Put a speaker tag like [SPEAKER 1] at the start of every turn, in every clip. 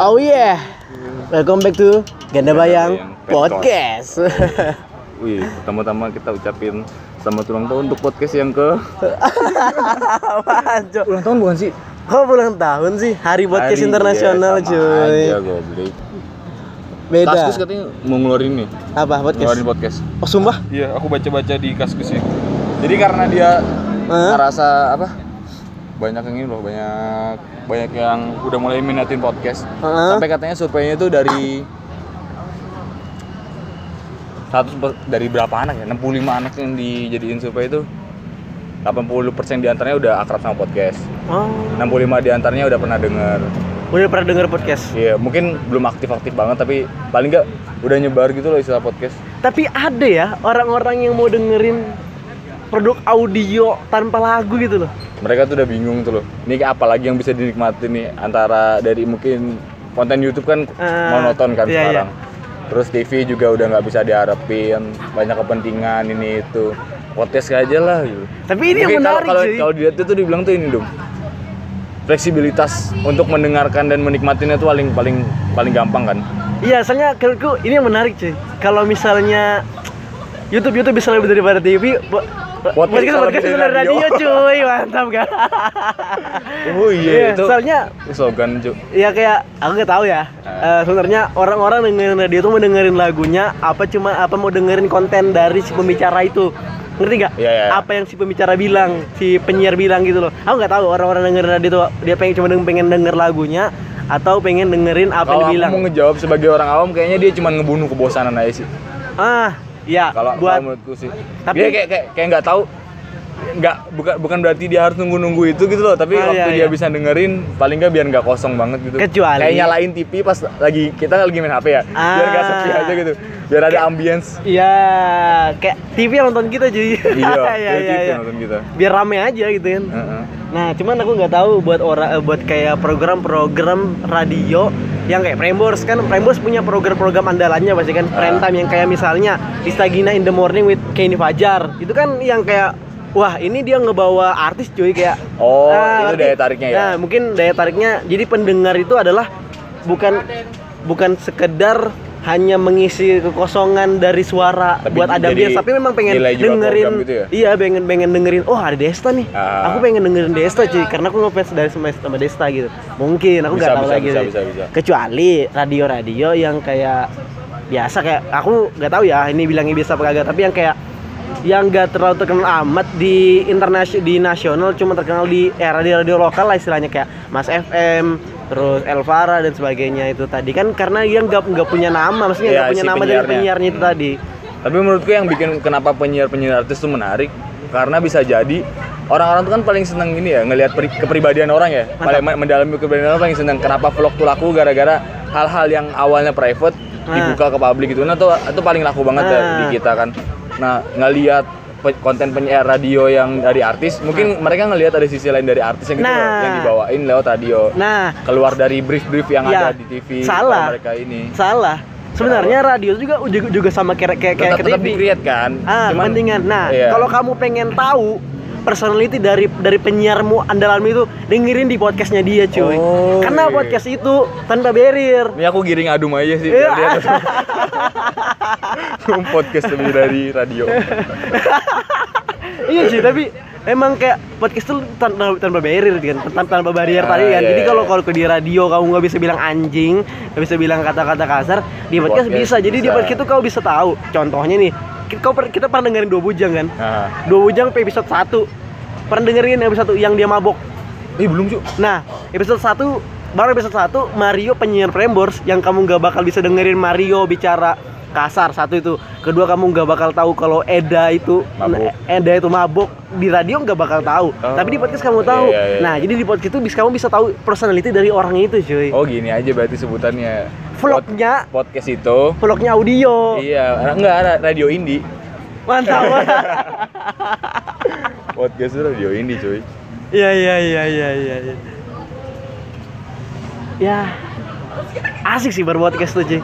[SPEAKER 1] Oh yeah. Welcome back to Ganda Bayang
[SPEAKER 2] Bayang
[SPEAKER 1] Podcast.
[SPEAKER 2] Wih, pertama-tama kita ucapin selamat ulang tahun untuk podcast yang ke
[SPEAKER 1] Apaan, Cok?
[SPEAKER 2] ulang tahun bukan sih?
[SPEAKER 1] Kok ulang tahun sih? Hari podcast
[SPEAKER 2] Hari,
[SPEAKER 1] internasional,
[SPEAKER 2] ya, sama
[SPEAKER 1] cuy.
[SPEAKER 2] Aja goblok.
[SPEAKER 1] Beda.
[SPEAKER 2] Kaskus katanya mau ngeluarin nih,
[SPEAKER 1] Apa podcast?
[SPEAKER 2] ngeluarin podcast.
[SPEAKER 1] Oh, sumpah.
[SPEAKER 2] Iya, aku baca-baca di Kaskus sih. Jadi karena dia
[SPEAKER 1] Hah?
[SPEAKER 2] ngerasa apa? Banyak yang ini loh, banyak banyak yang udah mulai minatin podcast.
[SPEAKER 1] Heeh.
[SPEAKER 2] Sampai katanya surveinya itu dari 100 per- dari berapa anak ya? 65 anak yang dijadiin survei itu 80% diantaranya udah akrab sama podcast.
[SPEAKER 1] Oh.
[SPEAKER 2] 65 diantaranya udah pernah denger.
[SPEAKER 1] Udah pernah denger podcast?
[SPEAKER 2] Iya, mungkin belum aktif-aktif banget tapi paling nggak udah nyebar gitu loh istilah podcast.
[SPEAKER 1] Tapi ada ya orang-orang yang mau dengerin produk audio tanpa lagu gitu loh.
[SPEAKER 2] Mereka tuh udah bingung tuh loh. Ini apalagi yang bisa dinikmati nih antara dari mungkin konten YouTube kan
[SPEAKER 1] Ah,
[SPEAKER 2] monoton kan
[SPEAKER 1] iya,
[SPEAKER 2] sekarang. Terus TV juga udah nggak bisa diharapin, banyak kepentingan ini itu. Podcast aja lah gitu.
[SPEAKER 1] Tapi ini yang
[SPEAKER 2] Mungkin kalau-
[SPEAKER 1] menarik
[SPEAKER 2] kalau
[SPEAKER 1] cuy.
[SPEAKER 2] kalau dilihat itu dibilang tuh ini dong fleksibilitas untuk mendengarkan dan menikmatinya tuh paling paling paling gampang kan
[SPEAKER 1] Iya, soalnya menurutku ini yang menarik cuy. Kalau misalnya YouTube YouTube bisa lebih daripada TV, po-
[SPEAKER 2] Podcast
[SPEAKER 1] podcast
[SPEAKER 2] bisa lebih
[SPEAKER 1] podcast
[SPEAKER 2] dari
[SPEAKER 1] dari radio.
[SPEAKER 2] radio.
[SPEAKER 1] cuy, mantap kan?
[SPEAKER 2] oh iya itu
[SPEAKER 1] Soalnya
[SPEAKER 2] slogan cuy
[SPEAKER 1] ya kayak aku nggak tahu ya. Eh, sebenarnya orang-orang dengerin radio tuh mau dengerin lagunya apa cuma apa mau dengerin konten dari si pembicara itu ngerti nggak?
[SPEAKER 2] Iya, iya.
[SPEAKER 1] Apa yang si pembicara bilang, si penyiar bilang gitu loh. Aku nggak tahu orang-orang dengerin radio tuh dia pengen cuma deng- pengen denger lagunya atau pengen dengerin apa
[SPEAKER 2] kalau
[SPEAKER 1] yang
[SPEAKER 2] aku
[SPEAKER 1] dibilang.
[SPEAKER 2] mau ngejawab sebagai orang awam kayaknya dia cuma ngebunuh kebosanan aja sih
[SPEAKER 1] Ah, ya.
[SPEAKER 2] kalau
[SPEAKER 1] buat
[SPEAKER 2] kalau menurutku sih
[SPEAKER 1] Tapi-
[SPEAKER 2] dia kayak kayak kayak nggak tahu nggak bukan bukan berarti dia harus nunggu nunggu itu gitu loh tapi
[SPEAKER 1] Ah,
[SPEAKER 2] waktu
[SPEAKER 1] iya,
[SPEAKER 2] dia
[SPEAKER 1] iya.
[SPEAKER 2] bisa dengerin paling nggak biar nggak kosong banget gitu
[SPEAKER 1] Kecuali-
[SPEAKER 2] kayak nyalain TV pas lagi kita lagi main HP ya biar nggak
[SPEAKER 1] Ah.
[SPEAKER 2] sepi aja gitu biar ada ambience
[SPEAKER 1] Iya, kayak TV yang nonton kita jadi.
[SPEAKER 2] iya
[SPEAKER 1] iya,
[SPEAKER 2] biar
[SPEAKER 1] iya,
[SPEAKER 2] gitu
[SPEAKER 1] iya.
[SPEAKER 2] nonton kita
[SPEAKER 1] Biar rame aja gitu kan.
[SPEAKER 2] Heeh.
[SPEAKER 1] Nah, cuman aku nggak tahu buat orang eh, buat kayak program-program radio yang kayak Prambors kan Prambors punya program-program andalannya
[SPEAKER 2] Ah.
[SPEAKER 1] pasti kan prime time yang kayak misalnya Istagina in the morning with Kenny Fajar. Itu kan yang kayak wah, ini dia ngebawa artis cuy kayak
[SPEAKER 2] oh itu
[SPEAKER 1] Ah, ngerti.
[SPEAKER 2] daya tariknya ya
[SPEAKER 1] Nah, mungkin daya tariknya jadi pendengar itu adalah bukan bukan sekedar hanya mengisi kekosongan dari suara
[SPEAKER 2] Tapi
[SPEAKER 1] buat ada
[SPEAKER 2] jadi
[SPEAKER 1] bias tapi memang pengen
[SPEAKER 2] nilai jual
[SPEAKER 1] dengerin
[SPEAKER 2] program gitu ya?
[SPEAKER 1] iya pengen pengen dengerin oh ada Desta nih
[SPEAKER 2] Ah.
[SPEAKER 1] aku pengen dengerin Desta cuy karena aku ngefans dari sama, sama Desta gitu mungkin
[SPEAKER 2] Bisa,
[SPEAKER 1] aku nggak tahu
[SPEAKER 2] bisa,
[SPEAKER 1] lagi
[SPEAKER 2] bisa,
[SPEAKER 1] sih.
[SPEAKER 2] bisa, bisa.
[SPEAKER 1] kecuali radio-radio yang kayak biasa kayak aku nggak tahu ya ini bilangnya biasa apa kagak tapi yang kayak yang nggak terlalu terkenal amat di internasional di nasional cuma terkenal di era di radio lokal lah istilahnya kayak Mas FM terus Elvara dan sebagainya itu tadi kan karena dia nggak nggak punya nama maksudnya
[SPEAKER 2] Iya,
[SPEAKER 1] nggak punya
[SPEAKER 2] si
[SPEAKER 1] nama dari
[SPEAKER 2] penyiarnya.
[SPEAKER 1] penyiarnya itu
[SPEAKER 2] Hmm.
[SPEAKER 1] tadi
[SPEAKER 2] Tapi menurutku yang bikin kenapa penyiar-penyiar artis itu menarik karena bisa jadi orang-orang tuh kan paling seneng ini ya ngelihat peri- kepribadian orang ya. Paling me- mendalami kepribadian orang paling seneng. Kenapa vlog tuh laku gara-gara hal-hal yang awalnya private dibuka ke publik gitu. Nah, itu, itu paling laku banget ya
[SPEAKER 1] Ah.
[SPEAKER 2] di kita kan. Nah, ngelihat pe- konten penyiar radio yang dari artis, mungkin mereka ngelihat ada sisi lain dari artis yang gitu loh,
[SPEAKER 1] Nah.
[SPEAKER 2] yang dibawain lewat radio.
[SPEAKER 1] nah
[SPEAKER 2] Keluar dari brief-brief yang ada
[SPEAKER 1] Ya,
[SPEAKER 2] di TV
[SPEAKER 1] salah.
[SPEAKER 2] mereka ini.
[SPEAKER 1] salah sebenarnya radio juga juga, juga sama kayak kayak kayak
[SPEAKER 2] Tetap, tetap
[SPEAKER 1] TV.
[SPEAKER 2] di-create kan.
[SPEAKER 1] Ah, kepentingan. Nah,
[SPEAKER 2] iya.
[SPEAKER 1] kalau kamu pengen tahu personality dari dari penyiarmu andalanmu itu dengerin di podcastnya dia, cuy.
[SPEAKER 2] Oh,
[SPEAKER 1] Karena
[SPEAKER 2] iya.
[SPEAKER 1] podcast itu tanpa barrier.
[SPEAKER 2] Ini aku giring adum aja sih biar
[SPEAKER 1] Iya.
[SPEAKER 2] dia tahu. podcast lebih dari radio.
[SPEAKER 1] iya sih, tapi emang kayak podcast itu tanpa, tanpa barrier kan, tanpa, tanpa barrier
[SPEAKER 2] Ah,
[SPEAKER 1] tadi kan.
[SPEAKER 2] iya,
[SPEAKER 1] Jadi
[SPEAKER 2] iya,
[SPEAKER 1] kalau
[SPEAKER 2] iya.
[SPEAKER 1] kalau di radio kamu nggak bisa bilang anjing, nggak bisa bilang kata-kata kasar, di podcast,
[SPEAKER 2] podcast
[SPEAKER 1] bisa. Jadi di
[SPEAKER 2] bisa.
[SPEAKER 1] podcast itu kau bisa tahu. Contohnya nih, ki- kau per- kita pernah dengerin dua bujang kan?
[SPEAKER 2] Nah,
[SPEAKER 1] Dua bujang episode 1 pernah dengerin episode 1 yang dia mabok
[SPEAKER 2] eh belum cuy.
[SPEAKER 1] Nah, episode 1 baru episode 1 Mario penyiar Prambors yang kamu nggak bakal bisa dengerin Mario bicara kasar satu itu. Kedua kamu nggak bakal tahu kalau Eda itu Nah,
[SPEAKER 2] Mabuk.
[SPEAKER 1] Eda itu mabuk di radio nggak bakal tahu.
[SPEAKER 2] Oh.
[SPEAKER 1] Tapi di podcast kamu tahu.
[SPEAKER 2] Iya, iya, iya.
[SPEAKER 1] Nah, jadi di podcast itu bisa kamu bisa tahu personality dari orang itu, cuy.
[SPEAKER 2] Oh gini aja berarti sebutannya. Pod-
[SPEAKER 1] Vlognya
[SPEAKER 2] podcast itu.
[SPEAKER 1] vlognya audio.
[SPEAKER 2] Iya, enggak ra- radio indie.
[SPEAKER 1] Mantap.
[SPEAKER 2] Podcast itu radio indie cuy.
[SPEAKER 1] Iya, iya, iya, iya, iya. iya. Ya. Asik sih berbuat gitu, podcast tuh, cuy.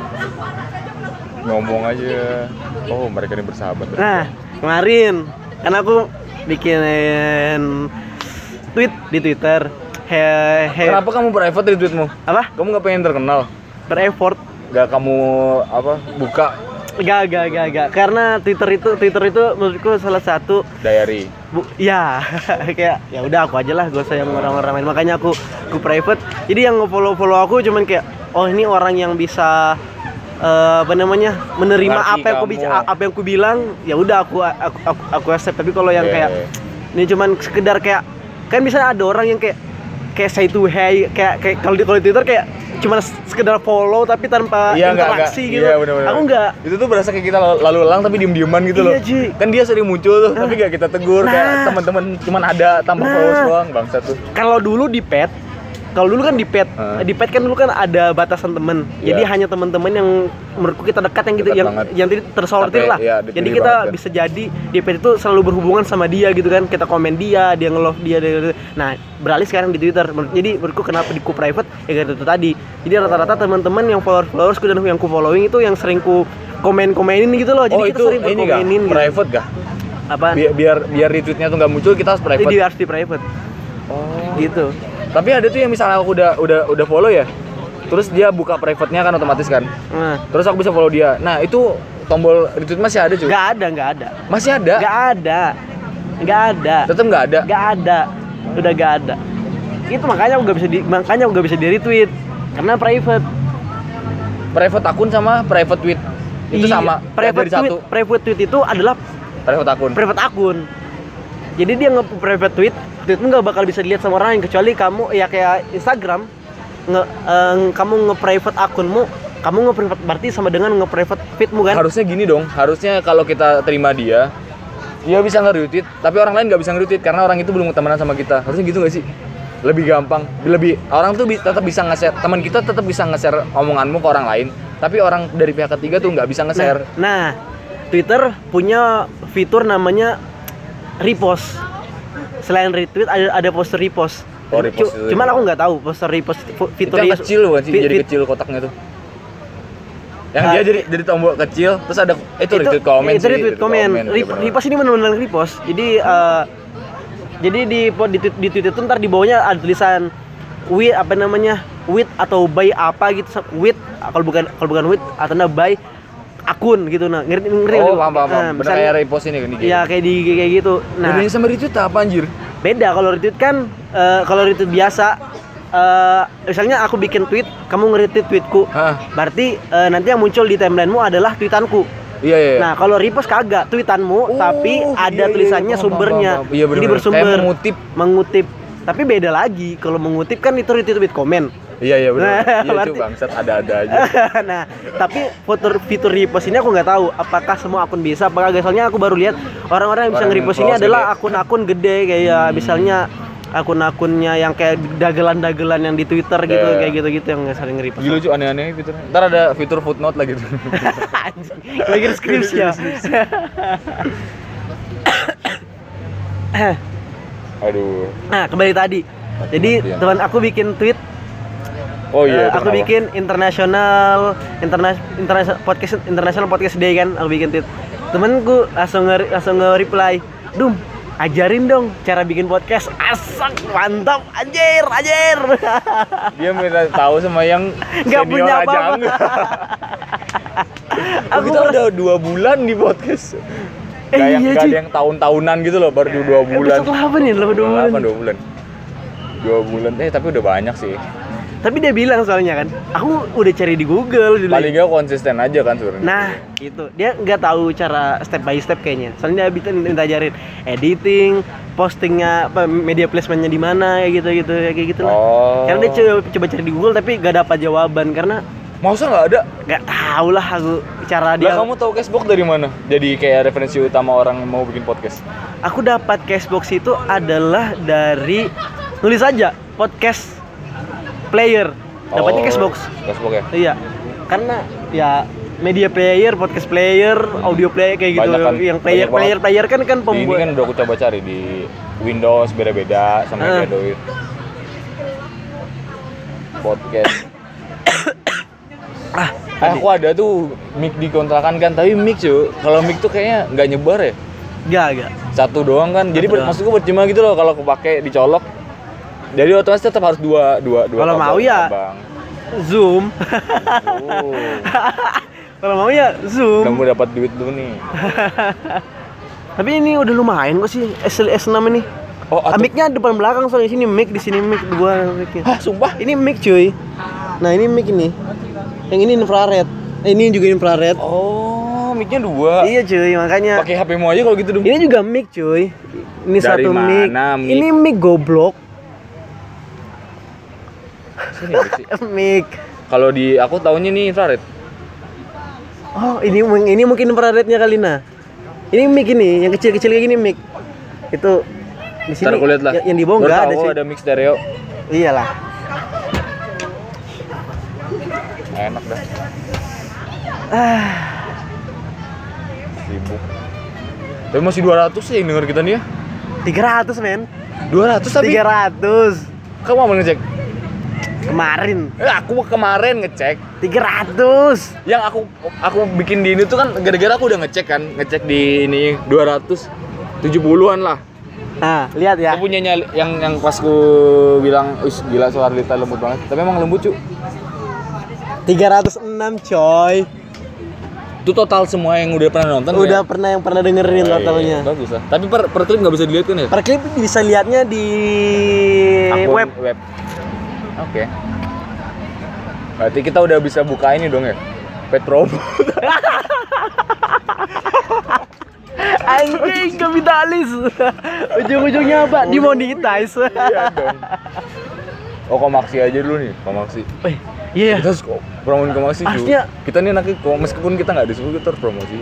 [SPEAKER 2] Ngomong aja. Oh mereka ini bersahabat.
[SPEAKER 1] Nah, kemarin kan aku bikin tweet di Twitter. he, he,
[SPEAKER 2] Kenapa kamu private di tweetmu?
[SPEAKER 1] apa
[SPEAKER 2] Kamu nggak pengen terkenal?
[SPEAKER 1] bereffort
[SPEAKER 2] Gak kamu apa buka
[SPEAKER 1] gak gak gak gak karena Twitter itu Twitter itu menurutku salah satu
[SPEAKER 2] diary?
[SPEAKER 1] Bu, ya kayak ya udah aku aja lah gak usah yang orang-orang lain makanya aku aku private jadi yang nge-follow follow aku cuman kayak oh ini orang yang bisa eh, apa namanya menerima
[SPEAKER 2] Ngerti
[SPEAKER 1] apa yang aku
[SPEAKER 2] kamu.
[SPEAKER 1] bica- apa yang aku bilang ya udah aku aku aku, aku accept tapi kalau yang
[SPEAKER 2] Iya,
[SPEAKER 1] kayak
[SPEAKER 2] iya.
[SPEAKER 1] ini cuman sekedar kayak kan bisa ada orang yang kayak kayak say to hey kayak kayak kalau di kalau di Twitter kayak cuman sekedar follow tapi tanpa
[SPEAKER 2] Iya nggak nggak.
[SPEAKER 1] interaksi gitu
[SPEAKER 2] Iya benar-benar.
[SPEAKER 1] aku nggak
[SPEAKER 2] Itu tuh berasa kayak kita lalu lalang tapi diem-dieman gitu
[SPEAKER 1] Iya,
[SPEAKER 2] loh.
[SPEAKER 1] Ji.
[SPEAKER 2] Kan dia sering muncul tuh tapi gak kita tegur kayak
[SPEAKER 1] Nah.
[SPEAKER 2] teman-teman cuman ada tambah
[SPEAKER 1] Nah.
[SPEAKER 2] followers doang bangsa tuh.
[SPEAKER 1] kalau dulu di pet kalau dulu kan di pet
[SPEAKER 2] Heeh.
[SPEAKER 1] di pet kan dulu kan ada batasan temen
[SPEAKER 2] Ah. Iya.
[SPEAKER 1] jadi hanya teman-teman yang menurutku kita dekat yang gitu
[SPEAKER 2] Dekat
[SPEAKER 1] yang
[SPEAKER 2] banget.
[SPEAKER 1] yang tidak tersortir
[SPEAKER 2] Sampai-
[SPEAKER 1] lah
[SPEAKER 2] iya,
[SPEAKER 1] jadi
[SPEAKER 2] dipilih
[SPEAKER 1] kita
[SPEAKER 2] banget kan.
[SPEAKER 1] bisa jadi di pet itu selalu berhubungan sama dia gitu kan kita komen dia dia nge-love dia, dia, dia- dia. nah beralih sekarang di twitter Menurut- jadi menurutku kenapa di ku private ya karena itu tadi jadi rata-rata teman-teman yang followers followersku dan yang ku following itu yang sering ku komen-komenin gitu loh jadi
[SPEAKER 2] oh
[SPEAKER 1] kita
[SPEAKER 2] itu
[SPEAKER 1] sering
[SPEAKER 2] ini gak?
[SPEAKER 1] berkomenin gitu.
[SPEAKER 2] Private gak?
[SPEAKER 1] apa
[SPEAKER 2] Biar biar, biar retweetnya tuh nggak muncul kita harus private.
[SPEAKER 1] jadi harus di private
[SPEAKER 2] Oh.
[SPEAKER 1] gitu
[SPEAKER 2] Tapi ada tuh yang misalnya aku udah udah udah follow ya. Terus dia buka private-nya kan otomatis kan.
[SPEAKER 1] nah,
[SPEAKER 2] Terus aku bisa follow dia. Nah, itu tombol retweet masih ada cuy.
[SPEAKER 1] nggak ada nggak ada
[SPEAKER 2] Masih ada.
[SPEAKER 1] Gak ada, gak ada,
[SPEAKER 2] Tetep nggak ada.
[SPEAKER 1] gak ada, udah gak ada. Itu makanya aku gak bisa di, makanya aku gak bisa di retweet karena private.
[SPEAKER 2] Private akun sama private tweet. Itu
[SPEAKER 1] Iya,
[SPEAKER 2] sama. dari
[SPEAKER 1] Private
[SPEAKER 2] satu.
[SPEAKER 1] tweet, private tweet itu adalah
[SPEAKER 2] Private akun.
[SPEAKER 1] private akun. Jadi dia nge private tweet, tweetmu nggak bakal bisa dilihat sama orang lain kecuali kamu ya kayak Instagram nge, eh, kamu nge private akunmu, kamu nge private berarti sama dengan nge private feedmu kan?
[SPEAKER 2] harusnya gini dong harusnya kalau kita terima dia dia bisa nge-retweet tapi orang lain nggak bisa nge-retweet karena orang itu belum temenan sama kita harusnya gitu nggak sih lebih gampang lebih orang tuh bi- tetap bisa nge-share teman kita tetap bisa nge-share omonganmu ke orang lain tapi orang dari pihak ketiga tuh nggak bisa nge-share
[SPEAKER 1] Nah, nah, Twitter punya fitur namanya repost. Selain retweet ada ada poster repost.
[SPEAKER 2] Oh, repost itu ya.
[SPEAKER 1] cuman aku nggak tahu poster repost fu-
[SPEAKER 2] itu yang
[SPEAKER 1] fiturnya
[SPEAKER 2] kecil bukan sih
[SPEAKER 1] fit-
[SPEAKER 2] jadi
[SPEAKER 1] fit-
[SPEAKER 2] kecil kotaknya tuh yang
[SPEAKER 1] Ah,
[SPEAKER 2] dia jadi jadi tombol kecil terus ada itu, retweet komen
[SPEAKER 1] itu
[SPEAKER 2] sih,
[SPEAKER 1] retweet komen.
[SPEAKER 2] iya
[SPEAKER 1] Rep-
[SPEAKER 2] bener.
[SPEAKER 1] repost ini menurunkan repost. Jadi eh, jadi di po- di, tweet- di tweet itu ntar di bawahnya ada tulisan with apa namanya with atau by apa gitu sa- with kalau bukan kalau bukan with atau nah, by akun gitu nah ngerti ngerti nggak
[SPEAKER 2] oh
[SPEAKER 1] sih?
[SPEAKER 2] paham paham
[SPEAKER 1] Nah,
[SPEAKER 2] paham bener
[SPEAKER 1] misalnya-
[SPEAKER 2] kayak repost ini kan
[SPEAKER 1] Iya kayak di kayak gitu. Nah,
[SPEAKER 2] bedanya sama retweet apa anjir
[SPEAKER 1] beda kalau retweet kan eh, kalau retweet biasa eh, misalnya aku bikin tweet, kamu nge-retweet tweetku.
[SPEAKER 2] Hah,
[SPEAKER 1] Berarti eh, nanti yang muncul di timelinemu adalah tweetanku.
[SPEAKER 2] iya iya
[SPEAKER 1] Nah, kalau repost kagak tweetanmu
[SPEAKER 2] Oh,
[SPEAKER 1] tapi ada
[SPEAKER 2] iya, iya,
[SPEAKER 1] tulisannya
[SPEAKER 2] paham,
[SPEAKER 1] sumbernya.
[SPEAKER 2] paham, paham. Iya,
[SPEAKER 1] Jadi
[SPEAKER 2] bener-bener.
[SPEAKER 1] bersumber
[SPEAKER 2] Kayak mengutip.
[SPEAKER 1] mengutip. Tapi beda lagi kalau mengutip kan itu retweet komen.
[SPEAKER 2] Iya iya benar.
[SPEAKER 1] Nah,
[SPEAKER 2] Iya itu
[SPEAKER 1] berarti-
[SPEAKER 2] bangsat ada-ada aja.
[SPEAKER 1] nah, tapi fitur fitur repost ini aku nggak tahu apakah semua akun bisa apa kagak. Soalnya aku baru lihat orang-orang yang Hmm. bisa
[SPEAKER 2] Orang
[SPEAKER 1] nge-repost ini
[SPEAKER 2] close
[SPEAKER 1] adalah
[SPEAKER 2] gede.
[SPEAKER 1] akun-akun gede kayak misalnya akun-akunnya yang kayak dagelan-dagelan yang di Twitter gitu
[SPEAKER 2] Yeah.
[SPEAKER 1] kayak gitu-gitu yang nggak sering nge-repost.
[SPEAKER 2] Gila cuy aneh-aneh fitur. Ntar ada fitur footnote lagi tuh.
[SPEAKER 1] Anjing, lagi skripsi ya.
[SPEAKER 2] Aduh.
[SPEAKER 1] nah, kembali tadi. ya. Jadi
[SPEAKER 2] Mati-matian.
[SPEAKER 1] teman aku bikin tweet
[SPEAKER 2] Oh iya.
[SPEAKER 1] Eh,
[SPEAKER 2] itu
[SPEAKER 1] aku
[SPEAKER 2] kenapa?
[SPEAKER 1] bikin internasional internasional internasional podcast internasional podcast day kan aku bikin tweet temenku langsung nge langsung nge reply dum ajarin dong cara bikin podcast asak mantap anjir anjir
[SPEAKER 2] dia minta tahu sama yang senior
[SPEAKER 1] Nggak punya
[SPEAKER 2] aja
[SPEAKER 1] apa-apa.
[SPEAKER 2] enggak.
[SPEAKER 1] Aku
[SPEAKER 2] Kita
[SPEAKER 1] merasa-
[SPEAKER 2] udah dua bulan di podcast. Kayak
[SPEAKER 1] Eh, iya,
[SPEAKER 2] nggak
[SPEAKER 1] cuy.
[SPEAKER 2] ada yang tahun-tahunan gitu loh, baru di dua bulan.
[SPEAKER 1] episode 8 ya 8
[SPEAKER 2] Delapan,
[SPEAKER 1] bulan
[SPEAKER 2] dua bulan. Dua bulan. Eh tapi udah banyak sih.
[SPEAKER 1] tapi dia bilang soalnya kan aku udah cari di Google dulu
[SPEAKER 2] Paling gak konsisten aja kan sebenarnya.
[SPEAKER 1] Nah, itu dia nggak tahu cara step by step kayaknya. Soalnya dia minta minta ajarin editing, postingnya, apa, media placementnya di mana, kayak gitu gitu, kayak gitu lah.
[SPEAKER 2] Oh.
[SPEAKER 1] Karena dia coba, coba cari di Google tapi nggak dapat jawaban karena
[SPEAKER 2] Masa nggak ada?
[SPEAKER 1] nggak tahu lah aku cara
[SPEAKER 2] Lah
[SPEAKER 1] dia.
[SPEAKER 2] kamu tahu cashbox dari mana? Jadi kayak referensi utama orang mau bikin podcast.
[SPEAKER 1] Aku dapat cashbox itu adalah dari nulis aja podcast player.
[SPEAKER 2] Oh,
[SPEAKER 1] Dapatnya cashbox.
[SPEAKER 2] Cashbox ya.
[SPEAKER 1] Iya. Karena ya media player, podcast player, audio player kayak gitu.
[SPEAKER 2] Banyak kan,
[SPEAKER 1] yang
[SPEAKER 2] banyak
[SPEAKER 1] player,
[SPEAKER 2] banget.
[SPEAKER 1] player, player kan kan
[SPEAKER 2] Di ini
[SPEAKER 1] pembuat.
[SPEAKER 2] kan udah aku coba cari di Windows beda-beda sama
[SPEAKER 1] Ah.
[SPEAKER 2] yang Android. Podcast.
[SPEAKER 1] Ah,
[SPEAKER 2] Eh, aku ada tuh mic di kontrakan kan, tapi mic cuy. Kalau mic tuh kayaknya nggak nyebar ya.
[SPEAKER 1] Gak, gak.
[SPEAKER 2] Satu doang kan. Jadi
[SPEAKER 1] Satu doang.
[SPEAKER 2] maksudku percuma gitu loh kalau aku pakai dicolok Jadi otomatis tetap harus dua dua dua.
[SPEAKER 1] Kalau
[SPEAKER 2] kabel,
[SPEAKER 1] mau ya.
[SPEAKER 2] Bang.
[SPEAKER 1] Zoom.
[SPEAKER 2] Oh.
[SPEAKER 1] Kalau mau ya Zoom.
[SPEAKER 2] Kamu Oh, dapat duit dulu nih.
[SPEAKER 1] Tapi ini udah lumayan kok sih S S6 ini.
[SPEAKER 2] Oh, atau-
[SPEAKER 1] Mic-nya depan belakang soalnya sini mic di sini mic dua mic-nya.
[SPEAKER 2] Hah, sumpah.
[SPEAKER 1] Ini mic cuy. Nah, ini mic ini. Yang ini infrared. Eh, ini juga infrared.
[SPEAKER 2] Oh, mic-nya dua.
[SPEAKER 1] Iya cuy, makanya.
[SPEAKER 2] Pakai HP mu aja kalau gitu dong.
[SPEAKER 1] Ini juga mic cuy. Ini
[SPEAKER 2] Dari
[SPEAKER 1] satu mic.
[SPEAKER 2] mana mic?
[SPEAKER 1] Ini mic goblok.
[SPEAKER 2] Sini, Bang, sih.
[SPEAKER 1] mic.
[SPEAKER 2] Kalau di aku taunya nih infrared.
[SPEAKER 1] Oh, ini ini mungkin infrarednya kali nah. Ini mic ini, yang kecil-kecil kayak gini mic. Itu di sini. ya,
[SPEAKER 2] Ntar aku lihat lah.
[SPEAKER 1] Yang, yang di bawah
[SPEAKER 2] Baru
[SPEAKER 1] enggak ada
[SPEAKER 2] tahu
[SPEAKER 1] cuy.
[SPEAKER 2] ada mix stereo.
[SPEAKER 1] Iyalah.
[SPEAKER 2] Enak dah.
[SPEAKER 1] Ah,
[SPEAKER 2] Sibuk. Tapi masih 200 sih yang denger kita nih ya.
[SPEAKER 1] 300 men.
[SPEAKER 2] 200 tapi
[SPEAKER 1] 300
[SPEAKER 2] kamu mau ngecek?
[SPEAKER 1] kemarin.
[SPEAKER 2] Eh, aku kemarin ngecek
[SPEAKER 1] 300.
[SPEAKER 2] yang aku aku bikin di ini tuh kan gara-gara aku udah ngecek kan ngecek di ini 270-an lah
[SPEAKER 1] Nah, lihat ya.
[SPEAKER 2] aku punya nyali- yang yang pas ku bilang us gila suara Lita lembut banget tapi emang lembut cu
[SPEAKER 1] 306 coy.
[SPEAKER 2] itu total semua yang udah pernah nonton
[SPEAKER 1] Udah pernah yang pernah dengerin
[SPEAKER 2] ya?
[SPEAKER 1] totalnya.
[SPEAKER 2] Iya, bagus lah tapi per, per klip nggak bisa dilihat kan ya
[SPEAKER 1] Per klip bisa lihatnya di
[SPEAKER 2] Akun
[SPEAKER 1] web.
[SPEAKER 2] web oke berarti kita udah bisa buka ini dong ya pet robot
[SPEAKER 1] Anjing kapitalis. Ujung-ujungnya apa? Dimonetize.
[SPEAKER 2] iya dong oh komaksi aja dulu nih komaksi
[SPEAKER 1] Weh, iya.
[SPEAKER 2] kita harus ko- promoin komaksi Ju.
[SPEAKER 1] Harusnya-
[SPEAKER 2] kita nih anaknya ko- meskipun kita nggak disuruh kita harus promosi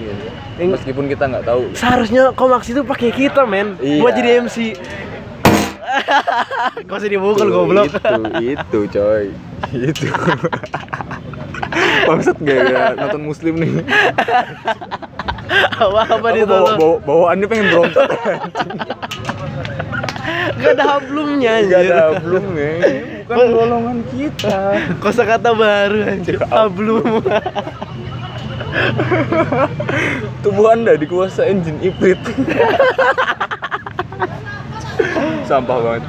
[SPEAKER 1] Yang-
[SPEAKER 2] meskipun kita nggak tahu
[SPEAKER 1] Seharusnya Komax itu pakai kita, men.
[SPEAKER 2] Iya.
[SPEAKER 1] Buat jadi MC. Kau sih dipukul kan goblok.
[SPEAKER 2] itu itu coy itu Bangsat gak ya nonton muslim nih
[SPEAKER 1] Apa-apa
[SPEAKER 2] Aku
[SPEAKER 1] di
[SPEAKER 2] bawa,
[SPEAKER 1] tolong.
[SPEAKER 2] bawa, bawaannya pengen berontak
[SPEAKER 1] Gak ada hablumnya
[SPEAKER 2] Gak
[SPEAKER 1] anjir.
[SPEAKER 2] ada belum nih Bukan golongan kita
[SPEAKER 1] Kosa kata baru anjir.
[SPEAKER 2] Anjir,
[SPEAKER 1] Hablum.
[SPEAKER 2] Tubuh anda dikuasain jin ibrit Sampah banget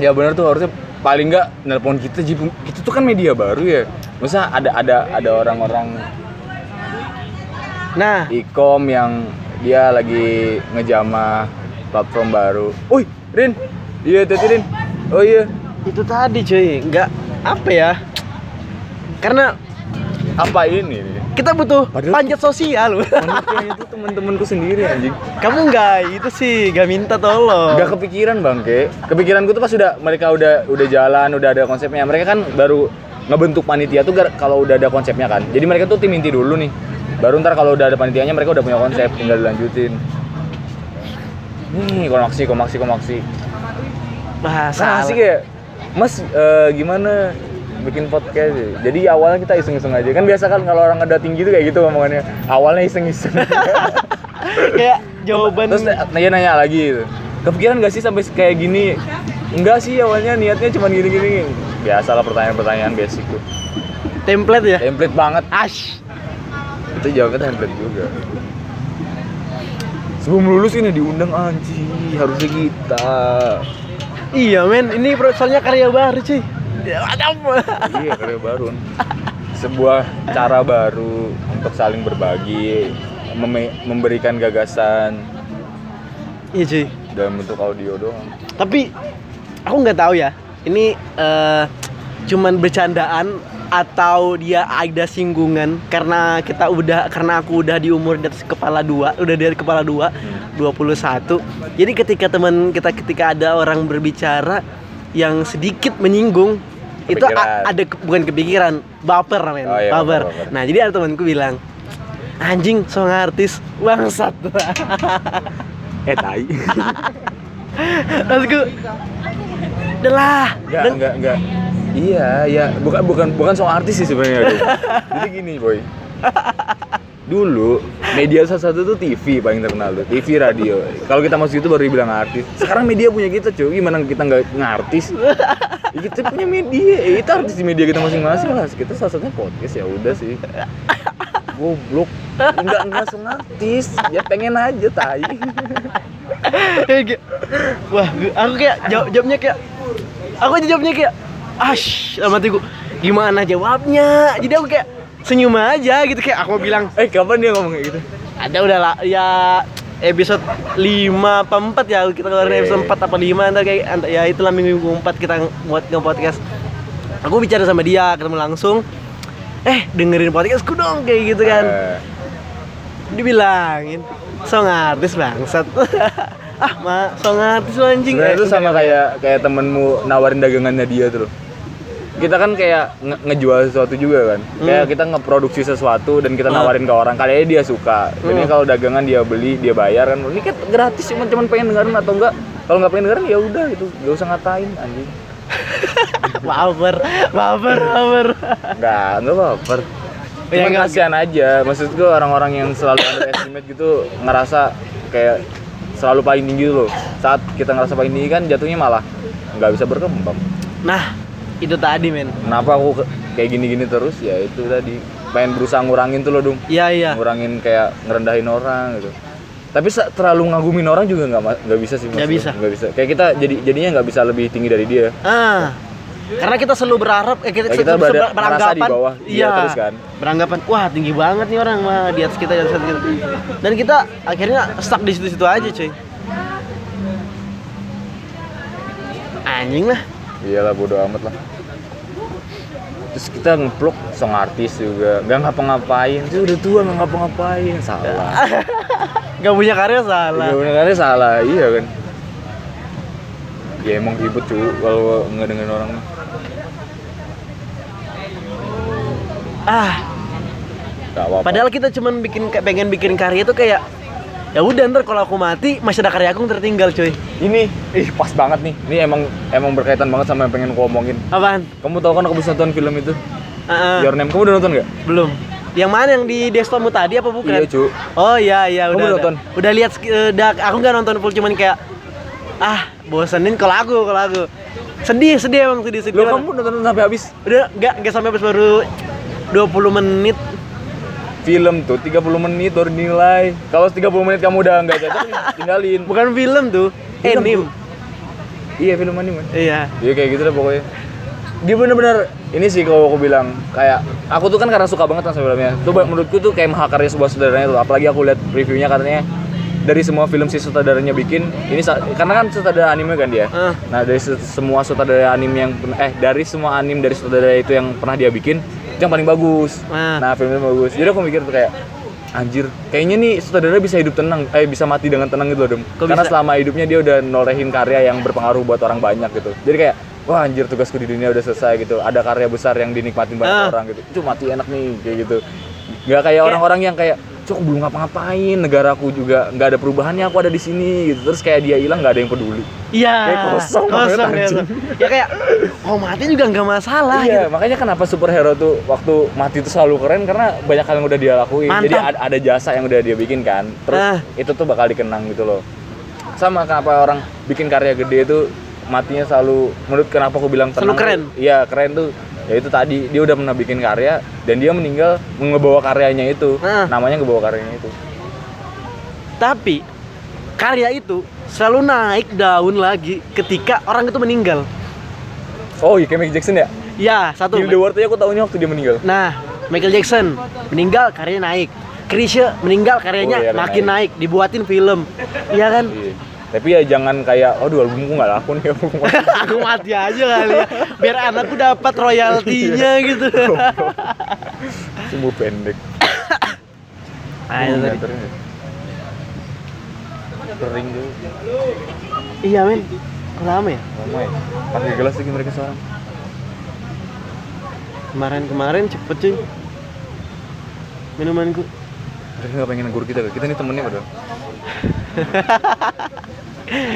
[SPEAKER 2] Ya benar tuh harusnya paling nggak nelpon kita Ji. Kita tuh kan media baru ya Masa ada ada ada orang-orang
[SPEAKER 1] Nah,
[SPEAKER 2] ikom yang dia lagi ngejamah platform baru. Uy, Rin. Iya, Teti Rin. Oh iya.
[SPEAKER 1] itu tadi cuy, nggak apa ya? Karena
[SPEAKER 2] Apa ini? Rin?
[SPEAKER 1] kita butuh
[SPEAKER 2] Padahal-
[SPEAKER 1] panjat sosial.
[SPEAKER 2] Manusia itu teman-temanku sendiri anjing.
[SPEAKER 1] Kamu nggak itu sih, nggak minta tolong.
[SPEAKER 2] Gak kepikiran bangke. Kepikiranku tuh pas udah mereka udah udah jalan, udah ada konsepnya. Mereka kan baru ngebentuk panitia tuh gar- kalau udah ada konsepnya kan. Jadi mereka tuh tim inti dulu nih. Baru ntar kalau udah ada panitianya mereka udah punya konsep, tinggal dilanjutin. Nih, komaksi, komaksi, komaksi.
[SPEAKER 1] Bahasa
[SPEAKER 2] Nah, sih kayak Mas eh, gimana bikin podcast? Jadi awalnya kita iseng-iseng aja. Kan biasa kan kalau orang ada tinggi tuh kayak gitu omongannya. Awalnya iseng-iseng.
[SPEAKER 1] kayak jawaban
[SPEAKER 2] Terus ya. nanya-nanya lagi gitu. Kepikiran gak sih sampai kayak gini? Enggak sih awalnya niatnya cuma gini-gini. Biasalah pertanyaan-pertanyaan basic tuh.
[SPEAKER 1] template ya.
[SPEAKER 2] Template banget.
[SPEAKER 1] Ash.
[SPEAKER 2] Itu jawabnya template juga. Sebelum lulus ini diundang anji, harusnya kita.
[SPEAKER 1] Iya men, ini pro- soalnya karya baru cuy. Ya, mantap.
[SPEAKER 2] iya karya baru sebuah cara baru untuk saling berbagi meme- memberikan gagasan
[SPEAKER 1] Iya cuy.
[SPEAKER 2] dalam bentuk audio doang
[SPEAKER 1] Tapi aku nggak tahu ya. Ini eh, cuman bercandaan atau dia ada singgungan karena kita udah karena aku udah di umur di atas kepala dua udah dari kepala dua 21 jadi ketika teman kita ketika ada orang berbicara yang sedikit menyinggung itu a-
[SPEAKER 2] Kepikiran.
[SPEAKER 1] ada ke- bukan kepikiran baper men
[SPEAKER 2] Oh, iya,
[SPEAKER 1] baper.
[SPEAKER 2] baper, baper.
[SPEAKER 1] nah jadi ada temanku bilang anjing song artis bangsat
[SPEAKER 2] eh tai
[SPEAKER 1] terus gue udah lah
[SPEAKER 2] enggak
[SPEAKER 1] Deng-
[SPEAKER 2] enggak enggak iya iya bukan bukan bukan soal artis sih sebenarnya Boy. jadi gini boy dulu media salah satu tuh TV paling terkenal tuh TV radio kalau kita masuk itu baru dibilang artis sekarang media punya kita cuy gimana kita nggak ngartis Ya, kita punya media ya, kita artis di media kita masing-masing lah kita salah satunya podcast ya udah sih goblok nggak nggak sengartis ya pengen aja tai
[SPEAKER 1] Iya, Kayak gitu. Wah, gue- aku kayak jawab- jawabnya kayak aku aja jawabnya kayak ash sama tuh gimana jawabnya jadi aku kayak senyum aja gitu kayak aku bilang
[SPEAKER 2] Eh kapan dia ngomong kayak gitu?
[SPEAKER 1] ada udah lah ya episode 5 apa 4 ya kita keluarin
[SPEAKER 2] Oke.
[SPEAKER 1] episode 4 apa 5 ntar kayak ant- ya itulah minggu 4 kita buat nge-podcast aku bicara sama dia ketemu langsung eh dengerin podcastku dong kayak gitu kan
[SPEAKER 2] Eh,
[SPEAKER 1] dibilangin song artis bangsat ah ma song artis lu anjing
[SPEAKER 2] Sebenarnya itu
[SPEAKER 1] Eh,
[SPEAKER 2] sama kayak kayak temenmu nawarin dagangannya dia tuh loh. Kita kan kayak nge- ngejual sesuatu juga kan. Kayak kita ngeproduksi sesuatu dan kita
[SPEAKER 1] Hmm.
[SPEAKER 2] nawarin ke orang. Kalian dia suka. Jadi
[SPEAKER 1] Hmm.
[SPEAKER 2] kalau dagangan dia beli, dia bayar kan. Ini kan gratis cuman cuman pengen dengerin atau enggak? Kalau nggak pengen dengerin ya udah itu gak usah ngatain anjing.
[SPEAKER 1] baper baper baper
[SPEAKER 2] Enggak, enggak baper.
[SPEAKER 1] Ya,
[SPEAKER 2] Cuman
[SPEAKER 1] enggak.
[SPEAKER 2] kasihan aja. Maksud gue orang-orang yang selalu underestimate gitu ngerasa kayak selalu paling tinggi tuh loh. Saat kita ngerasa paling tinggi kan jatuhnya malah nggak bisa berkembang.
[SPEAKER 1] nah itu tadi men
[SPEAKER 2] Kenapa aku ke- kayak gini-gini terus? Ya itu tadi pengen berusaha ngurangin tuh loh, Dung.
[SPEAKER 1] iya iya
[SPEAKER 2] Ngurangin kayak ngerendahin orang gitu. Tapi sa- terlalu ngagumin orang juga nggak ma- nggak bisa sih. maksud
[SPEAKER 1] Nggak bisa.
[SPEAKER 2] gue. Nggak bisa. Kayak kita jadi jadinya nggak bisa lebih tinggi dari dia.
[SPEAKER 1] ah karena kita selalu berharap eh kita,
[SPEAKER 2] Ya, kita
[SPEAKER 1] selalu
[SPEAKER 2] berada- merasa di bawah dia
[SPEAKER 1] iya
[SPEAKER 2] terus kan.
[SPEAKER 1] beranggapan wah tinggi banget nih orang mah di atas kita di atas kita dan kita akhirnya stuck di situ-situ aja cuy anjing lah
[SPEAKER 2] Iyalah bodo amat lah. Terus kita ngeplok song artis juga, nggak ngapa-ngapain. Itu udah tua nggak ngapa-ngapain, salah.
[SPEAKER 1] gak punya karya salah
[SPEAKER 2] Iya bener kan salah, iya kan. Ya emang ribet cuy kalau nggak dengan orang. mah.
[SPEAKER 1] ah
[SPEAKER 2] Nggak apa-apa.
[SPEAKER 1] Padahal kita cuman bikin pengen bikin karya itu kayak ya udah ntar kalau aku mati masih ada karya aku yang tertinggal cuy.
[SPEAKER 2] ini, ih pas banget nih. Ini emang emang berkaitan banget sama yang pengen aku omongin.
[SPEAKER 1] Apaan?
[SPEAKER 2] Kamu tahu kan aku bisa nonton film itu?
[SPEAKER 1] Ah, ah,
[SPEAKER 2] Your Name. Kamu udah nonton nggak?
[SPEAKER 1] belum. Yang mana yang di desktomu tadi apa bukan?
[SPEAKER 2] Iya cuy.
[SPEAKER 1] Oh iya iya
[SPEAKER 2] Kamu
[SPEAKER 1] udah.
[SPEAKER 2] nonton?
[SPEAKER 1] Udah, udah lihat sek- eh, dah- aku nggak nonton full cuman kayak ah bosenin kalau aku kalau aku sedih sedih emang sedih sedih.
[SPEAKER 2] Lo
[SPEAKER 1] orang.
[SPEAKER 2] kamu nonton sampai habis?
[SPEAKER 1] udah nggak nggak sampai habis baru 20 menit
[SPEAKER 2] Film tuh 30 menit baru dinilai. Kalau 30 menit kamu udah nggak cocok, tinggalin.
[SPEAKER 1] bukan film tuh
[SPEAKER 2] Film,
[SPEAKER 1] anime
[SPEAKER 2] Iya film anime.
[SPEAKER 1] iya
[SPEAKER 2] Iya kayak gitu deh pokoknya. Dia bener-bener ini sih kalau aku bilang kayak aku tuh kan karena suka banget sama filmnya. Tuh ba- menurutku tuh kayak mahakarya sebuah saudaranya tuh. Apalagi aku lihat reviewnya katanya dari semua film si sutradaranya bikin ini sa- karena kan sutradara anime kan dia.
[SPEAKER 1] Ah.
[SPEAKER 2] Nah dari se- semua sutradara anime yang pen- eh dari semua anime dari sutradara itu yang pernah dia bikin itu yang paling bagus.
[SPEAKER 1] Ah.
[SPEAKER 2] Nah filmnya bagus. Jadi aku mikir tuh kayak anjir kayaknya nih sutradara bisa hidup tenang eh bisa mati dengan tenang gitu loh Dem.
[SPEAKER 1] Kok
[SPEAKER 2] karena
[SPEAKER 1] bisa?
[SPEAKER 2] selama hidupnya dia udah norehin karya yang berpengaruh buat orang banyak gitu jadi kayak wah anjir tugasku di dunia udah selesai gitu ada karya besar yang dinikmatin banyak
[SPEAKER 1] Ah.
[SPEAKER 2] orang gitu itu mati enak nih kayak gitu nggak kayak orang-orang yang kayak cok belum ngapa-ngapain negaraku juga nggak ada perubahannya aku ada di sini gitu terus kayak dia hilang nggak ada yang peduli
[SPEAKER 1] Iya.
[SPEAKER 2] Kayak kosong banget,
[SPEAKER 1] kosong,
[SPEAKER 2] anjing.
[SPEAKER 1] kosong. Ya kayak mau mati juga nggak masalah
[SPEAKER 2] iya
[SPEAKER 1] gitu.
[SPEAKER 2] makanya kenapa superhero tuh waktu mati itu selalu keren karena banyak hal yang udah dia lakuin jadi
[SPEAKER 1] Mantap.
[SPEAKER 2] ada, ada jasa yang udah dia bikin kan terus
[SPEAKER 1] Ah.
[SPEAKER 2] itu tuh bakal dikenang gitu loh sama kenapa orang bikin karya gede itu matinya selalu menurut kenapa aku bilang
[SPEAKER 1] Selalu
[SPEAKER 2] tenang
[SPEAKER 1] keren.
[SPEAKER 2] iya keren tuh ya itu tadi dia udah pernah bikin karya dan dia meninggal ngebawa karyanya itu
[SPEAKER 1] Ah.
[SPEAKER 2] namanya ngebawa karyanya itu
[SPEAKER 1] Tapi karya itu selalu naik daun lagi ketika orang itu meninggal.
[SPEAKER 2] oh iya kayak Michael Jackson ya
[SPEAKER 1] Ya, satu.
[SPEAKER 2] Gil the World aja aku tahunya waktu dia meninggal
[SPEAKER 1] Nah, Michael Jackson meninggal karyanya naik. Krisya meninggal
[SPEAKER 2] Oh,
[SPEAKER 1] karyanya
[SPEAKER 2] iya,
[SPEAKER 1] makin naik. dibuatin film. Iya kan?
[SPEAKER 2] Iya. tapi ya jangan kayak aduh albumku nggak laku nih albumku nggak laku."
[SPEAKER 1] aku mati aja kali ya biar anakku dapat royaltinya
[SPEAKER 2] Iya.
[SPEAKER 1] gitu.
[SPEAKER 2] sumbu pendek Ah,
[SPEAKER 1] Nah, itu tadi.
[SPEAKER 2] Kering tuh.
[SPEAKER 1] Iya, men. Kok Lama ya?
[SPEAKER 2] Lama ya. Pakai gelas lagi mereka seorang.
[SPEAKER 1] Kemarin-kemarin cepet cuy. Minumanku.
[SPEAKER 2] Mereka nggak pengen nggur kita. Kita ini temennya padahal.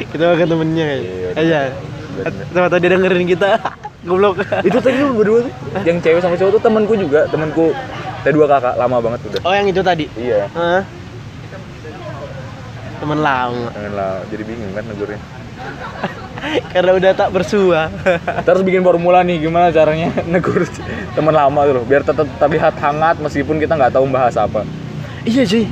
[SPEAKER 1] kita makan temennya kayaknya
[SPEAKER 2] Iya,
[SPEAKER 1] aja sama tau dia dengerin kita goblok
[SPEAKER 2] Itu tadi lu berdua tuh. Yang cewek sama cowok tuh temanku juga. Temanku ada dua kakak lama banget udah.
[SPEAKER 1] oh yang itu tadi
[SPEAKER 2] Iya.
[SPEAKER 1] Hah? temen lama
[SPEAKER 2] Janganlah jadi bingung kan ngegurnya.
[SPEAKER 1] karena udah tak bersua
[SPEAKER 2] Terus bikin formula nih gimana caranya negur teman lama tuh loh, biar tetap terlihat hangat meskipun kita nggak tahu bahas apa.
[SPEAKER 1] iya cuy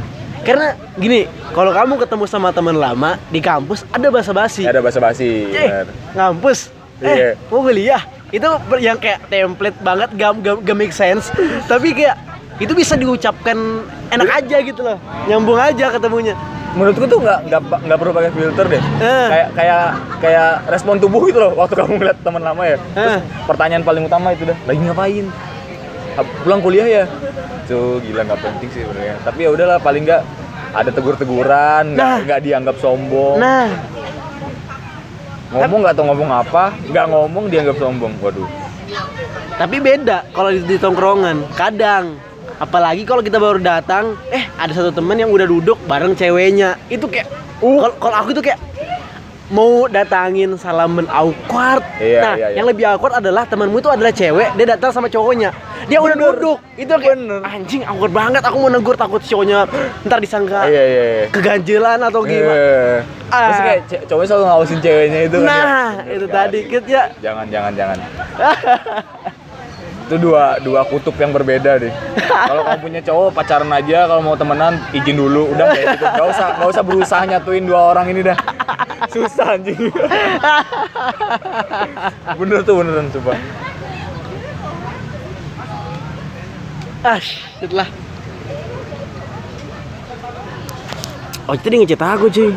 [SPEAKER 1] karena gini kalau kamu ketemu sama teman lama di kampus ada basa basi
[SPEAKER 2] Ada basa-basi. bener.
[SPEAKER 1] eh ngampus
[SPEAKER 2] Iya.
[SPEAKER 1] eh mau kuliah itu ber- yang kayak template banget gak, gak, gak make sense tapi kayak itu bisa diucapkan enak aja gitu loh nyambung aja ketemunya
[SPEAKER 2] menurutku tuh nggak nggak pa- nggak perlu pakai filter deh
[SPEAKER 1] Eh.
[SPEAKER 2] kayak kayak kayak respon tubuh gitu loh waktu kamu ngeliat teman lama ya terus
[SPEAKER 1] Eh.
[SPEAKER 2] pertanyaan paling utama itu dah lagi ngapain "Hab- pulang kuliah ya tuh gila nggak penting sih sebenarnya tapi ya udahlah paling nggak ada tegur-teguran nggak
[SPEAKER 1] Nah.
[SPEAKER 2] nggak dianggap sombong
[SPEAKER 1] nah
[SPEAKER 2] ngomong nggak tahu ngomong apa nggak ngomong dianggap sombong waduh
[SPEAKER 1] tapi beda kalau di, di tongkrongan kadang apalagi kalau kita baru datang eh ada satu teman yang udah duduk bareng ceweknya itu kayak
[SPEAKER 2] Uh.
[SPEAKER 1] kalau kalau aku itu kayak mau datangin salaman awkward
[SPEAKER 2] Iya,
[SPEAKER 1] nah
[SPEAKER 2] iya, iya.
[SPEAKER 1] yang lebih awkward adalah temanmu itu adalah cewek dia datang sama cowoknya dia udah
[SPEAKER 2] Bener.
[SPEAKER 1] duduk itu kayak
[SPEAKER 2] Bener.
[SPEAKER 1] anjing awkward banget aku mau negur takut cowoknya ntar disangka
[SPEAKER 2] iya iya iya
[SPEAKER 1] keganjelan atau Nah. gimana
[SPEAKER 2] Eh. terus
[SPEAKER 1] Ah.
[SPEAKER 2] kayak ce- cowoknya selalu ngawasin ceweknya itu kan, ya.
[SPEAKER 1] nah itu tadi kita ya
[SPEAKER 2] jangan jangan jangan itu dua dua kutub yang berbeda deh kalau kamu punya cowok pacaran aja kalau mau temenan izin dulu udah kayak gitu nggak usah nggak usah berusaha nyatuin dua orang ini dah susah anjing bener tuh beneran coba
[SPEAKER 1] Ah, setelah. Oh, tadi ngechat aku, cuy.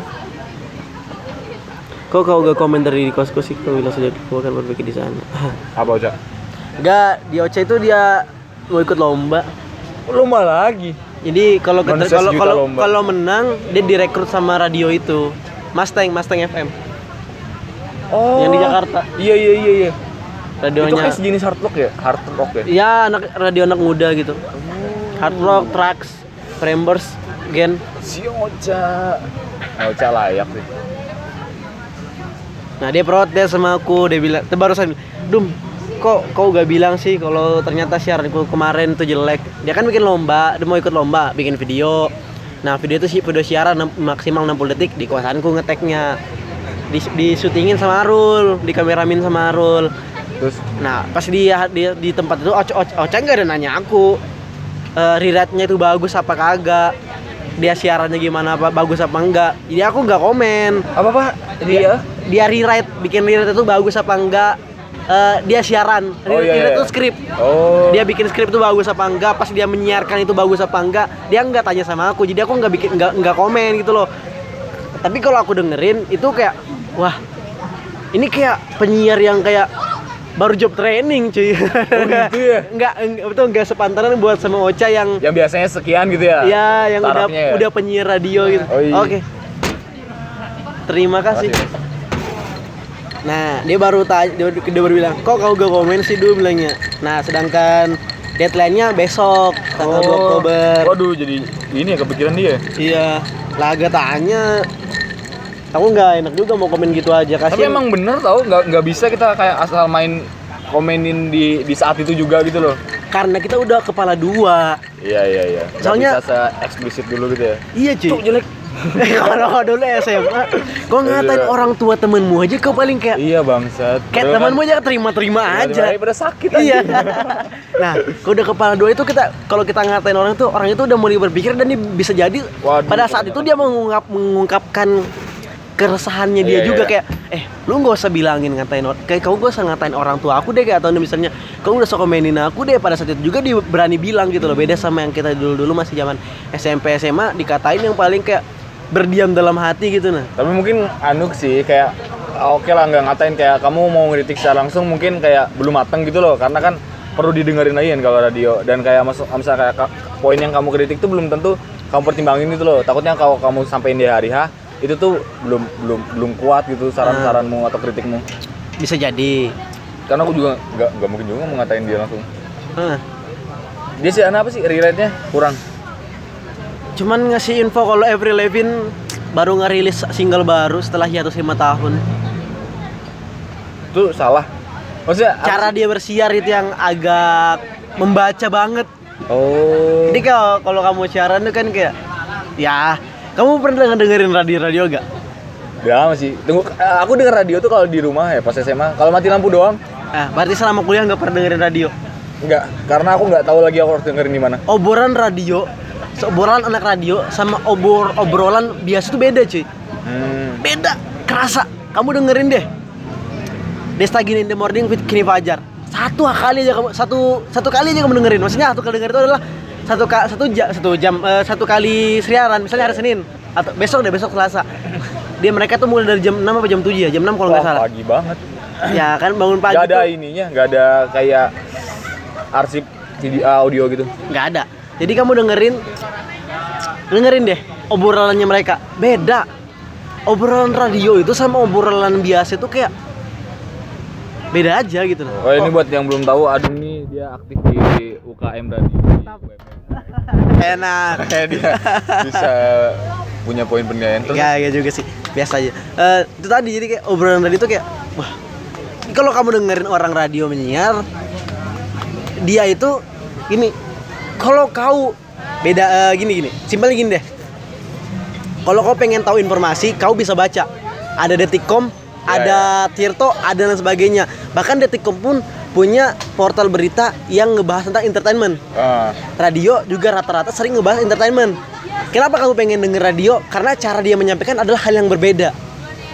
[SPEAKER 1] Kok kau gak komentar di kos-kos itu bilang saja kau akan berbagi di sana.
[SPEAKER 2] apa Oca?
[SPEAKER 1] Enggak, di OC itu dia mau ikut lomba.
[SPEAKER 2] Lomba lagi
[SPEAKER 1] Jadi kalau keter-
[SPEAKER 2] Manusia
[SPEAKER 1] kalau
[SPEAKER 2] sejuta
[SPEAKER 1] kalau
[SPEAKER 2] lomba.
[SPEAKER 1] kalau menang dia direkrut sama radio itu. Mustang, Mustang FM.
[SPEAKER 2] oh
[SPEAKER 1] Yang di Jakarta.
[SPEAKER 2] iya iya iya iya itu
[SPEAKER 1] Radionya.
[SPEAKER 2] kayak sejenis hard rock ya hard rock ya
[SPEAKER 1] Ya, anak radio anak muda gitu. Hard rock, tracks, Framebers, Gen.
[SPEAKER 2] si Oca Oca layak sih
[SPEAKER 1] Nah dia protes sama aku, dia bilang, barusan, Dum, kok kau gak bilang sih kalau ternyata siaranku kemarin tuh jelek Dia kan bikin lomba, dia mau ikut lomba, bikin video Nah video itu sih video siaran enam- maksimal 60 detik di kuasaanku ngeteknya di, di syutingin sama Arul, di kameramin sama Arul
[SPEAKER 2] terus
[SPEAKER 1] Nah pas dia di, di tempat itu, Oca Oca- Oca nggak ada nanya aku eh Riratnya itu bagus apa kagak Dia siarannya gimana, apa bagus apa enggak Jadi aku nggak komen
[SPEAKER 2] apa ya? apa
[SPEAKER 1] dia dia rewrite bikin rewrite itu bagus apa enggak Eh, dia siaran
[SPEAKER 2] Oh, iya,
[SPEAKER 1] rewrite
[SPEAKER 2] iya.
[SPEAKER 1] itu skrip
[SPEAKER 2] oh
[SPEAKER 1] dia bikin skrip itu bagus apa enggak pas dia menyiarkan itu bagus apa enggak dia enggak tanya sama aku jadi aku enggak bikin enggak enggak komen gitu loh tapi kalau aku dengerin itu kayak wah ini kayak penyiar yang kayak baru job training cuy
[SPEAKER 2] gitu ya?
[SPEAKER 1] enggak enggak betul enggak sepantaran buat sama Ocha yang
[SPEAKER 2] yang biasanya sekian gitu ya
[SPEAKER 1] ya yang udah
[SPEAKER 2] Tarafnya ya?
[SPEAKER 1] udah penyiar radio gitu
[SPEAKER 2] Oh, iya. ya.
[SPEAKER 1] oke terima kasih Nah, dia baru tanya, dia, dia baru bilang, kok kau gak komen sih dulu bilangnya. Nah, sedangkan deadline-nya besok, tanggal 2 Oktober.
[SPEAKER 2] Oh. Waduh, jadi ini ya kepikiran dia.
[SPEAKER 1] Iya, lah agak tanya. Aku nggak enak juga mau komen gitu aja,
[SPEAKER 2] Tapi
[SPEAKER 1] kasihan.
[SPEAKER 2] emang bener tau, nggak nggak bisa kita kayak asal main komenin di di saat itu juga gitu loh.
[SPEAKER 1] Karena kita udah kepala dua.
[SPEAKER 2] Iya iya iya. Nggak
[SPEAKER 1] Soalnya-
[SPEAKER 2] bisa se eksplisit dulu gitu ya.
[SPEAKER 1] Iya, cuy. Eh,
[SPEAKER 2] jelek.
[SPEAKER 1] Kalau dulu SMA, kok ngatain
[SPEAKER 2] Iya.
[SPEAKER 1] orang tua temenmu aja kau paling kayak
[SPEAKER 2] Iya bangsat. kan
[SPEAKER 1] kayak temanmu aja terima-terima aja.
[SPEAKER 2] Pada sakit
[SPEAKER 1] Iya.
[SPEAKER 2] aja.
[SPEAKER 1] nah, kalau udah kepala dua itu kita kalau kita ngatain orang itu orang itu udah mulai berpikir dan dia bisa jadi
[SPEAKER 2] Waduh,
[SPEAKER 1] pada saat itu dia mengungkap mengungkapkan keresahannya dia
[SPEAKER 2] Iya,
[SPEAKER 1] juga
[SPEAKER 2] iya.
[SPEAKER 1] kayak eh lu nggak usah bilangin ngatain or- kayak kamu gak usah ngatain orang tua aku deh kayak atau misalnya kamu udah sok komenin aku deh pada saat itu juga dia berani bilang gitu loh beda sama yang kita dulu dulu masih zaman SMP SMA dikatain yang paling kayak berdiam dalam hati gitu nah
[SPEAKER 2] Tapi mungkin anuk sih kayak ah, oke lah nggak ngatain kayak kamu mau ngeritik secara langsung mungkin kayak belum mateng gitu loh karena kan perlu didengerin aja kan kalau radio dan kayak masuk misal kayak ka- poin yang kamu kritik tuh belum tentu kamu pertimbangin gitu loh takutnya kalau kamu sampein di hari ha itu tuh belum belum belum kuat gitu saran-saranmu atau kritikmu
[SPEAKER 1] bisa jadi
[SPEAKER 2] karena aku juga nggak nggak mungkin juga mau ngatain dia langsung
[SPEAKER 1] Hah.
[SPEAKER 2] dia sih anak apa sih relate nya kurang
[SPEAKER 1] Cuman ngasih info kalau Avril Lavigne baru ngerilis single baru setelah hiatus 5 tahun.
[SPEAKER 2] itu salah maksudnya apa
[SPEAKER 1] Cara
[SPEAKER 2] sih?
[SPEAKER 1] dia bersiar itu yang agak membaca banget.
[SPEAKER 2] oh
[SPEAKER 1] Jadi kalau kalau kamu siaran tuh kan kayak ya kamu pernah dengerin radio-radio gak?
[SPEAKER 2] drama sih tunggu eh, aku denger radio tuh kalau di rumah ya pas SMA kalau mati lampu doang
[SPEAKER 1] Nah, berarti selama kuliah nggak pernah dengerin radio.
[SPEAKER 2] Enggak, karena aku nggak tahu lagi aku harus dengerin di mana.
[SPEAKER 1] Obrolan radio, obrolan anak radio sama obor obrolan biasa tuh beda cuy.
[SPEAKER 2] Hmm.
[SPEAKER 1] Beda, kerasa. Kamu dengerin deh. Desta Gini in the Morning with Kini Fajar. Satu kali aja kamu satu satu kali aja kamu dengerin. Maksudnya satu kali denger itu adalah satu ka, satu jam satu jam eh, satu kali siaran misalnya hari Senin atau besok deh besok Selasa. Dia mereka tuh mulai dari jam 6 apa jam 7 ya? Jam 6 kalau nggak
[SPEAKER 2] Wah,
[SPEAKER 1] salah.
[SPEAKER 2] Oh, pagi banget.
[SPEAKER 1] Ya kan bangun pagi
[SPEAKER 2] Gak ada
[SPEAKER 1] tuh
[SPEAKER 2] ininya, gak ada kayak arsip video audio gitu.
[SPEAKER 1] nggak ada. Jadi kamu dengerin dengerin deh obrolannya mereka. Beda. Obrolan radio itu sama obrolan biasa itu kayak beda aja gitu loh.
[SPEAKER 2] Oh, ini buat yang belum tahu, Adung nih dia aktif di UKM dan di
[SPEAKER 1] Enak.
[SPEAKER 2] UMM. dia bisa punya poin penilaian terus.
[SPEAKER 1] Enggak, enggak Iya, juga sih. Biasa aja. Eh, itu tadi jadi kayak obrolan tadi itu kayak wah. Kalau kamu dengerin orang radio menyiar, dia itu gini. Kalau kau beda eh, gini gini. Simpel gini deh. Kalau kau pengen tahu informasi, kau bisa baca. Ada Detikcom,
[SPEAKER 2] Ya,
[SPEAKER 1] ada Tirto, ada dan sebagainya. Bahkan Detikcom pun punya portal berita yang ngebahas tentang entertainment
[SPEAKER 2] Ah,
[SPEAKER 1] radio juga rata-rata sering ngebahas entertainment. Kenapa kamu pengen denger radio? Karena cara dia menyampaikan adalah hal yang berbeda.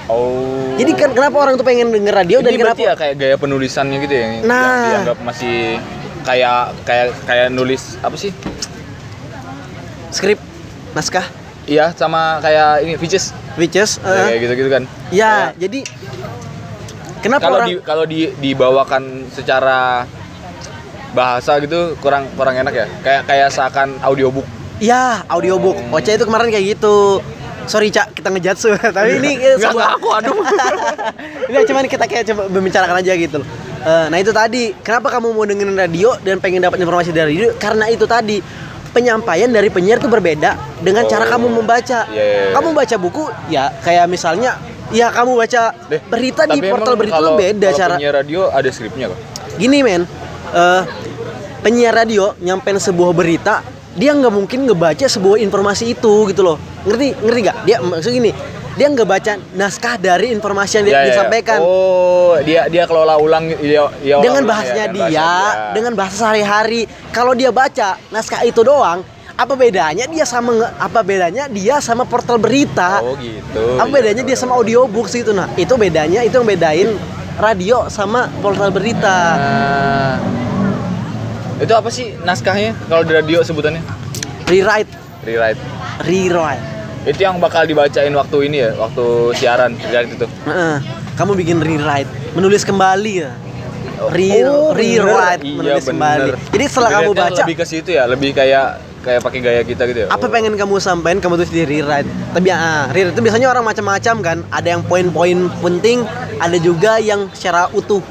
[SPEAKER 2] oh.
[SPEAKER 1] Jadi kan kenapa orang tuh pengen denger radio dan
[SPEAKER 2] Ini
[SPEAKER 1] kenapa?
[SPEAKER 2] berarti ya kayak gaya penulisannya gitu ya yang yang
[SPEAKER 1] Nah.
[SPEAKER 2] dianggap masih kayak kayak kayak nulis apa sih? ya?
[SPEAKER 1] Skrip, naskah,
[SPEAKER 2] Iya, sama kayak ini Vices
[SPEAKER 1] witches,
[SPEAKER 2] kayak gitu-gitu kan.
[SPEAKER 1] eh, ya. Jadi kenapa
[SPEAKER 2] kalau
[SPEAKER 1] orang?
[SPEAKER 2] di kalau di dibawakan secara bahasa gitu kurang kurang enak ya kayak kayak seakan audiobook
[SPEAKER 1] Ya audiobook. Ocha itu kemarin kayak gitu. Sorry cak, kita ngejatsu. Tapi ini eh,
[SPEAKER 2] Nggak,
[SPEAKER 1] sebuah-
[SPEAKER 2] nggak, aku, aduh.
[SPEAKER 1] Nggak, cuman kita kayak coba membicarakan aja gitu loh. Eh, nah itu tadi, kenapa kamu mau dengerin radio dan pengen dapat informasi dari radio? Karena itu tadi penyampaian dari penyiar itu berbeda dengan cara
[SPEAKER 2] Oh.
[SPEAKER 1] kamu membaca.
[SPEAKER 2] Iya, iya, iya.
[SPEAKER 1] Kamu baca buku, ya kayak misalnya, ya kamu baca
[SPEAKER 2] Deh,
[SPEAKER 1] berita di
[SPEAKER 2] tapi
[SPEAKER 1] portal
[SPEAKER 2] emang
[SPEAKER 1] berita
[SPEAKER 2] kalau-
[SPEAKER 1] tuh beda
[SPEAKER 2] kalau
[SPEAKER 1] cara.
[SPEAKER 2] penyiar radio ada skripnya kok
[SPEAKER 1] Gini men, eh, penyiar radio nyampein sebuah berita, dia nggak mungkin ngebaca sebuah informasi itu gitu loh. Ngerti? Ngerti nggak? Dia maksud gini, dia nggak baca naskah dari informasi yang dia-
[SPEAKER 2] Iya, iya, iya.
[SPEAKER 1] disampaikan.
[SPEAKER 2] oh dia dia kelola ulang dia, dia olah
[SPEAKER 1] dengan
[SPEAKER 2] ulang,
[SPEAKER 1] bahasanya
[SPEAKER 2] ya,
[SPEAKER 1] dia,
[SPEAKER 2] bahasanya dia.
[SPEAKER 1] dengan bahasa sehari-hari. Kalau dia baca naskah itu doang, apa bedanya dia sama nge- apa bedanya dia sama portal berita?
[SPEAKER 2] oh gitu Iya,
[SPEAKER 1] apa bedanya dia
[SPEAKER 2] iya, iya.
[SPEAKER 1] sama audiobooks gitu nah. Itu bedanya itu yang bedain radio sama portal berita.
[SPEAKER 2] Nah, itu apa sih naskahnya kalau di radio sebutannya
[SPEAKER 1] Rewrite,
[SPEAKER 2] rewrite
[SPEAKER 1] rewrite.
[SPEAKER 2] itu yang bakal dibacain waktu ini ya waktu siaran rewrite itu
[SPEAKER 1] Heeh. kamu bikin rewrite, menulis kembali ya. Re-
[SPEAKER 2] Oh,
[SPEAKER 1] rewrite,
[SPEAKER 2] bener.
[SPEAKER 1] menulis kembali. Jadi setelah kamu
[SPEAKER 2] Sebenarnya
[SPEAKER 1] baca,
[SPEAKER 2] lebih ke situ ya, lebih kayak kayak pakai gaya kita gitu ya. Oh.
[SPEAKER 1] apa pengen kamu sampaikan kamu tulis di rewrite. Tapi ah, rewrite itu biasanya orang macam-macam kan. Ada yang poin-poin penting, ada juga yang secara utuh.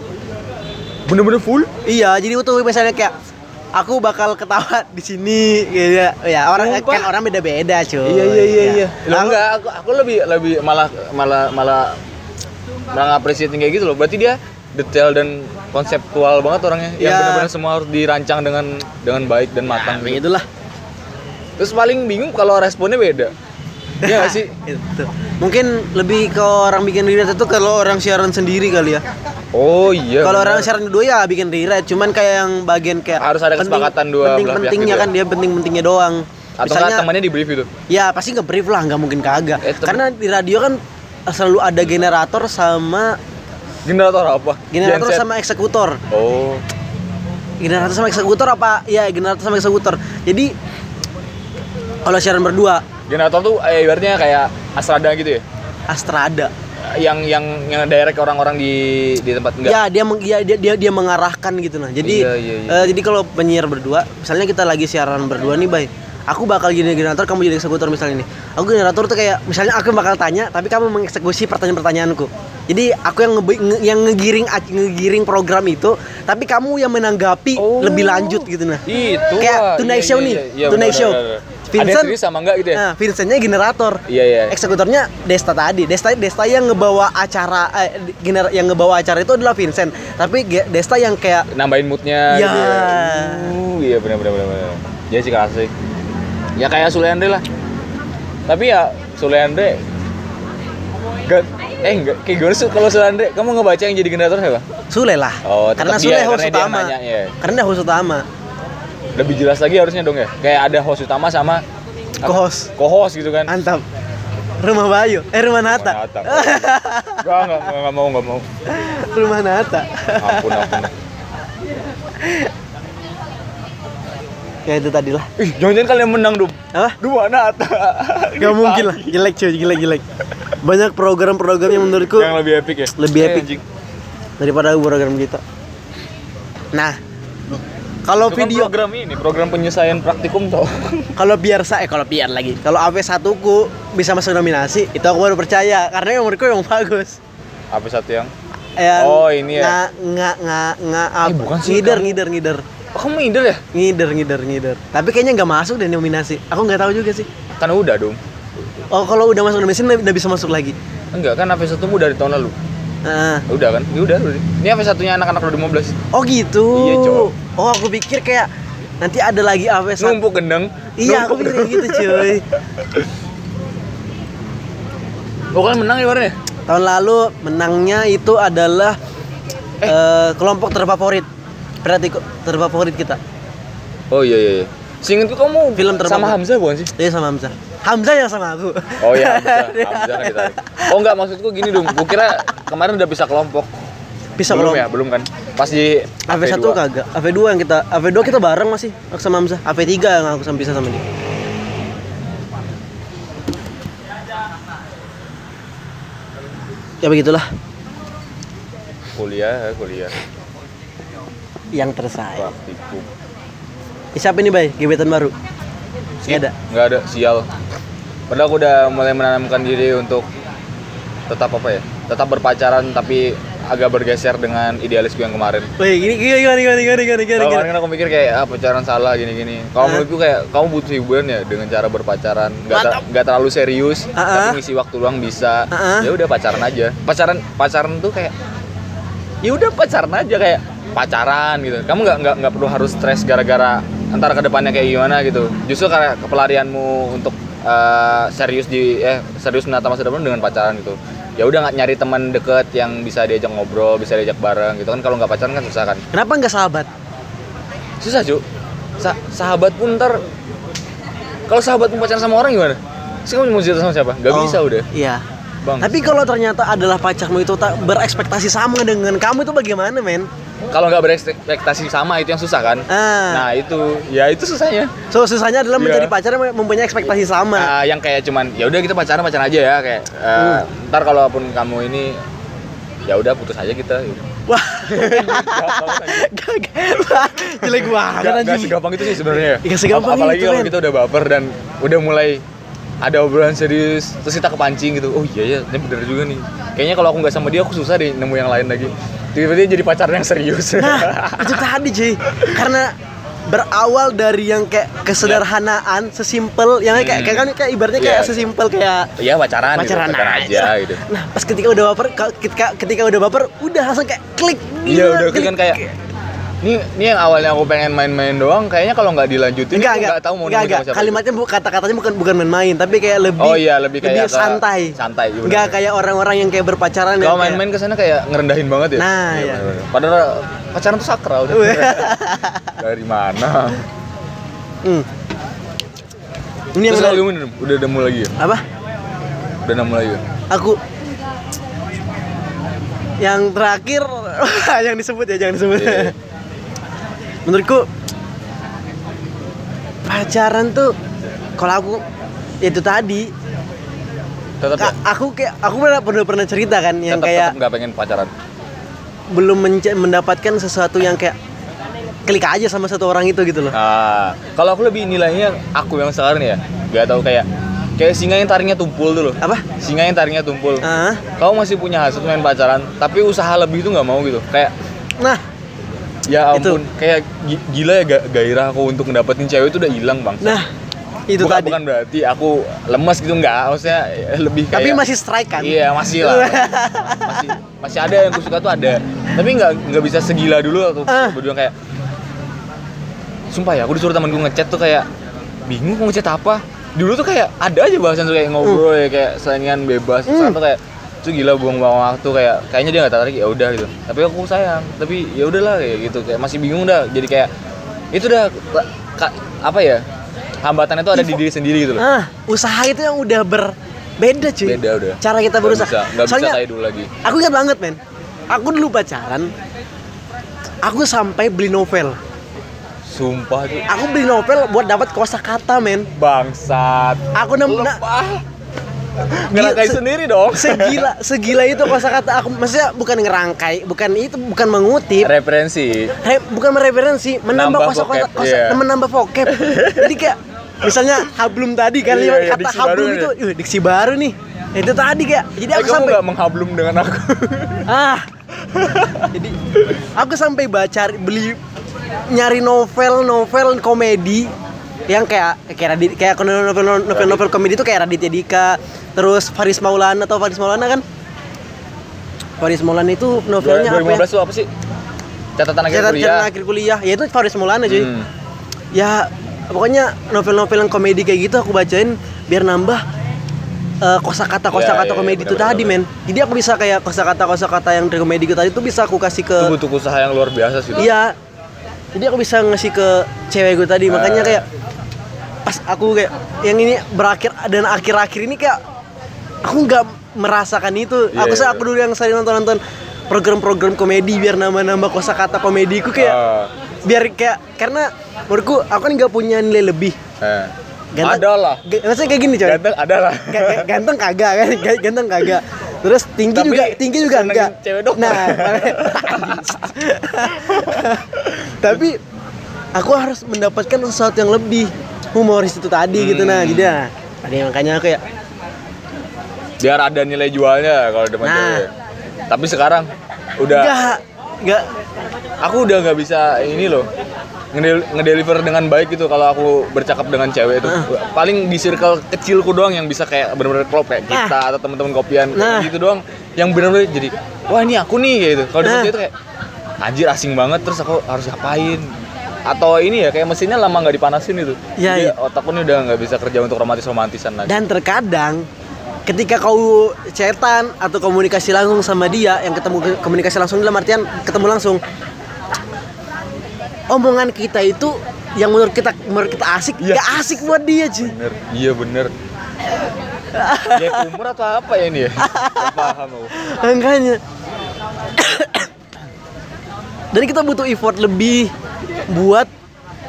[SPEAKER 2] bener-bener full?
[SPEAKER 1] Iya, jadi utuh misalnya kayak aku bakal ketawa di sini gitu ya. Ya, orang
[SPEAKER 2] Sumpah.
[SPEAKER 1] kan orang beda-beda, cuy.
[SPEAKER 2] iya iya iya
[SPEAKER 1] Ya.
[SPEAKER 2] iya. Loh,
[SPEAKER 1] Aku-
[SPEAKER 2] enggak, aku aku lebih lebih malah malah malah malah ngapresiatin kayak gitu loh. Berarti dia detail dan konseptual banget orangnya. Yang
[SPEAKER 1] Iya.
[SPEAKER 2] benar-benar semua harus dirancang dengan dengan baik dan matang.
[SPEAKER 1] Nah,
[SPEAKER 2] gitu.
[SPEAKER 1] begitulah.
[SPEAKER 2] Terus paling bingung kalau responnya beda. Iya gak sih?
[SPEAKER 1] Itu. Gitu. Mungkin lebih ke orang bikin rewrite itu kalau orang siaran sendiri kali ya.
[SPEAKER 2] Oh iya.
[SPEAKER 1] Kalau
[SPEAKER 2] benar.
[SPEAKER 1] orang siaran dua ya bikin rewrite, cuman kayak yang bagian kayak
[SPEAKER 2] Harus ada kesepakatan dua belah pihak
[SPEAKER 1] Penting-pentingnya
[SPEAKER 2] gitu ya.
[SPEAKER 1] kan dia penting-pentingnya doang.
[SPEAKER 2] atau
[SPEAKER 1] Misalnya
[SPEAKER 2] nggak temannya di brief gitu. itu.
[SPEAKER 1] ya pasti nge-brief lah, nggak mungkin kagak.
[SPEAKER 2] Eh, temen-
[SPEAKER 1] Karena di radio kan selalu ada generator sama
[SPEAKER 2] Generator apa?
[SPEAKER 1] generator
[SPEAKER 2] Genset.
[SPEAKER 1] sama eksekutor.
[SPEAKER 2] Oh.
[SPEAKER 1] Generator sama eksekutor apa? Ya, generator sama eksekutor. Jadi kalau siaran berdua
[SPEAKER 2] Generator tuh eh, ibaratnya kayak asrada gitu ya.
[SPEAKER 1] Astrada.
[SPEAKER 2] yang yang yang direct orang-orang di di tempat enggak.
[SPEAKER 1] Ya, dia, meng- ya, dia dia dia mengarahkan gitu nah. Jadi
[SPEAKER 2] Iya, iya, iya.
[SPEAKER 1] eh, jadi kalau penyiar berdua, misalnya kita lagi siaran berdua nih, Bay. Aku bakal jadi generator, kamu jadi eksekutor misalnya nih. Aku generator tuh kayak misalnya aku bakal tanya, tapi kamu mengeksekusi pertanyaan-pertanyaanku. Jadi aku yang ngebe- nge- yang ngegiring ac- ngegiring program itu, tapi kamu yang menanggapi
[SPEAKER 2] Oh.
[SPEAKER 1] lebih lanjut gitu nah.
[SPEAKER 2] Itu
[SPEAKER 1] Kayak
[SPEAKER 2] Wak.
[SPEAKER 1] Tonight
[SPEAKER 2] Iya,
[SPEAKER 1] Show
[SPEAKER 2] iya,
[SPEAKER 1] nih,
[SPEAKER 2] iya, iya,
[SPEAKER 1] Tonight
[SPEAKER 2] benar,
[SPEAKER 1] Show.
[SPEAKER 2] benar, benar. Ada
[SPEAKER 1] Vincent-
[SPEAKER 2] yang serius sama enggak gitu ya?
[SPEAKER 1] Nah, Vincentnya generator.
[SPEAKER 2] Iya, iya.
[SPEAKER 1] Eksekutornya Desta tadi. Desta Desta yang ngebawa acara eh, gener- yang ngebawa acara itu adalah Vincent. Tapi Ge- Desta yang kayak
[SPEAKER 2] Nambahin moodnya
[SPEAKER 1] Ya.
[SPEAKER 2] gitu ya. Uh, iya benar benar benar. benar. Dia Iya sih klasik. Ya kayak Sule Andre lah. Tapi ya Sule Andre Gak, eh enggak, kayak gimana sih kalau Sule Andre? Kamu ngebaca yang jadi generator siapa?
[SPEAKER 1] Sule lah.
[SPEAKER 2] Oh,
[SPEAKER 1] karena
[SPEAKER 2] tetap
[SPEAKER 1] Sule
[SPEAKER 2] dia,
[SPEAKER 1] host
[SPEAKER 2] karena dia yang
[SPEAKER 1] utama.
[SPEAKER 2] nanya, ya.
[SPEAKER 1] Karena dia host utama.
[SPEAKER 2] Lebih jelas lagi harusnya dong ya. Kayak ada host utama sama
[SPEAKER 1] Co-host.
[SPEAKER 2] co-host gitu kan.
[SPEAKER 1] Mantap. Rumah Bayu, eh rumah Nata.
[SPEAKER 2] Nata. Gak, gak, gak, gak mau, gak mau.
[SPEAKER 1] Rumah Nata.
[SPEAKER 2] Ampun, ampun.
[SPEAKER 1] ya itu tadi lah.
[SPEAKER 2] Ih, jangan-jangan kalian menang, Dum.
[SPEAKER 1] Apa?
[SPEAKER 2] Dua Nata.
[SPEAKER 1] Gak mungkin lah, jelek cuy, jelek jelek. Banyak program-program yang menurutku
[SPEAKER 2] Yang lebih epic ya?
[SPEAKER 1] Lebih
[SPEAKER 2] Eh,
[SPEAKER 1] epic.
[SPEAKER 2] anjing.
[SPEAKER 1] daripada program kita. Nah, kalau
[SPEAKER 2] Itu kan
[SPEAKER 1] video
[SPEAKER 2] program ini, program penyelesaian praktikum tau.
[SPEAKER 1] kalau biar saya eh kalau biar lagi kalau AP 1 ku bisa masuk nominasi itu aku baru percaya karena yang menurutku yang bagus
[SPEAKER 2] Apa satu yang?
[SPEAKER 1] Yang
[SPEAKER 2] Oh, ini ya.
[SPEAKER 1] nggak nggak nggak nggak
[SPEAKER 2] Eh,
[SPEAKER 1] apa-
[SPEAKER 2] bukan sih,
[SPEAKER 1] ngider
[SPEAKER 2] kamu.
[SPEAKER 1] ngider ngider
[SPEAKER 2] Oh, kamu minder ya?
[SPEAKER 1] ngider ngider ngider tapi kayaknya nggak masuk deh nominasi aku nggak tahu juga sih
[SPEAKER 2] Kan udah, Dum.
[SPEAKER 1] oh kalau udah masuk nominasi nggak nggak bisa masuk lagi
[SPEAKER 2] Enggak, kan AP1 mu dari tahun lalu.
[SPEAKER 1] Ah.
[SPEAKER 2] Udah kan? Ya udah, udah. Ini AP1-nya anak-anak 2015.
[SPEAKER 1] oh gitu
[SPEAKER 2] Iya, cowok.
[SPEAKER 1] oh aku pikir kayak nanti ada lagi AP 1
[SPEAKER 2] Numpuk gendeng.
[SPEAKER 1] iya aku
[SPEAKER 2] Numpuk gendeng.
[SPEAKER 1] pikir gitu cuy
[SPEAKER 2] Oh, kalian menang ya kemarin ya?
[SPEAKER 1] tahun lalu menangnya itu adalah eh, kelompok terfavorit berarti kok terfavorit kita
[SPEAKER 2] Oh iya iya. iya. Seingetku kamu
[SPEAKER 1] Film terbaru.
[SPEAKER 2] sama Hamzah bukan sih?
[SPEAKER 1] Iya sama Hamzah. Hamzah yang sama aku.
[SPEAKER 2] Oh iya Hamzah, Hamzah kan ditarik. Oh enggak maksudku gini dong, gua kira kemarin udah bisa kelompok.
[SPEAKER 1] Bisa
[SPEAKER 2] belum ya,
[SPEAKER 1] kalau
[SPEAKER 2] belum kan? Pas di
[SPEAKER 1] AV1
[SPEAKER 2] AP2.
[SPEAKER 1] kagak. AV2 yang kita AV2 kita bareng masih aku sama Hamzah. AV3 yang aku sama bisa sama dia. Ya begitulah
[SPEAKER 2] kuliah, kuliah
[SPEAKER 1] yang tersayang.
[SPEAKER 2] praktikum.
[SPEAKER 1] Ya, siapa ini, Bay? Gebetan baru. Nggak ada.
[SPEAKER 2] Enggak ada, sial. Padahal aku udah mulai menanamkan diri untuk tetap apa ya? Tetap berpacaran tapi agak bergeser dengan idealisku yang kemarin.
[SPEAKER 1] Wih, gini gini gimana gimana gimana gimana gimana.
[SPEAKER 2] Kalau
[SPEAKER 1] gimana.
[SPEAKER 2] kemarin kan aku mikir Eh. kayak ah pacaran salah gini-gini. Kalau
[SPEAKER 1] Hah?
[SPEAKER 2] menurutku kayak kamu butuh hiburan ya dengan cara berpacaran, nggak ter-
[SPEAKER 1] Mantap.
[SPEAKER 2] nggak terlalu serius,
[SPEAKER 1] Ah, ah.
[SPEAKER 2] tapi ngisi waktu luang bisa.
[SPEAKER 1] Ah, ah.
[SPEAKER 2] Ya udah pacaran aja. Pacaran pacaran tuh kayak ya udah pacaran aja kayak pacaran gitu. Kamu nggak nggak nggak perlu harus stres gara-gara antara kedepannya kayak gimana gitu. Justru karena kepelarianmu untuk eh, serius di eh serius menata masa depan dengan pacaran gitu. Ya udah nggak nyari teman deket yang bisa diajak ngobrol, bisa diajak bareng gitu kan. Kalau nggak pacaran kan susah kan
[SPEAKER 1] Kenapa nggak sahabat?
[SPEAKER 2] susah cu Sa- sahabat pun ntar kalau sahabat pun pacaran sama orang gimana sih kamu mau cerita sama siapa gak
[SPEAKER 1] Oh,
[SPEAKER 2] bisa udah
[SPEAKER 1] Iya.
[SPEAKER 2] bang
[SPEAKER 1] Tapi kalau ternyata adalah pacarmu itu tak berekspektasi sama dengan kamu itu bagaimana, men?
[SPEAKER 2] kalau nggak berekspektasi sama itu yang susah kan
[SPEAKER 1] Ah.
[SPEAKER 2] nah itu ya itu susahnya
[SPEAKER 1] So susahnya adalah
[SPEAKER 2] Iya.
[SPEAKER 1] menjadi pacar yang mempunyai ekspektasi sama.
[SPEAKER 2] Nah, yang kayak cuman ya udah kita pacaran pacaran aja ya kayak eh,
[SPEAKER 1] Hmm.
[SPEAKER 2] ntar kalaupun kamu ini ya udah putus aja kita
[SPEAKER 1] Wah. Gagal. Jelek banget
[SPEAKER 2] Gak, gak
[SPEAKER 1] anjing.
[SPEAKER 2] segampang itu sih sebenarnya.
[SPEAKER 1] Gak segampang
[SPEAKER 2] Ap- Apalagi
[SPEAKER 1] itu,
[SPEAKER 2] kalau
[SPEAKER 1] men.
[SPEAKER 2] kita udah baper dan udah mulai ada obrolan serius, terus kita kepancing gitu. Oh iya ya, ini bener juga nih. Kayaknya kalau aku nggak sama dia, aku susah deh nemu yang lain lagi. Tiba-tiba jadi pacar yang serius.
[SPEAKER 1] Nah, itu tadi, cuy. Karena berawal dari yang kayak kesederhanaan, sesimpel yang kayak
[SPEAKER 2] Iya. Hmm.
[SPEAKER 1] kayak kan kayak ibaratnya kayak
[SPEAKER 2] Iya.
[SPEAKER 1] sesimpel kayak
[SPEAKER 2] Iya pacaran, gitu,
[SPEAKER 1] pacaran
[SPEAKER 2] aja gitu.
[SPEAKER 1] Nah, pas ketika udah baper, ka- ketika ketika udah baper, udah langsung kayak klik.
[SPEAKER 2] Iya
[SPEAKER 1] Gila,
[SPEAKER 2] udah
[SPEAKER 1] klik.
[SPEAKER 2] kan kayak ini ini yang awalnya aku pengen main-main doang, kayaknya kalau nggak dilanjutin,
[SPEAKER 1] enggak
[SPEAKER 2] aku
[SPEAKER 1] enggak
[SPEAKER 2] nggak tahu mau nemu
[SPEAKER 1] enggak, enggak.
[SPEAKER 2] sama siapa. gitu."
[SPEAKER 1] kalimatnya bu- kata-katanya bukan bukan main-main tapi kayak lebih
[SPEAKER 2] Oh iya, lebih kayak ke-
[SPEAKER 1] santai
[SPEAKER 2] santai, iya
[SPEAKER 1] enggak
[SPEAKER 2] benar.
[SPEAKER 1] kayak orang-orang yang kayak berpacaran yang
[SPEAKER 2] Kalau
[SPEAKER 1] kayak-
[SPEAKER 2] main-main kesana kayak ngerendahin banget ya.
[SPEAKER 1] Nah, iya.
[SPEAKER 2] bener-bener. Padahal pacaran tuh sakral.
[SPEAKER 1] Weh.
[SPEAKER 2] Dari mana?
[SPEAKER 1] Hmm. ini yang
[SPEAKER 2] Terus
[SPEAKER 1] udah,
[SPEAKER 2] kalau gimana? Dum? Udah nemu lagi ya?
[SPEAKER 1] apa
[SPEAKER 2] Udah nemu lagi ya?
[SPEAKER 1] aku yang terakhir yang disebut ya jangan disebut
[SPEAKER 2] Iya.
[SPEAKER 1] menurutku pacaran tuh kalau aku itu tadi
[SPEAKER 2] Tetap ya?
[SPEAKER 1] ka- aku kayak aku pernah pernah pernah cerita kan yang
[SPEAKER 2] tetap,
[SPEAKER 1] kayak
[SPEAKER 2] tetap nggak pengen pacaran.
[SPEAKER 1] belum menca- mendapatkan sesuatu yang kayak klik aja sama satu orang itu gitu loh.
[SPEAKER 2] Nah, kalau aku lebih nilainya aku yang sekarang ya, nggak tahu kayak kayak singa yang taringnya tumpul dulu.
[SPEAKER 1] Apa?
[SPEAKER 2] Singa yang taringnya tumpul.
[SPEAKER 1] Ah.
[SPEAKER 2] Kamu masih punya hasrat main pacaran, tapi usaha lebih itu nggak mau gitu. Kayak
[SPEAKER 1] Nah,
[SPEAKER 2] ya
[SPEAKER 1] Itu.
[SPEAKER 2] ampun, kayak gi- gila ya ga- gairah aku untuk ngedapetin cewek itu udah hilang bang.
[SPEAKER 1] nah itu
[SPEAKER 2] bukan,
[SPEAKER 1] tadi.
[SPEAKER 2] bukan berarti aku lemes gitu nggak, maksudnya ya, lebih kayak.
[SPEAKER 1] Tapi masih strike kan?
[SPEAKER 2] Iya masih lah. masih, masih ada yang gue suka tuh ada. Tapi nggak nggak bisa segila dulu aku
[SPEAKER 1] Ah.
[SPEAKER 2] berdua kayak. Sumpah ya, aku disuruh temanku ngechat tuh kayak bingung mau ngechat apa. Dulu tuh kayak ada aja bahasan tuh kayak ngobrol ya kayak selingan bebas. Terus
[SPEAKER 1] Uh. Hmm.
[SPEAKER 2] Sekarang tuh kayak itu gila buang-buang waktu kayak kayaknya dia nggak tertarik ya udah gitu. Tapi aku sayang. Tapi ya udahlah kayak gitu kayak masih bingung dah. Jadi kayak itu dah ka- apa ya hambatannya tuh ada di diri sendiri gitu loh.
[SPEAKER 1] Ah, usaha itu yang udah ber beda cuy
[SPEAKER 2] Beda udah.
[SPEAKER 1] cara kita
[SPEAKER 2] Nggak
[SPEAKER 1] berusaha
[SPEAKER 2] bisa- nggak bisa
[SPEAKER 1] soalnya
[SPEAKER 2] kayak dulu lagi.
[SPEAKER 1] aku ingat banget men aku dulu pacaran aku sampai beli novel
[SPEAKER 2] Sumpah tuh
[SPEAKER 1] aku beli novel buat dapat kosakata men
[SPEAKER 2] bangsat.
[SPEAKER 1] aku nem nah, na-
[SPEAKER 2] Lepah. Ngerangkai
[SPEAKER 1] se-
[SPEAKER 2] sendiri dong.
[SPEAKER 1] segila segila itu kosakata aku maksudnya bukan ngerangkai bukan itu bukan mengutip
[SPEAKER 2] Referensi.
[SPEAKER 1] Re- bukan mereferensi menambah
[SPEAKER 2] Nambah
[SPEAKER 1] kosa kosa,
[SPEAKER 2] vocab, iya.
[SPEAKER 1] menambah vocab jadi kayak misalnya hablum tadi kan
[SPEAKER 2] Iya, iya,
[SPEAKER 1] lewat kata
[SPEAKER 2] diksi baru
[SPEAKER 1] hablum
[SPEAKER 2] nih.
[SPEAKER 1] itu "Ih, diksi baru nih itu tadi kayak jadi
[SPEAKER 2] Eh,
[SPEAKER 1] aku
[SPEAKER 2] kamu
[SPEAKER 1] sampai
[SPEAKER 2] nggak menghablum dengan aku.
[SPEAKER 1] ah jadi aku sampai baca beli nyari novel novel komedi yang kayak kayak Radit- kayak novel novel novel, novel komedi itu kayak Raditya Dika terus Faris Maulana atau Faris Maulana kan Faris Maulana itu novelnya apa ya?
[SPEAKER 2] 2015 tuh apa sih? Catatan akhir
[SPEAKER 1] Catatan
[SPEAKER 2] kuliah.
[SPEAKER 1] akhir kuliah ya itu Faris Maulana cuy
[SPEAKER 2] Hmm.
[SPEAKER 1] ya pokoknya novel-novel yang komedi kayak gitu aku bacain biar nambah eh, kosakata kosakata
[SPEAKER 2] Iya, iya,
[SPEAKER 1] komedi
[SPEAKER 2] iya,
[SPEAKER 1] itu tadi men
[SPEAKER 2] benar-benar.
[SPEAKER 1] jadi aku bisa kayak kosakata kosakata yang dari komedi itu tadi tuh bisa aku kasih ke
[SPEAKER 2] Itu butuh usaha yang luar biasa sih.
[SPEAKER 1] iya jadi aku bisa ngasih ke cewek gue tadi makanya
[SPEAKER 2] Ah.
[SPEAKER 1] kayak pas aku kayak yang ini berakhir dan akhir-akhir ini kayak aku nggak merasakan itu
[SPEAKER 2] Iya,
[SPEAKER 1] aku
[SPEAKER 2] iya,
[SPEAKER 1] aku dulu yang sering nonton-nonton program-program komedi biar nambah-nambah kosakata komediku kayak
[SPEAKER 2] Ah.
[SPEAKER 1] biar kayak karena menurutku aku kan nggak punya nilai lebih
[SPEAKER 2] Eh. Ada lah.
[SPEAKER 1] Ga- maksudnya kayak gini coy Ga-
[SPEAKER 2] Ganteng ada lah.
[SPEAKER 1] ga- ganteng kagak kan Ga- ganteng kagak terus tinggi
[SPEAKER 2] Tapi
[SPEAKER 1] juga tinggi juga
[SPEAKER 2] seneng
[SPEAKER 1] enggak
[SPEAKER 2] cewek dokter.
[SPEAKER 1] nah tapi aku harus mendapatkan sesuatu yang lebih humoris itu tadi gitu nah
[SPEAKER 2] Hmm.
[SPEAKER 1] jadi nah, tadi makanya aku ya
[SPEAKER 2] Biar ada nilai jualnya kalau depan
[SPEAKER 1] Nah.
[SPEAKER 2] cewek. Tapi sekarang udah
[SPEAKER 1] enggak enggak
[SPEAKER 2] aku udah nggak bisa ini loh ngedel- ngedeliver dengan baik gitu kalau aku bercakap dengan cewek itu paling di circle kecilku doang yang bisa kayak bener-bener klop kayak kita
[SPEAKER 1] Nah.
[SPEAKER 2] atau teman-teman kopian
[SPEAKER 1] Nah.
[SPEAKER 2] gitu doang yang bener-bener jadi wah ini aku nih kayak gitu kalau di
[SPEAKER 1] Nah.
[SPEAKER 2] itu kayak anjir asing banget terus aku harus ngapain atau ini ya kayak mesinnya lama nggak dipanasin itu
[SPEAKER 1] Ya,
[SPEAKER 2] jadi
[SPEAKER 1] iya.
[SPEAKER 2] otakku nih udah nggak bisa kerja untuk romantis romantisan lagi
[SPEAKER 1] dan terkadang ketika kau cetan atau komunikasi langsung sama dia yang ketemu komunikasi langsung dalam artian ketemu langsung omongan kita itu yang menurut kita menurut kita asik
[SPEAKER 2] Iya.
[SPEAKER 1] gak asik buat dia cuy
[SPEAKER 2] bener iya bener gap umur atau apa ya ini ya Nggak paham aku
[SPEAKER 1] makanya dan kita butuh effort lebih buat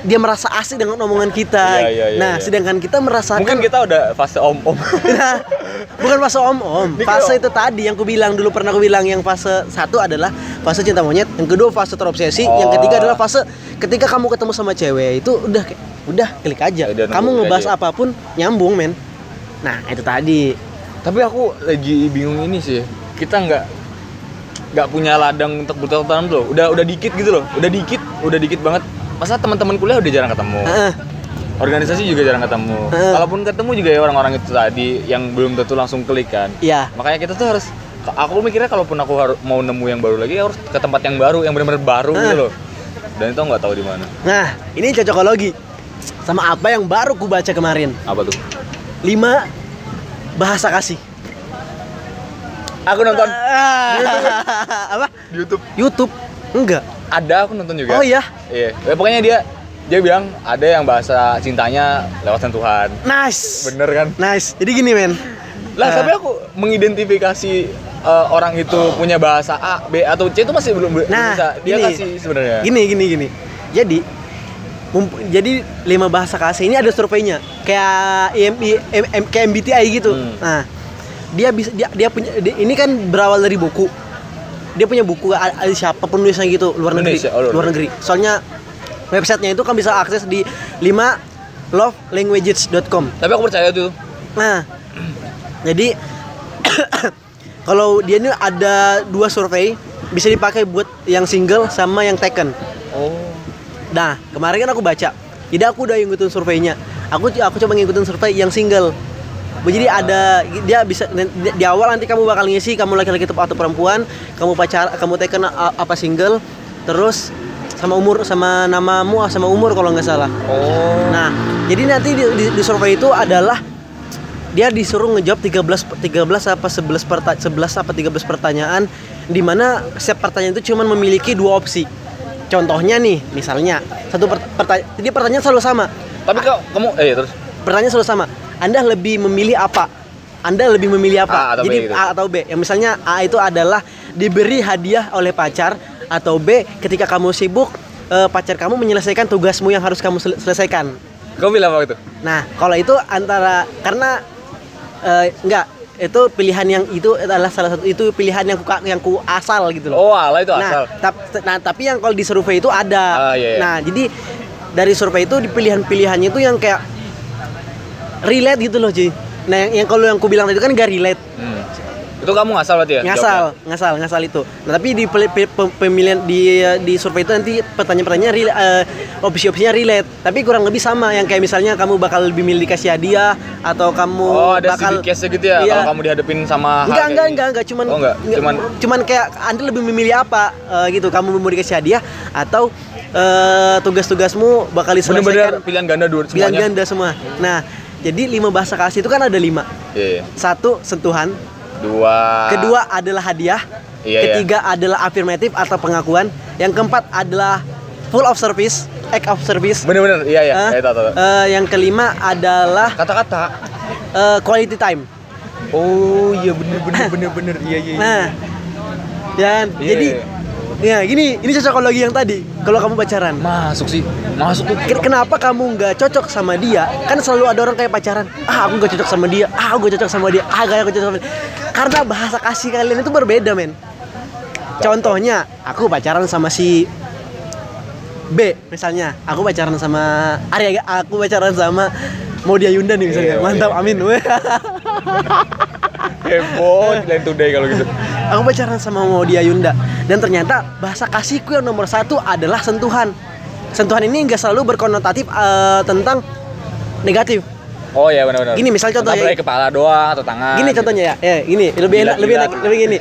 [SPEAKER 1] dia merasa asik dengan omongan kita
[SPEAKER 2] Iya, iya, iya,
[SPEAKER 1] nah
[SPEAKER 2] iya.
[SPEAKER 1] sedangkan kita merasakan
[SPEAKER 2] mungkin kita udah fase om om
[SPEAKER 1] Nah, bukan fase om-om.
[SPEAKER 2] Ini
[SPEAKER 1] Fase
[SPEAKER 2] kayak-
[SPEAKER 1] itu tadi yang ku bilang dulu pernah ku bilang yang fase satu adalah fase cinta monyet, yang kedua fase terobsesi, yang
[SPEAKER 2] Oh.
[SPEAKER 1] ketiga adalah fase ketika kamu ketemu sama cewek itu udah kayak- udah klik aja.
[SPEAKER 2] Udah nunggu
[SPEAKER 1] kamu
[SPEAKER 2] klik
[SPEAKER 1] ngebahas
[SPEAKER 2] aja. ya?
[SPEAKER 1] apapun nyambung, men. Nah, itu tadi.
[SPEAKER 2] Tapi aku lagi bingung ini sih. Kita nggak nggak punya ladang untuk bercocok tanam tuh. Udah udah dikit gitu loh. Udah dikit, udah dikit banget. Masa teman-teman kuliah udah jarang ketemu.
[SPEAKER 1] Heeh.
[SPEAKER 2] Organisasi juga jarang ketemu.
[SPEAKER 1] Heeh.
[SPEAKER 2] Kalaupun ketemu juga ya orang-orang itu tadi yang belum tentu langsung klik kan.
[SPEAKER 1] Iya.
[SPEAKER 2] Makanya kita tuh harus aku mikirnya kalaupun aku harus mau nemu yang baru lagi ya harus ke tempat yang baru, yang benar-benar baru gitu
[SPEAKER 1] Heeh.
[SPEAKER 2] loh. Dan itu nggak tahu di mana.
[SPEAKER 1] Nah, ini cocokologi sama apa yang baru ku baca kemarin.
[SPEAKER 2] Apa tuh?
[SPEAKER 1] 5 bahasa kasih.
[SPEAKER 2] Aku nonton
[SPEAKER 1] Eh. apa?
[SPEAKER 2] di YouTube
[SPEAKER 1] YouTube? Enggak.
[SPEAKER 2] ada aku nonton juga
[SPEAKER 1] Oh, iya?
[SPEAKER 2] iya Ya, pokoknya dia dia bilang ada yang bahasa cintanya lewat sentuhan
[SPEAKER 1] Nice.
[SPEAKER 2] bener kan
[SPEAKER 1] Nice. Jadi gini, men.
[SPEAKER 2] lah
[SPEAKER 1] Eh.
[SPEAKER 2] tapi aku mengidentifikasi eh, orang itu punya bahasa A B atau C itu masih belum belum
[SPEAKER 1] Nah,
[SPEAKER 2] bisa dia
[SPEAKER 1] gini.
[SPEAKER 2] kasih sebenarnya
[SPEAKER 1] Gini gini gini. Jadi mump- jadi lima bahasa kasih ini ada surveinya kayak IMB, M- M- kayak MBTI gitu.
[SPEAKER 2] Hmm.
[SPEAKER 1] Nah, dia bisa dia, dia punya dia- ini kan berawal dari buku. Dia punya buku a- a- siapa penulisnya gitu luar negeri.
[SPEAKER 2] Indonesia, oh, luar
[SPEAKER 1] luar negeri. Soalnya websitenya itu kan bisa akses di 5 lovelanguages.com.
[SPEAKER 2] tapi aku percaya tuh
[SPEAKER 1] Nah, jadi kalau dia ini ada dua survei bisa dipakai buat yang single sama yang taken.
[SPEAKER 2] oh
[SPEAKER 1] Nah, kemarin kan aku baca. Jadi aku udah ngikutin surveinya. Aku aku coba ngikutin survei yang single. Jadi ada dia bisa di, di awal nanti kamu bakal ngisi kamu laki-laki atau atau perempuan, kamu pacar, kamu taken a- apa single, terus sama umur sama namamu sama umur kalau nggak salah.
[SPEAKER 2] oh
[SPEAKER 1] Nah, jadi nanti di, di, di survei itu adalah dia disuruh ngejawab 13 13 apa 11 perta, 11 apa 13 pertanyaan di mana setiap pertanyaan itu cuma memiliki dua opsi. Contohnya nih, misalnya satu pertanyaan jadi pertanyaan selalu sama.
[SPEAKER 2] tapi kok kamu eh terus
[SPEAKER 1] Pertanyaan selalu sama. Anda lebih memilih apa? Anda lebih
[SPEAKER 2] A
[SPEAKER 1] memilih apa?
[SPEAKER 2] atau B
[SPEAKER 1] Jadi
[SPEAKER 2] gitu.
[SPEAKER 1] A atau B. Ya misalnya A itu adalah diberi hadiah oleh pacar atau B ketika kamu sibuk eh, pacar kamu menyelesaikan tugasmu yang harus kamu sel- selesaikan.
[SPEAKER 2] Kau bilang apa itu?
[SPEAKER 1] Nah, kalau itu antara karena eh, enggak itu pilihan yang itu adalah salah satu itu pilihan yang ku yang ku asal gitu loh.
[SPEAKER 2] Oh, ala itu asal.
[SPEAKER 1] Nah, tap- nah, tapi yang kalau di survei itu
[SPEAKER 2] Ah,
[SPEAKER 1] ada.
[SPEAKER 2] iya, iya.
[SPEAKER 1] Nah, jadi dari survei itu di pilihan-pilihannya itu yang kayak relate gitu loh, cuy. Nah, yang, yang kalau yang ku bilang tadi itu kan gak relate.
[SPEAKER 2] Hmm. Itu kamu ngasal berarti ya?
[SPEAKER 1] ngasal, ngasal, ngasal itu. Nah, tapi di peli- pe- pe- pemilihan di di survei itu nanti pertanyaan-pertanyaannya rela- eh, opsi-opsinya relate, tapi kurang lebih sama yang kayak misalnya kamu bakal lebih milih dikasih hadiah atau kamu
[SPEAKER 2] jawabnya? Oh, ada
[SPEAKER 1] bakal
[SPEAKER 2] civic case gitu ya kalau
[SPEAKER 1] Iya.
[SPEAKER 2] kamu dihadapin sama hal kayak
[SPEAKER 1] Enggak, enggak,
[SPEAKER 2] gini?
[SPEAKER 1] enggak, enggak, cuman
[SPEAKER 2] Oh, enggak.
[SPEAKER 1] enggak,
[SPEAKER 2] Cuman
[SPEAKER 1] cuman kayak Anda lebih memilih apa eh, gitu. Kamu mau dikasih hadiah atau eh, tugas-tugasmu bakal
[SPEAKER 2] bener-bener
[SPEAKER 1] diselesaikan
[SPEAKER 2] pilihan ganda dua
[SPEAKER 1] pilihan
[SPEAKER 2] semuanya.
[SPEAKER 1] ganda semua. Nah, jadi lima bahasa kasih itu kan ada lima.
[SPEAKER 2] Iya, iya.
[SPEAKER 1] Satu sentuhan,
[SPEAKER 2] Dua.
[SPEAKER 1] kedua adalah hadiah,
[SPEAKER 2] Ah. Iya, iya.
[SPEAKER 1] ketiga adalah afirmatif atau pengakuan, yang keempat adalah full of service, act of service.
[SPEAKER 2] Bener-bener, iya iya.
[SPEAKER 1] Eh,
[SPEAKER 2] Iya, tahu, tahu, tahu.
[SPEAKER 1] eh, yang kelima adalah
[SPEAKER 2] Kata-kata.
[SPEAKER 1] eh, quality time.
[SPEAKER 2] Oh, iya bener bener bener bener. Iya iya. iya.
[SPEAKER 1] Nah, dan
[SPEAKER 2] Iya,
[SPEAKER 1] jadi ya gini, ini cocokologi yang tadi. Kalau kamu pacaran,
[SPEAKER 2] Masuk sih. Masuk tuh.
[SPEAKER 1] Ken- kenapa kamu nggak cocok sama dia? Kan selalu ada orang kayak pacaran. Ah, aku nggak cocok sama dia. Ah, aku nggak cocok sama dia. Ah, gak aku cocok sama dia. Karena bahasa kasih kalian itu berbeda, men. Contohnya, aku pacaran sama si B misalnya. Aku pacaran sama Arya, aku pacaran sama Maudia Yunda nih misalnya.
[SPEAKER 2] Iya,
[SPEAKER 1] Mantap,
[SPEAKER 2] iya.
[SPEAKER 1] amin.
[SPEAKER 2] Heboh lain today kalau gitu.
[SPEAKER 1] aku pacaran sama Maudia Yunda dan ternyata bahasa kasihku yang nomor satu adalah sentuhan sentuhan ini nggak selalu berkonotatif eh, tentang negatif
[SPEAKER 2] Oh iya benar benar.
[SPEAKER 1] Gini, misal
[SPEAKER 2] Entah
[SPEAKER 1] contohnya- ya.
[SPEAKER 2] berarti kepala doang atau tangan.
[SPEAKER 1] gini
[SPEAKER 2] gitu.
[SPEAKER 1] contohnya ya, ya gini lebih enak lebih
[SPEAKER 2] Jilat-jilat.
[SPEAKER 1] enak lebih gini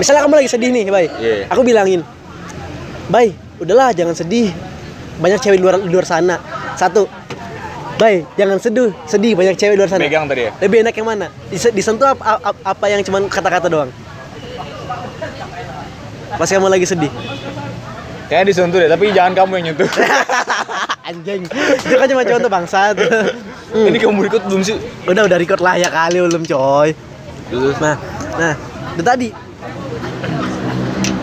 [SPEAKER 1] misalnya kamu lagi sedih nih bay
[SPEAKER 2] Iya.
[SPEAKER 1] aku bilangin bay udahlah jangan sedih banyak cewek di luar di luar sana satu bay jangan sedih sedih banyak cewek di luar sana
[SPEAKER 2] Megang tadi ya.
[SPEAKER 1] lebih enak yang mana Dise- disentuh ap- ap- ap- apa yang cuman kata-kata doang pas kamu lagi sedih
[SPEAKER 2] Kayaknya disentuh deh, tapi jangan kamu yang nyentuh.
[SPEAKER 1] anjing itu kan cuma contoh bangsat Hmm.
[SPEAKER 2] Ini kamu ikut belum sih?
[SPEAKER 1] udah udah record lah ya kali belum coy nah nah itu tadi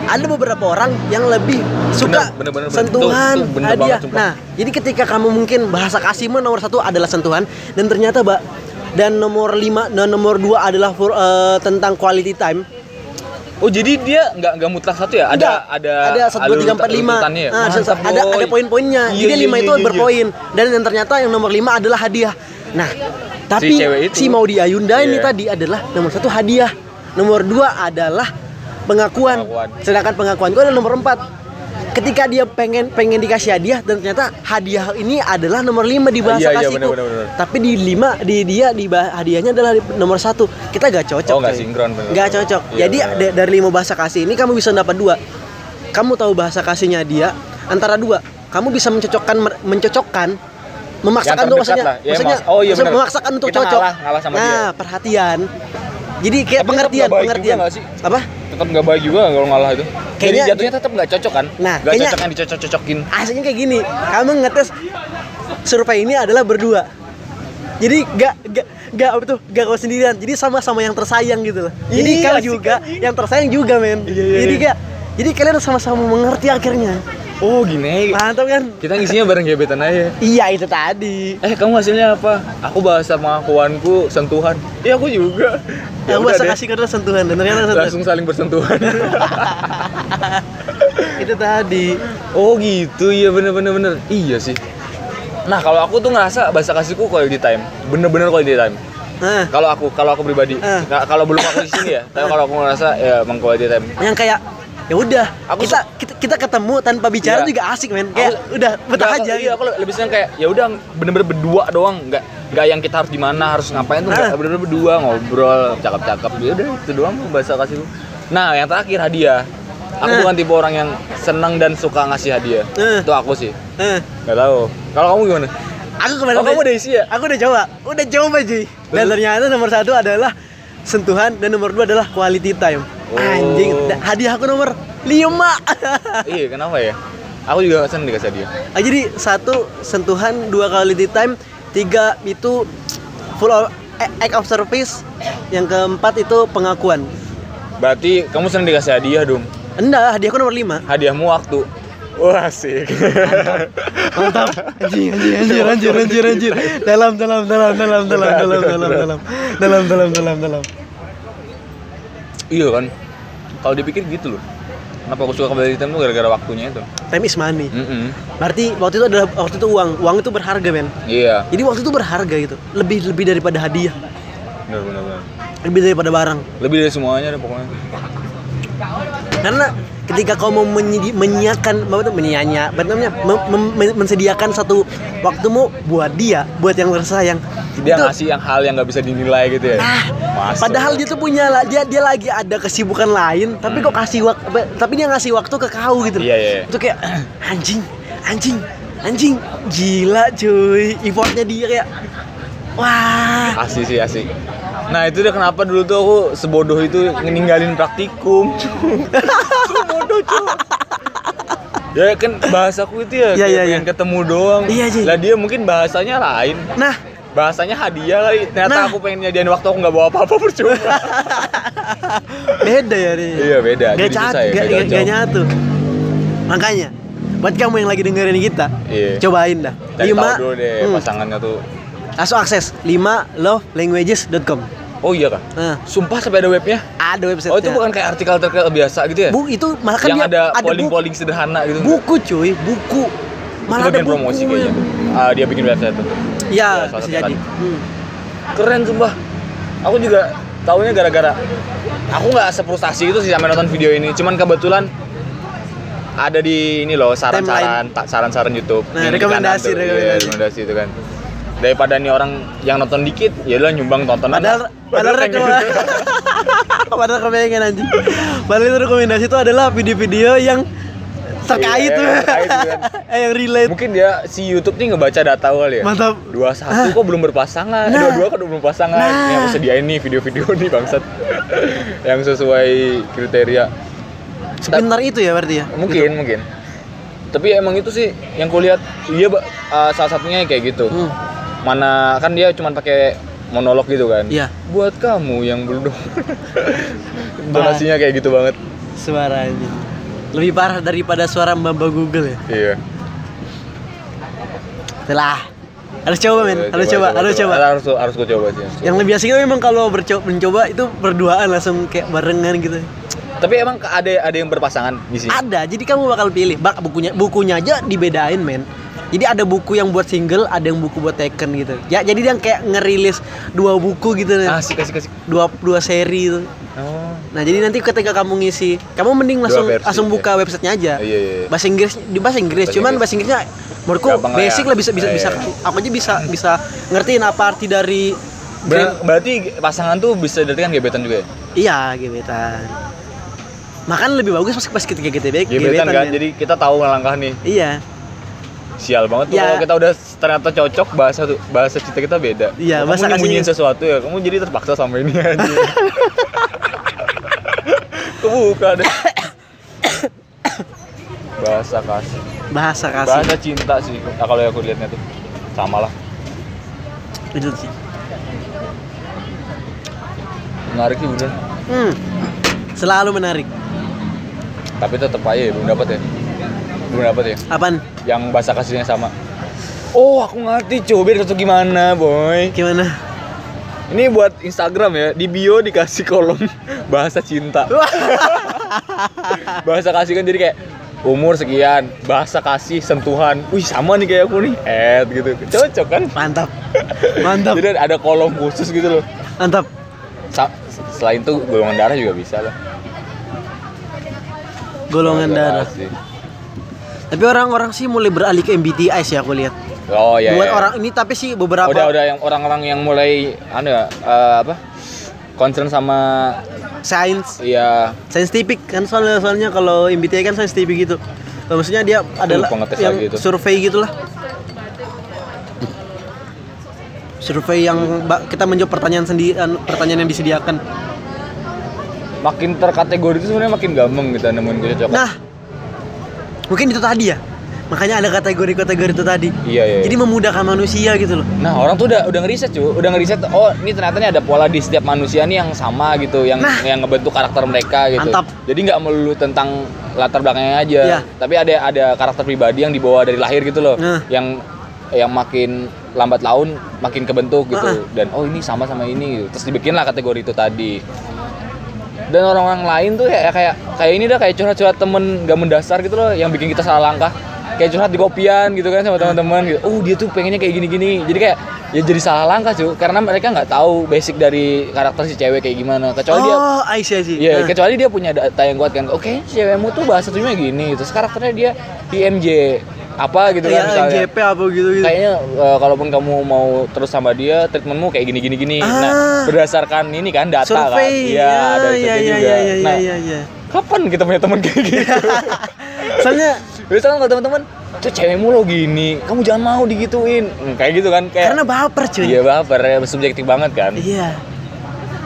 [SPEAKER 1] ada beberapa orang yang lebih suka
[SPEAKER 2] Bener, bener, bener, bener.
[SPEAKER 1] sentuhan
[SPEAKER 2] Itu- itu bener
[SPEAKER 1] hadiah.
[SPEAKER 2] banget, sumpah.
[SPEAKER 1] nah jadi ketika kamu mungkin bahasa kasihmu nomor satu adalah sentuhan dan ternyata mbak dan nomor lima dan nomor dua adalah for- eh, tentang quality time
[SPEAKER 2] Oh jadi dia nggak nggak mutlak satu ya?
[SPEAKER 1] Enggak.
[SPEAKER 2] Ada ada
[SPEAKER 1] ada satu dua
[SPEAKER 2] alur
[SPEAKER 1] tiga empat lima
[SPEAKER 2] runtutannya ya?
[SPEAKER 1] Ah, ada
[SPEAKER 2] Mantap,
[SPEAKER 1] ada
[SPEAKER 2] boy.
[SPEAKER 1] ada poin-poinnya
[SPEAKER 2] Iya,
[SPEAKER 1] jadi
[SPEAKER 2] iya,
[SPEAKER 1] lima
[SPEAKER 2] iya,
[SPEAKER 1] itu
[SPEAKER 2] iya,
[SPEAKER 1] berpoin dan yang ternyata yang nomor lima adalah hadiah nah tapi
[SPEAKER 2] cewek itu.
[SPEAKER 1] si mau Ayunda ini
[SPEAKER 2] Iya.
[SPEAKER 1] tadi adalah nomor satu hadiah nomor dua adalah pengakuan,
[SPEAKER 2] Pengakuan.
[SPEAKER 1] sedangkan pengakuan itu adalah nomor empat ketika dia pengen pengen dikasih hadiah dan ternyata hadiah ini adalah nomor lima di
[SPEAKER 2] Iya,
[SPEAKER 1] bahasa
[SPEAKER 2] iya,
[SPEAKER 1] kasihku
[SPEAKER 2] bener, bener, bener.
[SPEAKER 1] tapi di lima di dia di bah- hadiahnya adalah di nomor satu kita gak cocok
[SPEAKER 2] Oh, nggak
[SPEAKER 1] coy.
[SPEAKER 2] sinkron, bener.
[SPEAKER 1] Nggak cocok
[SPEAKER 2] Iya,
[SPEAKER 1] jadi
[SPEAKER 2] bener.
[SPEAKER 1] da- dari lima bahasa kasih ini kamu bisa dapat dua kamu tahu bahasa kasihnya dia antara dua kamu bisa mencocokkan mer- mencocokkan memaksakan
[SPEAKER 2] Yang
[SPEAKER 1] tuh
[SPEAKER 2] terdekat
[SPEAKER 1] maksudnya
[SPEAKER 2] lah, iya,
[SPEAKER 1] maksudnya
[SPEAKER 2] mas- oh, iya,
[SPEAKER 1] maksud-
[SPEAKER 2] bener.
[SPEAKER 1] memaksakan untuk
[SPEAKER 2] Kita
[SPEAKER 1] cocok
[SPEAKER 2] ngalah- ngalah sama
[SPEAKER 1] nah
[SPEAKER 2] dia.
[SPEAKER 1] perhatian jadi kayak
[SPEAKER 2] Tapi tetap
[SPEAKER 1] pengertian
[SPEAKER 2] nggak baik
[SPEAKER 1] pengertian
[SPEAKER 2] juga nggak sih?
[SPEAKER 1] apa
[SPEAKER 2] Tetap nggak baik juga kalau ngalah itu. Jadi
[SPEAKER 1] Kayaknya-
[SPEAKER 2] jatuhnya tetap nggak cocok kan?
[SPEAKER 1] Nah,
[SPEAKER 2] nggak
[SPEAKER 1] kayaknya-
[SPEAKER 2] cocok kan dicocok-cocokin.
[SPEAKER 1] aslinya kayak gini kamu ngetes survei ini adalah berdua jadi gak gak gak apa tuh gak kau sendirian jadi sama-sama yang tersayang gitu loh jadi
[SPEAKER 2] Iya,
[SPEAKER 1] kau
[SPEAKER 2] asik
[SPEAKER 1] juga yang tersayang juga men
[SPEAKER 2] Iya, iya,
[SPEAKER 1] jadi
[SPEAKER 2] iya.
[SPEAKER 1] gak jadi kalian sama-sama mengerti akhirnya
[SPEAKER 2] Oh gini.
[SPEAKER 1] mantap kan
[SPEAKER 2] Kita ngisinya bareng gebetan aja.
[SPEAKER 1] iya itu tadi
[SPEAKER 2] Eh kamu hasilnya apa? Aku bahas sama kawanku sentuhan. Iya aku juga. Ya udah
[SPEAKER 1] aku bahasa
[SPEAKER 2] deh.
[SPEAKER 1] kasih kau adalah sentuhan kan, dan ternyata sentuhan.
[SPEAKER 2] Langsung saling bersentuhan.
[SPEAKER 1] itu tadi
[SPEAKER 2] oh gitu, iya bener-bener bener. Iya sih. Nah kalau aku tuh ngerasa bahasa kasihku quality time, bener-bener quality time.
[SPEAKER 1] nah
[SPEAKER 2] Kalau aku, kalau aku pribadi,
[SPEAKER 1] Eh.
[SPEAKER 2] Ka- kalau belum aku di sini ya, tapi kalau aku ngerasa ya emang quality time.
[SPEAKER 1] yang kayak ya udah
[SPEAKER 2] Aku
[SPEAKER 1] kita, kita kita ketemu tanpa bicara
[SPEAKER 2] Iya.
[SPEAKER 1] juga asik men kayak
[SPEAKER 2] Aku-
[SPEAKER 1] udah betah
[SPEAKER 2] Nggak,
[SPEAKER 1] aja
[SPEAKER 2] Iya,
[SPEAKER 1] gitu.
[SPEAKER 2] aku lebih seneng kayak ya udah bener-bener berdua doang, nggak nggak yang kita harus di mana harus ngapain tuh nggak
[SPEAKER 1] Ah.
[SPEAKER 2] bener-bener berdua ngobrol cakep-cakep ya udah itu doang bahasa kasihku. Nah yang terakhir hadiah. Aku
[SPEAKER 1] Nah.
[SPEAKER 2] bukan tipe orang yang senang dan suka ngasih hadiah.
[SPEAKER 1] Eh.
[SPEAKER 2] Itu aku sih.
[SPEAKER 1] Eh,
[SPEAKER 2] Nggak tahu. Kalau kamu gimana?
[SPEAKER 1] aku kemarin
[SPEAKER 2] Oh, kamu udah isi ya?
[SPEAKER 1] aku udah coba udah coba Ji dan
[SPEAKER 2] Terus?
[SPEAKER 1] ternyata nomor satu adalah sentuhan dan nomor dua adalah quality time
[SPEAKER 2] Oh.
[SPEAKER 1] anjing da- hadiah aku nomor lima
[SPEAKER 2] iya kenapa ya? Aku juga nggak seneng dikasih hadiah.
[SPEAKER 1] Ah, jadi satu sentuhan dua quality time tiga itu full of act of service yang keempat itu pengakuan
[SPEAKER 2] Berarti kamu sering dikasih hadiah, Dum.
[SPEAKER 1] enggak hadiahku nomor lima
[SPEAKER 2] Hadiahmu waktu. Wah, asik.
[SPEAKER 1] mantap anjing anjing anjing anjir anjir anjir dalam dalam dalam dalam dalam dalam dalam dalam dalam dalam dalam dalam
[SPEAKER 2] iya kan. Kalau dipikir gitu loh. Kenapa aku suka kembali hitam tuh gara-gara waktunya itu.
[SPEAKER 1] time is money
[SPEAKER 2] Mm-mm.
[SPEAKER 1] berarti waktu itu adalah waktu itu uang uang itu berharga men
[SPEAKER 2] Iya.
[SPEAKER 1] jadi waktu itu berharga gitu lebih lebih daripada hadiah
[SPEAKER 2] Benar benar benar.
[SPEAKER 1] lebih daripada barang
[SPEAKER 2] Lebih dari semuanya deh pokoknya.
[SPEAKER 1] karena ketika kau mau menyedi- menyiakan apa tuh menyianya apa namanya Mem- mem- men- mensediakan satu waktumu buat dia buat yang tersayang
[SPEAKER 2] Dia
[SPEAKER 1] Itu-
[SPEAKER 2] ngasih yang hal yang nggak bisa dinilai gitu ya. Masuk.
[SPEAKER 1] Ah, Padahal dia tuh punya lah dia dia lagi ada kesibukan lain, tapi kok kasih waktu tapi dia ngasih waktu ke kau gitu. loh.
[SPEAKER 2] Hmm. Iya, iya, iya.
[SPEAKER 1] Itu kayak anjing, anjing, anjing. Gila cuy, effortnya dia kayak wah.
[SPEAKER 2] Asik sih asik. Nah itu dia kenapa dulu tuh aku sebodoh itu ninggalin praktikum. sebodoh cuy. Ya kan bahasaku itu ya,
[SPEAKER 1] Iya,
[SPEAKER 2] kayak
[SPEAKER 1] iya,
[SPEAKER 2] pengen ketemu doang.
[SPEAKER 1] Iya, Ji.
[SPEAKER 2] Lah dia mungkin bahasanya lain.
[SPEAKER 1] Nah,
[SPEAKER 2] Bahasanya hadiah kali. Ternyata
[SPEAKER 1] Nah.
[SPEAKER 2] aku pengen nyediain waktu aku nggak bawa apa-apa percuma.
[SPEAKER 1] beda ya nih.
[SPEAKER 2] iya beda.
[SPEAKER 1] Gak,
[SPEAKER 2] Jadi
[SPEAKER 1] cat,
[SPEAKER 2] susah ya,
[SPEAKER 1] gak,
[SPEAKER 2] beda
[SPEAKER 1] gak- gak
[SPEAKER 2] jauh.
[SPEAKER 1] nyatu. Makanya, buat kamu yang lagi dengerin kita,
[SPEAKER 2] Iya.
[SPEAKER 1] cobain dah.
[SPEAKER 2] Cari tahu
[SPEAKER 1] Lima,
[SPEAKER 2] dulu deh
[SPEAKER 1] hmm,
[SPEAKER 2] pasangannya tuh.
[SPEAKER 1] langsung akses 5 lovelanguages.com.
[SPEAKER 2] Oh iya kah?
[SPEAKER 1] Nah,
[SPEAKER 2] Sumpah sampai ada webnya.
[SPEAKER 1] ada website.
[SPEAKER 2] Oh itu bukan kayak artikel artikel biasa gitu ya?
[SPEAKER 1] Bu, itu malah kan
[SPEAKER 2] yang
[SPEAKER 1] dia
[SPEAKER 2] ada
[SPEAKER 1] buku-
[SPEAKER 2] polling-polling sederhana gitu. nggak?
[SPEAKER 1] buku cuy buku malah ada
[SPEAKER 2] bagian
[SPEAKER 1] buku
[SPEAKER 2] promosi kayaknya. Ah, dia bikin website tuh.
[SPEAKER 1] ya
[SPEAKER 2] Ya, salah
[SPEAKER 1] bisa
[SPEAKER 2] satu
[SPEAKER 1] jadi
[SPEAKER 2] kan.
[SPEAKER 1] Hmm.
[SPEAKER 2] Keren sumpah. Aku juga tahunya gara-gara aku nggak sefrustasi itu sih sama nonton video ini. Cuman kebetulan ada di ini loh saran-saran tak saran-saran YouTube.
[SPEAKER 1] Nah,
[SPEAKER 2] Yang di kanan
[SPEAKER 1] rekomendasi,
[SPEAKER 2] tuh. Iya,
[SPEAKER 1] rekomendasi.
[SPEAKER 2] rekomendasi itu kan. Daripada nih orang yang nonton dikit, ya udah nyumbang tontonan.
[SPEAKER 1] padahal
[SPEAKER 2] lah.
[SPEAKER 1] padahal
[SPEAKER 2] pengen.
[SPEAKER 1] rekomendasi padahal kepengen anjing padahal itu rekomendasi itu adalah video-video yang terkait
[SPEAKER 2] Iya, yang terkait gitu kan.
[SPEAKER 1] Eh, yang relate
[SPEAKER 2] Mungkin dia si YouTube nih ngebaca data kali ya.
[SPEAKER 1] Mantap. Ah.
[SPEAKER 2] Dua satu kok belum berpasangan.
[SPEAKER 1] Nah.
[SPEAKER 2] Dua dua kok belum berpasangan.
[SPEAKER 1] Nah.
[SPEAKER 2] Ini aku sediain nih video-video nih bangsat. yang sesuai kriteria.
[SPEAKER 1] sebentar itu ya berarti ya
[SPEAKER 2] Mungkin mungkin. Tapi emang itu sih yang kulihat dia ba- uh, salah satunya kayak gitu.
[SPEAKER 1] Hmm.
[SPEAKER 2] Mana kan dia cuma pakai monolog gitu kan.
[SPEAKER 1] Iya.
[SPEAKER 2] Buat kamu yang belum.
[SPEAKER 1] Nah.
[SPEAKER 2] Donasinya kayak gitu banget.
[SPEAKER 1] suara anjing lebih parah daripada suara mbak Google ya
[SPEAKER 2] Iya.
[SPEAKER 1] telah harus coba men harus Iya, coba harus coba
[SPEAKER 2] Harus harus gue coba sih. harus
[SPEAKER 1] yang lebih asik itu memang kalau berco- mencoba itu berduaan langsung kayak barengan gitu
[SPEAKER 2] Tapi emang ada ada yang berpasangan di sini.
[SPEAKER 1] Ada, jadi kamu bakal pilih. Bak bukunya bukunya aja dibedain, men. Jadi ada buku yang buat single, ada yang buku buat taken gitu. Ya, jadi dia kayak ngerilis dua buku gitu, men.
[SPEAKER 2] Asik asik asik.
[SPEAKER 1] dua dua seri itu.
[SPEAKER 2] Oh.
[SPEAKER 1] Nah, jadi nanti ketika kamu ngisi, kamu mending
[SPEAKER 2] Dua
[SPEAKER 1] langsung
[SPEAKER 2] versi,
[SPEAKER 1] langsung
[SPEAKER 2] ya.
[SPEAKER 1] buka websitenya aja.
[SPEAKER 2] Iya, iya, iya.
[SPEAKER 1] Bahasa Inggris di bahasa Inggris,
[SPEAKER 2] Bahasa
[SPEAKER 1] cuman
[SPEAKER 2] Inggris.
[SPEAKER 1] bahasa Inggrisnya menurutku
[SPEAKER 2] Gampang lah ya.
[SPEAKER 1] basic lah bisa bisa
[SPEAKER 2] Iya,
[SPEAKER 1] bisa
[SPEAKER 2] iya.
[SPEAKER 1] aku aja bisa bisa ngertiin apa arti dari
[SPEAKER 2] Ber- berarti pasangan tuh bisa dilihat kan gebetan juga ya?
[SPEAKER 1] iya gebetan. Makan lebih bagus pas pas ketika gebetan, ya.
[SPEAKER 2] Gebetan, kan,
[SPEAKER 1] men.
[SPEAKER 2] jadi kita tahu langkah nih.
[SPEAKER 1] Iya.
[SPEAKER 2] Sial banget tuh
[SPEAKER 1] Ya.
[SPEAKER 2] kalau kita udah ternyata cocok bahasa tuh bahasa cinta kita beda.
[SPEAKER 1] Iya,
[SPEAKER 2] kamu
[SPEAKER 1] bahasa
[SPEAKER 2] nyembunyiin
[SPEAKER 1] kasihnya.
[SPEAKER 2] sesuatu ya, kamu jadi terpaksa sama ini aja. Kebuka deh. bahasa kasih.
[SPEAKER 1] Bahasa kasih.
[SPEAKER 2] Bahasa cinta sih. Nah, kalau aku lihatnya tuh sama lah.
[SPEAKER 1] Itu sih.
[SPEAKER 2] Menarik sih bener.
[SPEAKER 1] Hmm. Selalu menarik.
[SPEAKER 2] Tapi tetap aja ya, belum dapat ya. Belum dapat ya.
[SPEAKER 1] Apaan?
[SPEAKER 2] yang bahasa kasarnya sama. Oh, aku ngerti cuy, biar cocok gimana, boy.
[SPEAKER 1] Gimana?
[SPEAKER 2] Ini buat Instagram ya, di bio dikasih kolom bahasa cinta. bahasa kasih kan jadi kayak umur sekian, bahasa kasih sentuhan. Wih, sama nih kayak aku nih. Eh, gitu. Cocok kan?
[SPEAKER 1] Mantap. Mantap.
[SPEAKER 2] Jadi ada kolom khusus gitu loh.
[SPEAKER 1] Mantap.
[SPEAKER 2] Sa- selain itu golongan darah juga bisa lah.
[SPEAKER 1] Golongan darah.
[SPEAKER 2] kasih.
[SPEAKER 1] Tapi orang-orang sih mulai beralih ke MBTI sih aku lihat.
[SPEAKER 2] Oh ya.
[SPEAKER 1] Buat
[SPEAKER 2] ya.
[SPEAKER 1] orang ini tapi sih beberapa
[SPEAKER 2] Udah udah yang orang-orang yang mulai anu ya, eh, apa? concern sama
[SPEAKER 1] sains
[SPEAKER 2] ya
[SPEAKER 1] scientific kan soalnya soalnya kalau MBTI kan scientific gitu. Nah, maksudnya dia adalah
[SPEAKER 2] lupa ngetes
[SPEAKER 1] yang
[SPEAKER 2] lagi itu.
[SPEAKER 1] survei gitulah. Survei yang ba- kita menjawab pertanyaan sendiri pertanyaan yang disediakan.
[SPEAKER 2] makin terkategori itu sebenarnya makin gampang gitu nemuin gue cocok.
[SPEAKER 1] Nah, mungkin Nah, itu tadi ya. Makanya ada kategori-kategori itu tadi.
[SPEAKER 2] Iya, iya.
[SPEAKER 1] Jadi memudahkan manusia gitu loh.
[SPEAKER 2] Nah orang tuh udah udah ngeriset cuy, udah ngeriset. Oh ini ternyata nih ada pola di setiap manusia nih yang sama gitu, yang
[SPEAKER 1] Nah.
[SPEAKER 2] yang ngebentuk karakter mereka gitu.
[SPEAKER 1] Mantap.
[SPEAKER 2] Jadi nggak melulu tentang latar belakangnya aja,
[SPEAKER 1] Iya.
[SPEAKER 2] tapi ada ada karakter pribadi yang dibawa dari lahir gitu loh,
[SPEAKER 1] Nah.
[SPEAKER 2] yang yang makin lambat laun makin kebentuk gitu.
[SPEAKER 1] Ah.
[SPEAKER 2] Dan oh ini sama sama ini gitu. Terus dibikin lah kategori itu tadi. Dan orang-orang lain tuh ya kayak kayak ini dah kayak curhat-curhat temen gak mendasar gitu loh, yang bikin kita salah langkah. Kayak curhat di kopian gitu kan sama teman-teman gitu. Oh dia tuh pengennya kayak gini-gini. Jadi kayak ya jadi salah langkah cuy, karena mereka nggak tahu basic dari karakter si cewek kayak gimana. Kecuali dia
[SPEAKER 1] oh, I see, I see.
[SPEAKER 2] Iya,
[SPEAKER 1] Nah.
[SPEAKER 2] kecuali dia punya data yang kuat kan. Oke, cewekmu tuh bahasa tujuannya gini, terus karakternya dia IMJ apa gitu kan
[SPEAKER 1] Iya,
[SPEAKER 2] misalnya.
[SPEAKER 1] JP apa gitu gitu.
[SPEAKER 2] Kayaknya eh, kalaupun kamu mau terus sama dia, treatmentmu kayak gini gini gini. Nah,
[SPEAKER 1] Ah.
[SPEAKER 2] berdasarkan ini kan data kan.
[SPEAKER 1] Survei.
[SPEAKER 2] Iya, ada
[SPEAKER 1] iya,
[SPEAKER 2] survei
[SPEAKER 1] iya,
[SPEAKER 2] juga.
[SPEAKER 1] iya, iya,
[SPEAKER 2] nah,
[SPEAKER 1] iya, iya.
[SPEAKER 2] kapan kita punya teman kayak gitu?
[SPEAKER 1] Soalnya
[SPEAKER 2] Biasanya kan kalau teman-teman, tuh cewekmu lo gini, kamu jangan mau digituin. Hmm, kayak gitu kan kayak
[SPEAKER 1] karena baper cuy.
[SPEAKER 2] Iya baper, ya, subjektif banget kan.
[SPEAKER 1] Iya.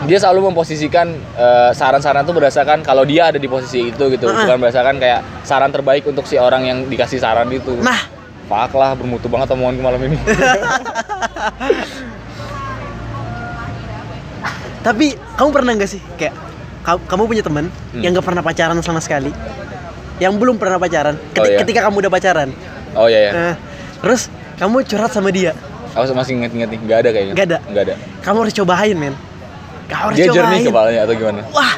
[SPEAKER 2] dia selalu memposisikan eh, saran-saran itu berdasarkan kalau dia ada di posisi itu gitu
[SPEAKER 1] Heeh.
[SPEAKER 2] bukan berdasarkan kayak saran terbaik untuk si orang yang dikasih saran itu
[SPEAKER 1] Nah,
[SPEAKER 2] Fuck lah bermutu banget omonganku malam ini
[SPEAKER 1] tapi kamu pernah nggak sih kayak ka- kamu punya teman
[SPEAKER 2] Hmm.
[SPEAKER 1] yang nggak pernah pacaran sama sekali, yang belum pernah pacaran. Keti-
[SPEAKER 2] iya.
[SPEAKER 1] Ketika kamu udah pacaran,
[SPEAKER 2] oh iya ya
[SPEAKER 1] nah, terus kamu curhat sama dia,
[SPEAKER 2] aku masih inget-inget nih nggak ada kayaknya
[SPEAKER 1] Nggak ada.
[SPEAKER 2] nggak ada
[SPEAKER 1] kamu harus cobain men. Kamu harus
[SPEAKER 2] dia jernih
[SPEAKER 1] cobain.
[SPEAKER 2] kepalanya atau gimana
[SPEAKER 1] Wah,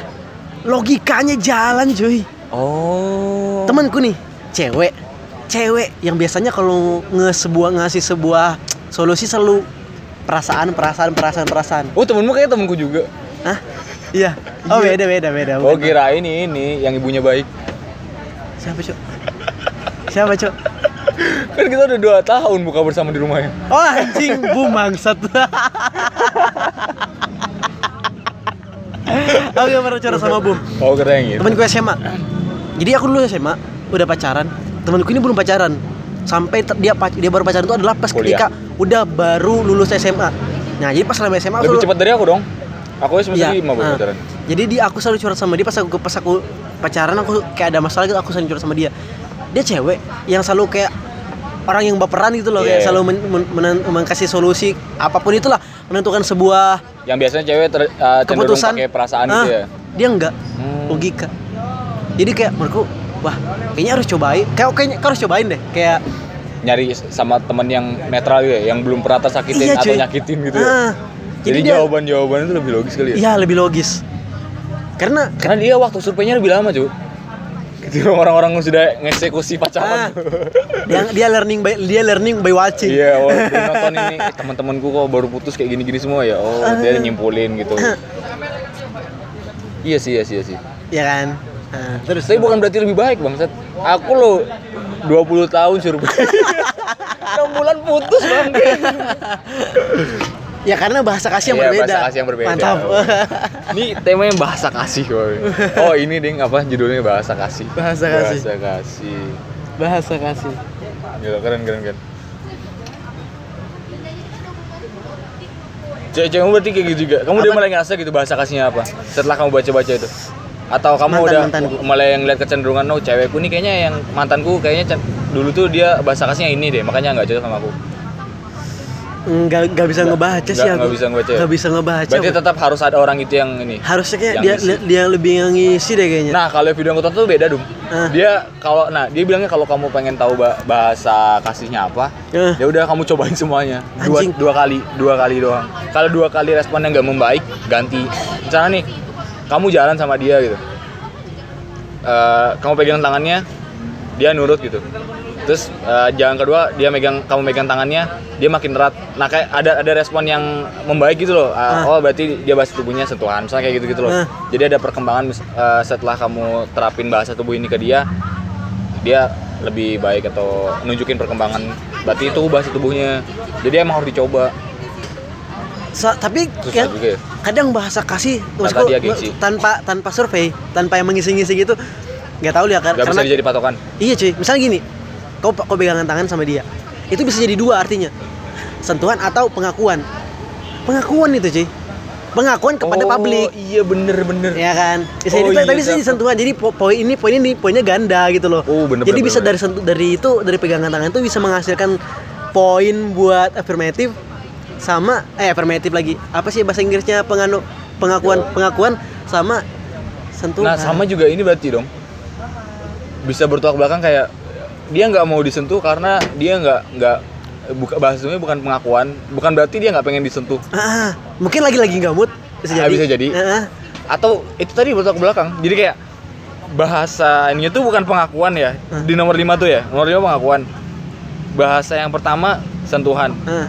[SPEAKER 1] logikanya jalan cuy.
[SPEAKER 2] oh
[SPEAKER 1] Temanku nih, cewek, cewek yang biasanya kalau nge sebuah ngasih sebuah solusi selalu perasaan perasaan perasaan perasaan.
[SPEAKER 2] oh temenmu kayak temenku juga
[SPEAKER 1] Hah? Iya. Oh
[SPEAKER 2] Iya.
[SPEAKER 1] beda beda beda.
[SPEAKER 2] oh kira ini ini yang ibunya baik
[SPEAKER 1] Siapa cok? Siapa cok?
[SPEAKER 2] kan kita udah dua tahun buka bersama di rumahnya
[SPEAKER 1] Oh anjing bu bangsat. Aku gak pernah curhat sama Bum
[SPEAKER 2] oh kira yang itu
[SPEAKER 1] Temenku SMA Jadi aku dulu SMA Udah pacaran Temenku ini belum pacaran Sampai ter- dia pac- dia baru pacaran itu adalah pas
[SPEAKER 2] Kuliah.
[SPEAKER 1] ketika Udah baru lulus SMA Nah jadi pas selama SMA aku
[SPEAKER 2] lebih
[SPEAKER 1] selalu-
[SPEAKER 2] cepat dari aku dong aku semester
[SPEAKER 1] Iya,
[SPEAKER 2] lima
[SPEAKER 1] ah.
[SPEAKER 2] baru pacaran
[SPEAKER 1] Jadi dia aku selalu curhat sama dia pas aku pas aku pacaran aku kayak ada masalah gitu aku selalu curhat sama dia. Dia cewek yang selalu kayak orang yang baperan gitu loh
[SPEAKER 2] Iya,
[SPEAKER 1] kayak
[SPEAKER 2] iya.
[SPEAKER 1] selalu men- men- menen- kasih solusi apapun itulah menentukan sebuah
[SPEAKER 2] yang biasanya cewek ter, eh, cenderung
[SPEAKER 1] keputusan.
[SPEAKER 2] pakai perasaan
[SPEAKER 1] Ah,
[SPEAKER 2] gitu ya
[SPEAKER 1] Dia enggak
[SPEAKER 2] Hmm.
[SPEAKER 1] logika. Jadi kayak menurutku wah kayaknya harus cobain kayak oh, kayaknya kau harus cobain deh kayak
[SPEAKER 2] nyari sama temen yang netral gitu ya, yang belum pernah tersakitin
[SPEAKER 1] Iya,
[SPEAKER 2] atau
[SPEAKER 1] cuy.
[SPEAKER 2] nyakitin gitu. ya.
[SPEAKER 1] ah,
[SPEAKER 2] Jadi,
[SPEAKER 1] jadi, dia
[SPEAKER 2] jawaban-jawaban itu lebih logis kali ya.
[SPEAKER 1] iya lebih logis karena
[SPEAKER 2] Karena dia waktu surveinya lebih lama, Cuk. Gitu orang-orang yang sudah ngeksekusi
[SPEAKER 1] Ah.
[SPEAKER 2] pacaran.
[SPEAKER 1] dia, dia learning by dia learning by watching
[SPEAKER 2] Iya, oh, dia nonton ini eh, teman-temanku kok baru putus kayak gini-gini semua ya. Oh,
[SPEAKER 1] Ah.
[SPEAKER 2] dia nyimpulin gitu. Iya sih, iya sih, iya sih.
[SPEAKER 1] ya kan Nah, terus
[SPEAKER 2] Tapi bukan berarti lebih baik, Bang. Set. Aku lo 20 tahun survei. 6 bulan putus, Bang.
[SPEAKER 1] Ya karena bahasa kasih yang
[SPEAKER 2] Iya,
[SPEAKER 1] berbeda.
[SPEAKER 2] bahasa kasih yang berbeda. Oh.
[SPEAKER 1] Mantap.
[SPEAKER 2] ini temanya bahasa kasih woy. oh ini ding apa judulnya bahasa kasih
[SPEAKER 1] Bahasa kasih.
[SPEAKER 2] bahasa kasih
[SPEAKER 1] bahasa kasih.
[SPEAKER 2] Gila, Gitu, keren keren keren cewek-cewekmu berarti kayak gitu juga kamu udah
[SPEAKER 1] Apa?
[SPEAKER 2] mulai ngerasa gitu bahasa kasihnya apa setelah kamu baca-baca itu atau kamu
[SPEAKER 1] Mantan-
[SPEAKER 2] udah
[SPEAKER 1] mantanku.
[SPEAKER 2] mulai yang lihat kecenderungan no cewekku nih kayaknya yang mantanku kayaknya cen- dulu tuh dia bahasa kasihnya ini deh makanya nggak cocok sama aku
[SPEAKER 1] Enggak enggak bisa
[SPEAKER 2] Nggak-
[SPEAKER 1] ngebaca sih
[SPEAKER 2] nggak-
[SPEAKER 1] aku.
[SPEAKER 2] nggak bisa ngebaca ya?
[SPEAKER 1] Nggak bisa ngebaca.
[SPEAKER 2] berarti tetap harus ada orang itu yang ini
[SPEAKER 1] Harusnya kayak
[SPEAKER 2] yang
[SPEAKER 1] dia
[SPEAKER 2] ngisi.
[SPEAKER 1] dia lebih yang ngisi deh kayaknya.
[SPEAKER 2] Nah, kalau video yang aku tonton tuh beda, Dum.
[SPEAKER 1] Ah.
[SPEAKER 2] Dia kalau nah, dia bilangnya kalau kamu pengen tahu ba- bahasa kasihnya apa,
[SPEAKER 1] Ah.
[SPEAKER 2] ya udah kamu cobain semuanya. Dua,
[SPEAKER 1] Anjing.
[SPEAKER 2] dua kali, dua kali doang. Kalau dua kali responnya nggak membaik, ganti. Misalnya nih, kamu jalan sama dia gitu. Eh, kamu pegang tangannya, dia nurut gitu. Terus eh, jalan kedua dia megang kamu megang tangannya, dia makin erat. Nah, kayak ada ada respon yang membaik gitu loh. Eh,
[SPEAKER 1] Ah.
[SPEAKER 2] Oh, berarti dia bahasa tubuhnya sentuhan, misalnya kayak gitu-gitu Gitu loh.
[SPEAKER 1] Ah.
[SPEAKER 2] Jadi ada perkembangan mis- eh, setelah kamu terapin bahasa tubuh ini ke dia, dia lebih baik atau nunjukin perkembangan. Berarti itu bahasa tubuhnya. Jadi emang harus dicoba.
[SPEAKER 1] So- tapi
[SPEAKER 2] Susah
[SPEAKER 1] kayak-
[SPEAKER 2] juga ya.
[SPEAKER 1] kadang bahasa kasih maksudku,
[SPEAKER 2] dia gengsi.
[SPEAKER 1] tanpa tanpa survei, tanpa yang mengisi-ngisi gitu nggak tahu lihat
[SPEAKER 2] Gak bisa
[SPEAKER 1] karena
[SPEAKER 2] dijadi patokan.
[SPEAKER 1] Iya cuy, misalnya gini, kau kau pegangan tangan sama dia, itu bisa jadi dua artinya, sentuhan atau pengakuan. Pengakuan itu cuy, pengakuan kepada
[SPEAKER 2] Oh,
[SPEAKER 1] publik
[SPEAKER 2] Iya bener-bener.
[SPEAKER 1] ya kan bisa
[SPEAKER 2] Oh,
[SPEAKER 1] ini
[SPEAKER 2] iya,
[SPEAKER 1] tadi saya
[SPEAKER 2] cakep.
[SPEAKER 1] sentuhan jadi po- poin ini poin ini poinnya ganda gitu loh
[SPEAKER 2] Oh, bener,
[SPEAKER 1] jadi
[SPEAKER 2] bener,
[SPEAKER 1] bisa
[SPEAKER 2] bener.
[SPEAKER 1] dari sentuh dari itu dari pegangan tangan itu bisa menghasilkan poin buat affirmative sama eh affirmative lagi apa sih bahasa Inggrisnya penganu pengakuan pengakuan sama sentuhan
[SPEAKER 2] Nah sama juga ini berarti dong bisa bertolak belakang kayak dia nggak mau disentuh karena dia nggak nggak buka bahasanya bukan pengakuan bukan berarti dia nggak pengen disentuh
[SPEAKER 1] Ah, ah. mungkin lagi-lagi nggak mood bisa
[SPEAKER 2] Ah,
[SPEAKER 1] jadi
[SPEAKER 2] bisa jadi.
[SPEAKER 1] Ah, ah.
[SPEAKER 2] atau itu tadi bertolak belakang jadi kayak bahasanya tuh bukan pengakuan ya
[SPEAKER 1] Hah?
[SPEAKER 2] di nomor 5 tuh ya nomor 5 pengakuan bahasa yang pertama sentuhan
[SPEAKER 1] Ah,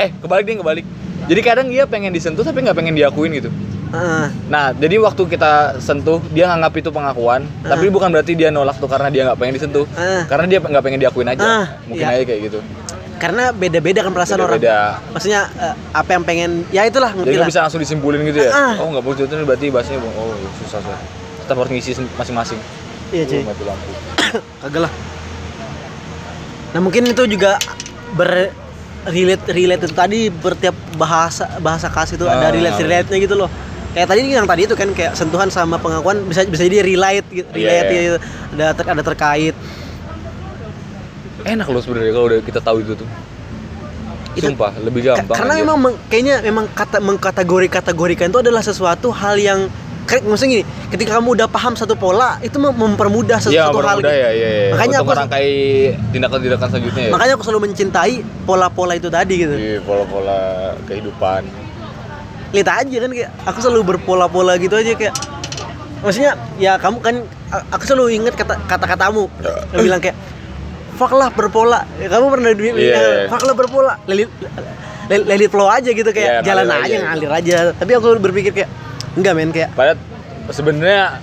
[SPEAKER 2] eh kebalik deh kebalik jadi kadang dia pengen disentuh tapi nggak pengen diakuin gitu
[SPEAKER 1] ah.
[SPEAKER 2] Nah, jadi waktu kita sentuh, dia nganggap itu pengakuan, tapi bukan berarti dia nolak tuh karena dia nggak pengen disentuh,
[SPEAKER 1] Ah.
[SPEAKER 2] karena dia nggak pengen diakuin aja,
[SPEAKER 1] Ah,
[SPEAKER 2] mungkin
[SPEAKER 1] iya.
[SPEAKER 2] aja kayak gitu.
[SPEAKER 1] karena beda-beda kan perasaan
[SPEAKER 2] Beda-beda.
[SPEAKER 1] orang maksudnya eh, apa yang pengen ya itulah
[SPEAKER 2] Jadi
[SPEAKER 1] ngerti
[SPEAKER 2] nggak
[SPEAKER 1] lah
[SPEAKER 2] bisa langsung disimpulin gitu ya.
[SPEAKER 1] Ah.
[SPEAKER 2] Oh nggak boleh itu berarti bahasanya bohong. oh iya, susah susah. Tetap harus ngisi sen- masing-masing.
[SPEAKER 1] iya cuy
[SPEAKER 2] Oh, mati lampu.
[SPEAKER 1] kagak lah nah mungkin itu juga ber relate relate itu tadi bertiap bahasa bahasa khas itu
[SPEAKER 2] Ah.
[SPEAKER 1] ada relate relate nya gitu loh kayak tadi yang tadi itu kan kayak sentuhan sama pengakuan bisa bisa jadi relate gitu
[SPEAKER 2] Iya,
[SPEAKER 1] relate
[SPEAKER 2] iya.
[SPEAKER 1] gitu. ada ter- ada terkait
[SPEAKER 2] Enak loh sebenarnya kalau udah kita tahu itu tuh.
[SPEAKER 1] Itu-
[SPEAKER 2] Sumpah lebih
[SPEAKER 1] Ka-
[SPEAKER 2] gampang.
[SPEAKER 1] karena
[SPEAKER 2] aja.
[SPEAKER 1] memang meng- kayaknya memang kata mengkategori-kategorikan itu adalah sesuatu hal yang kayak maksudnya gini ketika kamu udah paham satu pola itu mem- mempermudah sesuatu
[SPEAKER 2] Iya,
[SPEAKER 1] hal gitu.
[SPEAKER 2] mempermudah ya, iya, iya.
[SPEAKER 1] Makanya
[SPEAKER 2] Untuk
[SPEAKER 1] aku-
[SPEAKER 2] merangkai tindakan-tindakan selanjutnya ya.
[SPEAKER 1] makanya aku selalu mencintai pola-pola itu tadi gitu
[SPEAKER 2] Di pola-pola kehidupan.
[SPEAKER 1] lihat aja kan kayak aku selalu berpola-pola gitu aja kayak maksudnya ya kamu kan a- aku selalu inget kata kata katamu Yang bilang kayak fuck lah berpola Ya, kamu pernah duit
[SPEAKER 2] Eh. Iya, iya.
[SPEAKER 1] fuck lah berpola lelit le- lelit flow aja gitu
[SPEAKER 2] Iya,
[SPEAKER 1] kayak jalan
[SPEAKER 2] ngalir
[SPEAKER 1] aja
[SPEAKER 2] aja.
[SPEAKER 1] ngalir aja tapi aku berpikir kayak enggak men kayak
[SPEAKER 2] Padahal sebenarnya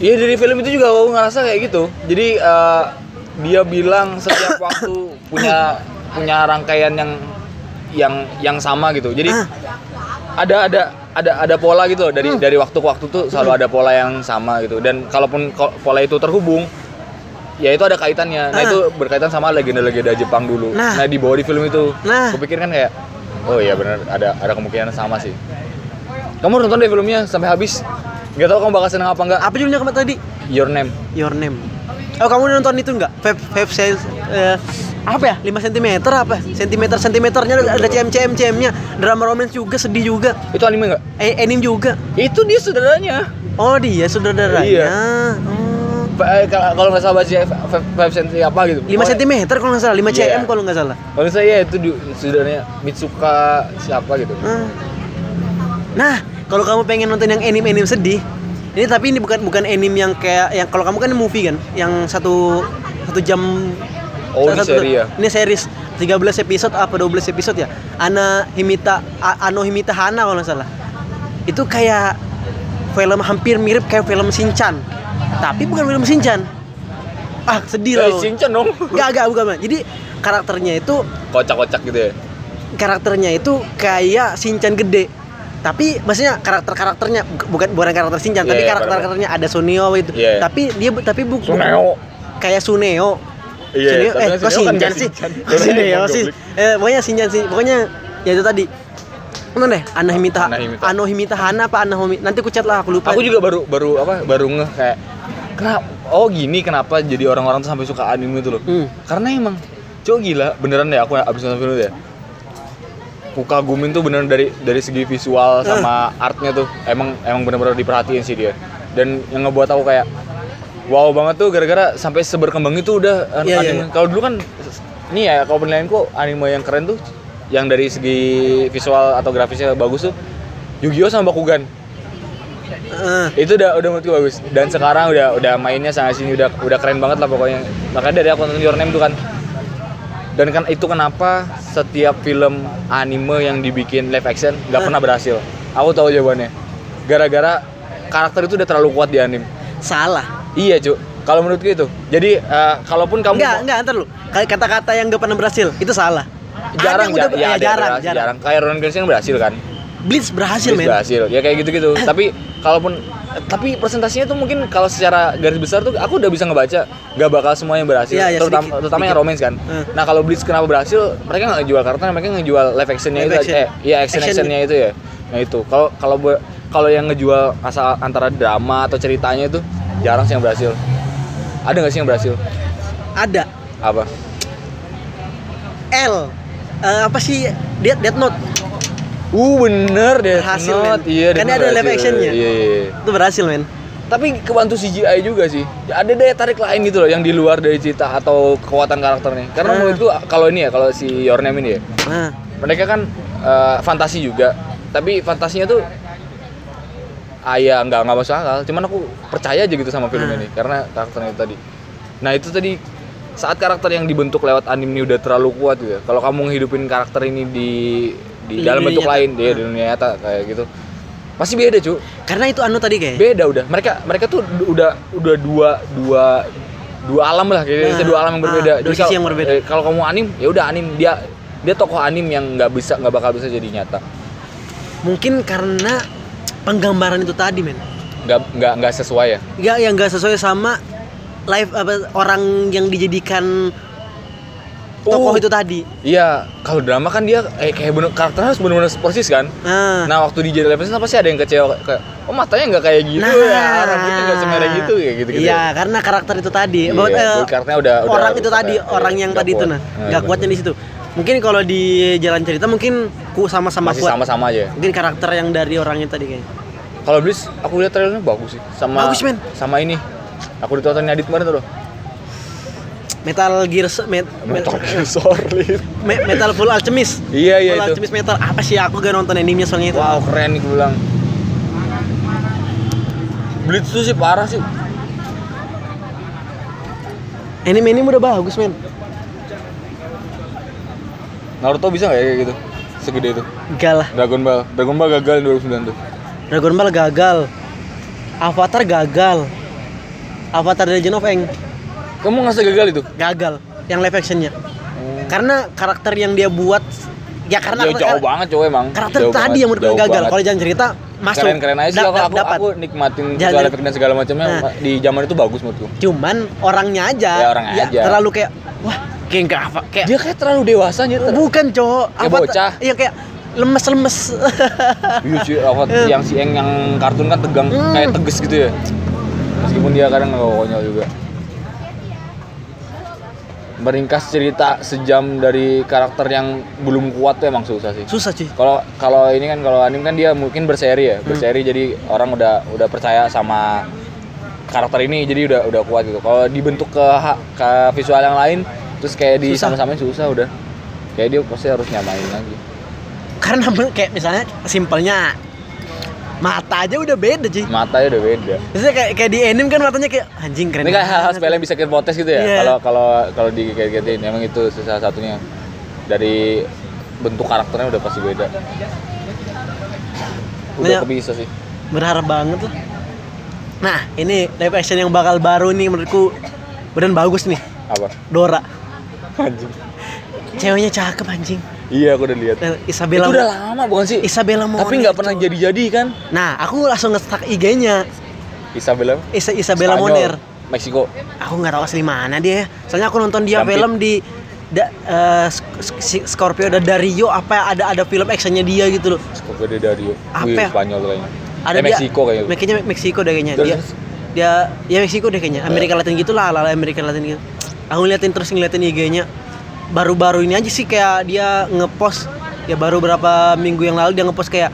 [SPEAKER 2] ya dari film itu juga aku ngerasa kayak gitu. Jadi eh, dia bilang setiap waktu punya punya rangkaian yang yang yang sama gitu. Jadi
[SPEAKER 1] Ah. Hmm.
[SPEAKER 2] ada ada ada ada pola gitu loh dari dari waktu ke waktu tuh selalu ada pola yang sama gitu. Dan kalaupun ko- pola itu terhubung ya itu ada kaitannya. Nah,
[SPEAKER 1] Ah.
[SPEAKER 2] itu berkaitan sama legenda-legenda Jepang dulu.
[SPEAKER 1] Nah.
[SPEAKER 2] Nah, dibawa di film itu.
[SPEAKER 1] Nah.
[SPEAKER 2] Kupikir kan kayak oh iya benar ada ada kemungkinan sama sih. Kamu harus nonton deh filmnya sampai habis. Gak tau kamu bakal seneng apa enggak.
[SPEAKER 1] apa judulnya kemarin tadi
[SPEAKER 2] Your Name.
[SPEAKER 1] Your Name oh kamu nonton itu enggak vape vape sen- eh, apa ya 5 cm apa sentimeter sentimeternya ada, ada cm cm cm nya drama romance juga sedih juga
[SPEAKER 2] Itu anime enggak?
[SPEAKER 1] eh, anime juga
[SPEAKER 2] Itu dia saudaranya.
[SPEAKER 1] Oh dia saudaranya.
[SPEAKER 2] Iya.
[SPEAKER 1] Oh.
[SPEAKER 2] Ba- eh, Kalau kalau nggak salah baca 5 cm apa gitu.
[SPEAKER 1] 5 cm kalau nggak salah, 5
[SPEAKER 2] Iya.
[SPEAKER 1] cm kalau nggak salah.
[SPEAKER 2] Kalau saya itu du- saudaranya Mitsuka siapa gitu.
[SPEAKER 1] Ah. Nah, kalau kamu pengen nonton yang anime-anime sedih, ini tapi ini bukan bukan anime yang kayak yang kalau kamu kan movie kan, yang satu satu jam
[SPEAKER 2] Oh, ini
[SPEAKER 1] satu-
[SPEAKER 2] seri ya?
[SPEAKER 1] Ini series 13 episode apa 12 episode ya? Ana Himita A- Ano Himita Hana kalau nggak salah. Itu kayak film hampir mirip kayak film Shinchan. Tapi bukan film Shinchan. Ah, sedih
[SPEAKER 2] Eh,
[SPEAKER 1] loh.
[SPEAKER 2] Shinchan dong.
[SPEAKER 1] Enggak, enggak, bukan. Bang. Jadi karakternya itu
[SPEAKER 2] Kocak-kocak gitu ya.
[SPEAKER 1] karakternya itu kayak Shinchan gede. Tapi maksudnya karakter-karakternya bu- bukan bukan karakter Shinchan,
[SPEAKER 2] Iya,
[SPEAKER 1] tapi
[SPEAKER 2] iya,
[SPEAKER 1] karakter-karakternya ada Suneo itu.
[SPEAKER 2] Iya, iya.
[SPEAKER 1] Tapi dia bu- tapi bukan
[SPEAKER 2] Suneo.
[SPEAKER 1] kayak Suneo.
[SPEAKER 2] Iya,
[SPEAKER 1] Suneo,
[SPEAKER 2] tapi
[SPEAKER 1] eh
[SPEAKER 2] kan
[SPEAKER 1] kok
[SPEAKER 2] Suneo kan
[SPEAKER 1] Shinchan
[SPEAKER 2] nggak
[SPEAKER 1] sih?
[SPEAKER 2] Shinchan.
[SPEAKER 1] Kok Suneo
[SPEAKER 2] Doraemon,
[SPEAKER 1] sih? Eh, pokoknya Shinchan sih. Pokoknya ya itu tadi. Mana deh? Anahimita
[SPEAKER 2] Anohimita.
[SPEAKER 1] Anohimita Hana apa Anahimi? Nanti aku chat lah, aku lupa.
[SPEAKER 2] Aku juga baru baru apa baru ngeh kayak kenapa oh gini kenapa jadi orang-orang tuh sampai suka anime itu loh.
[SPEAKER 1] Hmm.
[SPEAKER 2] Karena emang cowok gila beneran deh aku abis nonton film itu ya. Aku kagumin tuh beneran dari dari segi
[SPEAKER 1] Hmm.
[SPEAKER 2] visual sama artnya tuh emang emang bener-bener diperhatiin sih dia. Dan yang ngebuat aku kayak wow banget tuh gara-gara sampai seberkembang itu udah eh,
[SPEAKER 1] Iya, iya,
[SPEAKER 2] anime.
[SPEAKER 1] iya.
[SPEAKER 2] Kalau dulu kan ini ya kalau penilaianku anime yang keren tuh yang dari segi visual atau grafisnya bagus tuh Yu-Gi-Oh sama Bakugan
[SPEAKER 1] Eh,
[SPEAKER 2] itu udah udah menurutku bagus dan sekarang udah udah mainnya sana sini udah udah keren banget lah pokoknya makanya dari aku nonton Your Name itu kan dan kan itu kenapa setiap film anime yang dibikin live action nggak pernah berhasil aku tahu jawabannya gara-gara karakter itu udah terlalu kuat di anime
[SPEAKER 1] salah.
[SPEAKER 2] iya cu kalau menurutku itu jadi eh, kalaupun kamu
[SPEAKER 1] Enggak, enggak, ntar lu. Kayak Kata-kata yang gak pernah berhasil, itu salah.
[SPEAKER 2] jarang
[SPEAKER 1] Ada yang udah-
[SPEAKER 2] jar-
[SPEAKER 1] ya,
[SPEAKER 2] ya, ada yang
[SPEAKER 1] jarang,
[SPEAKER 2] berhasil,
[SPEAKER 1] jarang.
[SPEAKER 2] jarang kayak Ronan Keating berhasil kan
[SPEAKER 1] Blitz berhasil,
[SPEAKER 2] Terus
[SPEAKER 1] men. Eh.
[SPEAKER 2] berhasil ya kayak gitu-gitu tapi kalaupun eh, tapi presentasinya tuh mungkin kalau secara garis besar tuh aku udah bisa ngebaca gak bakal semua yang berhasil
[SPEAKER 1] Iya, iya,
[SPEAKER 2] terutama,
[SPEAKER 1] sedikit,
[SPEAKER 2] terutama yang
[SPEAKER 1] sedikit.
[SPEAKER 2] romance kan
[SPEAKER 1] Eh.
[SPEAKER 2] nah kalau Blitz kenapa berhasil mereka nggak jual karena mereka ngejual live actionnya
[SPEAKER 1] Live
[SPEAKER 2] itu
[SPEAKER 1] action.
[SPEAKER 2] eh, iya action
[SPEAKER 1] Action.
[SPEAKER 2] actionnya itu ya Nah itu kalau kalau bu- kalau yang ngejual asal antara drama atau ceritanya itu jarang sih yang berhasil. Ada nggak sih yang berhasil?
[SPEAKER 1] Ada
[SPEAKER 2] Apa?
[SPEAKER 1] L Eh, apa sih Death, Death Note
[SPEAKER 2] Uh bener deh.
[SPEAKER 1] Berhasil, men.
[SPEAKER 2] Iya,
[SPEAKER 1] Kan
[SPEAKER 2] Death
[SPEAKER 1] ada
[SPEAKER 2] Note
[SPEAKER 1] live
[SPEAKER 2] berhasil.
[SPEAKER 1] actionnya.
[SPEAKER 2] Iya, iya, iya.
[SPEAKER 1] itu berhasil men
[SPEAKER 2] Tapi kebantu CGI juga sih. Ya, ada daya tarik lain gitu loh yang di luar dari cerita atau kekuatan karakternya. Karena
[SPEAKER 1] Ah.
[SPEAKER 2] menurutku kalau ini ya kalau si Your Name ini ya,
[SPEAKER 1] nah,
[SPEAKER 2] mereka kan eh, fantasi juga tapi fantasinya tuh ah ya nggak nggak masuk akal cuman aku percaya aja gitu sama film
[SPEAKER 1] Hmm.
[SPEAKER 2] ini karena karakternya itu tadi nah itu tadi saat karakter yang dibentuk lewat anime ini udah terlalu kuat gitu ya kalau kamu ngehidupin karakter ini di di
[SPEAKER 1] Di
[SPEAKER 2] dalam
[SPEAKER 1] dunia
[SPEAKER 2] bentuk
[SPEAKER 1] nyata.
[SPEAKER 2] lain dia
[SPEAKER 1] Hmm.
[SPEAKER 2] di dunia nyata kayak gitu pasti beda cu
[SPEAKER 1] karena itu anu tadi kayak
[SPEAKER 2] beda udah mereka mereka tuh d- udah udah dua dua dua alam lah kayak gitu,
[SPEAKER 1] Nah,
[SPEAKER 2] dua alam yang
[SPEAKER 1] ah,
[SPEAKER 2] berbeda
[SPEAKER 1] dua
[SPEAKER 2] Jadi
[SPEAKER 1] sisi
[SPEAKER 2] kalau-
[SPEAKER 1] yang berbeda.
[SPEAKER 2] eh, kalau kamu anim ya udah anim dia dia tokoh anim yang nggak bisa nggak bakal bisa jadi nyata
[SPEAKER 1] mungkin karena penggambaran itu tadi men
[SPEAKER 2] nggak nggak nggak sesuai ya
[SPEAKER 1] ya yang nggak sesuai sama live apa orang yang dijadikan tokoh
[SPEAKER 2] Uh.
[SPEAKER 1] itu tadi
[SPEAKER 2] iya kalau drama kan dia eh, kayak bener karakter harus bener-bener persis kan
[SPEAKER 1] nah,
[SPEAKER 2] nah waktu di jadi episode pasti ada yang kecewa kayak oh matanya nggak kayak gitu ya rambutnya nggak semerah gitu ya gitu gitu
[SPEAKER 1] Nah. iya karena karakter itu tadi
[SPEAKER 2] Iya,
[SPEAKER 1] Bahwa, eh,
[SPEAKER 2] buat karakternya udah- udah-
[SPEAKER 1] orang itu
[SPEAKER 2] udah-
[SPEAKER 1] tadi
[SPEAKER 2] iya,
[SPEAKER 1] orang yang
[SPEAKER 2] nggak
[SPEAKER 1] tadi itu
[SPEAKER 2] kuat.
[SPEAKER 1] nah
[SPEAKER 2] Nah,
[SPEAKER 1] nggak
[SPEAKER 2] benar.
[SPEAKER 1] kuatnya di situ mungkin kalau di jalan cerita mungkin ku sama-sama
[SPEAKER 2] masih
[SPEAKER 1] kuat
[SPEAKER 2] sama-sama aja ya.
[SPEAKER 1] mungkin karakter yang dari orangnya tadi kayaknya
[SPEAKER 2] kalau Bliss aku lihat trailernya bagus sih sama
[SPEAKER 1] Bagus, men.
[SPEAKER 2] sama ini aku ditontonin Adit kemarin tuh loh
[SPEAKER 1] Metal Gear So- met, met-
[SPEAKER 2] Metal Gear Solid
[SPEAKER 1] me- Metal Full Alchemist
[SPEAKER 2] Iya iya
[SPEAKER 1] Full
[SPEAKER 2] itu.
[SPEAKER 1] Alchemist Metal apa sih aku gak nonton animenya soalnya itu
[SPEAKER 2] Wow keren nih gue bilang. Blitz tuh sih parah sih.
[SPEAKER 1] anime ini udah bagus men
[SPEAKER 2] Naruto bisa nggak ya kayak gitu? Segede itu.
[SPEAKER 1] galah
[SPEAKER 2] Dragon Ball. Dragon Ball gagal di 2009 tuh.
[SPEAKER 1] Dragon Ball gagal Avatar gagal Avatar The Legend of Aang
[SPEAKER 2] Kamu nggak gagal itu?
[SPEAKER 1] gagal yang live actionnya karena karakter yang dia buat ya karena
[SPEAKER 2] ya, Hmm. jauh banget cowok emang.
[SPEAKER 1] karakter
[SPEAKER 2] Jauh
[SPEAKER 1] tadi
[SPEAKER 2] banget,
[SPEAKER 1] yang menurut gue
[SPEAKER 2] jauh
[SPEAKER 1] gagal
[SPEAKER 2] banget.
[SPEAKER 1] kalau jangan cerita masuk
[SPEAKER 2] keren keren aja sih
[SPEAKER 1] dap-
[SPEAKER 2] aku,
[SPEAKER 1] dap-
[SPEAKER 2] aku,
[SPEAKER 1] dapat
[SPEAKER 2] aku nikmatin
[SPEAKER 1] Jalan-
[SPEAKER 2] visual effect dan segala macamnya
[SPEAKER 1] Nah.
[SPEAKER 2] di zaman itu bagus menurutku.
[SPEAKER 1] cuman orangnya aja
[SPEAKER 2] Ya, orangnya aja.
[SPEAKER 1] terlalu kayak wah kayak nggak apa kayak
[SPEAKER 2] Dia kayak terlalu dewasa aja.
[SPEAKER 1] Iya. bukan cowok
[SPEAKER 2] Kayak
[SPEAKER 1] Avatar-
[SPEAKER 2] bocah.
[SPEAKER 1] iya kayak lemes lemes
[SPEAKER 2] Iya cuy, Avatar yang si Eng yang kartun kan tegang,
[SPEAKER 1] Eh. Hmm.
[SPEAKER 2] kayak tegas gitu ya. Meskipun dia kadang nggak konyol juga. Meringkas cerita sejam dari karakter yang belum kuat tuh emang susah sih.
[SPEAKER 1] susah cuy
[SPEAKER 2] Kalau kalau ini kan kalau anime kan dia mungkin berseri ya,
[SPEAKER 1] Hmm.
[SPEAKER 2] berseri jadi orang udah udah percaya sama karakter ini jadi udah udah kuat gitu. Kalau dibentuk ke, ha- ke visual yang lain terus kayak di
[SPEAKER 1] Susah.
[SPEAKER 2] sama-samain susah udah. Kayak dia pasti harus nyamain lagi.
[SPEAKER 1] karena men- kayak misalnya simpelnya mata aja udah beda cuy
[SPEAKER 2] Matanya udah beda.
[SPEAKER 1] Maksudnya kayak, kayak di anime kan matanya kayak anjing keren
[SPEAKER 2] Ini kayak hal-hal
[SPEAKER 1] banget."
[SPEAKER 2] sepele yang bisa kita protes gitu ya.
[SPEAKER 1] kan Iya.
[SPEAKER 2] Kalau kalau kalau dikait-kaitin emang itu salah satunya dari bentuk karakternya udah pasti beda. Udah
[SPEAKER 1] Banyak-
[SPEAKER 2] bisa sih.
[SPEAKER 1] berharap banget lah nah ini live action yang bakal baru nih menurutku beneran bagus nih
[SPEAKER 2] Apa?
[SPEAKER 1] Dora
[SPEAKER 2] Anjing.
[SPEAKER 1] ceweknya cakep anjing
[SPEAKER 2] Iya, aku udah lihat.
[SPEAKER 1] Eh,
[SPEAKER 2] Itu
[SPEAKER 1] Isabella
[SPEAKER 2] udah lama bukan sih?
[SPEAKER 1] Isabella Mona
[SPEAKER 2] Tapi nggak
[SPEAKER 1] itu.
[SPEAKER 2] pernah jadi-jadi kan?
[SPEAKER 1] nah aku langsung nge-stuck IG-nya
[SPEAKER 2] Isabella
[SPEAKER 1] Isa Isabella
[SPEAKER 2] Spanyol,
[SPEAKER 1] Moner
[SPEAKER 2] Meksiko.
[SPEAKER 1] aku nggak tahu asli mana dia ya. soalnya aku nonton dia
[SPEAKER 2] Jump
[SPEAKER 1] film di da, eh, Sk- Sk- Scorpio da Dario apa ya, ada ada film actionnya dia gitu loh
[SPEAKER 2] Meksiko dia dari
[SPEAKER 1] Apa
[SPEAKER 2] Wih,
[SPEAKER 1] ya?
[SPEAKER 2] Spanyol kayaknya.
[SPEAKER 1] ada
[SPEAKER 2] eh,
[SPEAKER 1] dia-
[SPEAKER 2] Meksiko kayaknya.
[SPEAKER 1] kayaknya Me- Meksiko deh kayaknya
[SPEAKER 2] Terus?
[SPEAKER 1] dia dia ya Meksiko deh kayaknya Amerika Latin gitu lah ala Amerika Latin gitu aku ngeliatin terus ngeliatin IG-nya baru-baru ini aja sih kayak dia ngepost ya baru berapa minggu yang lalu dia ngepost kayak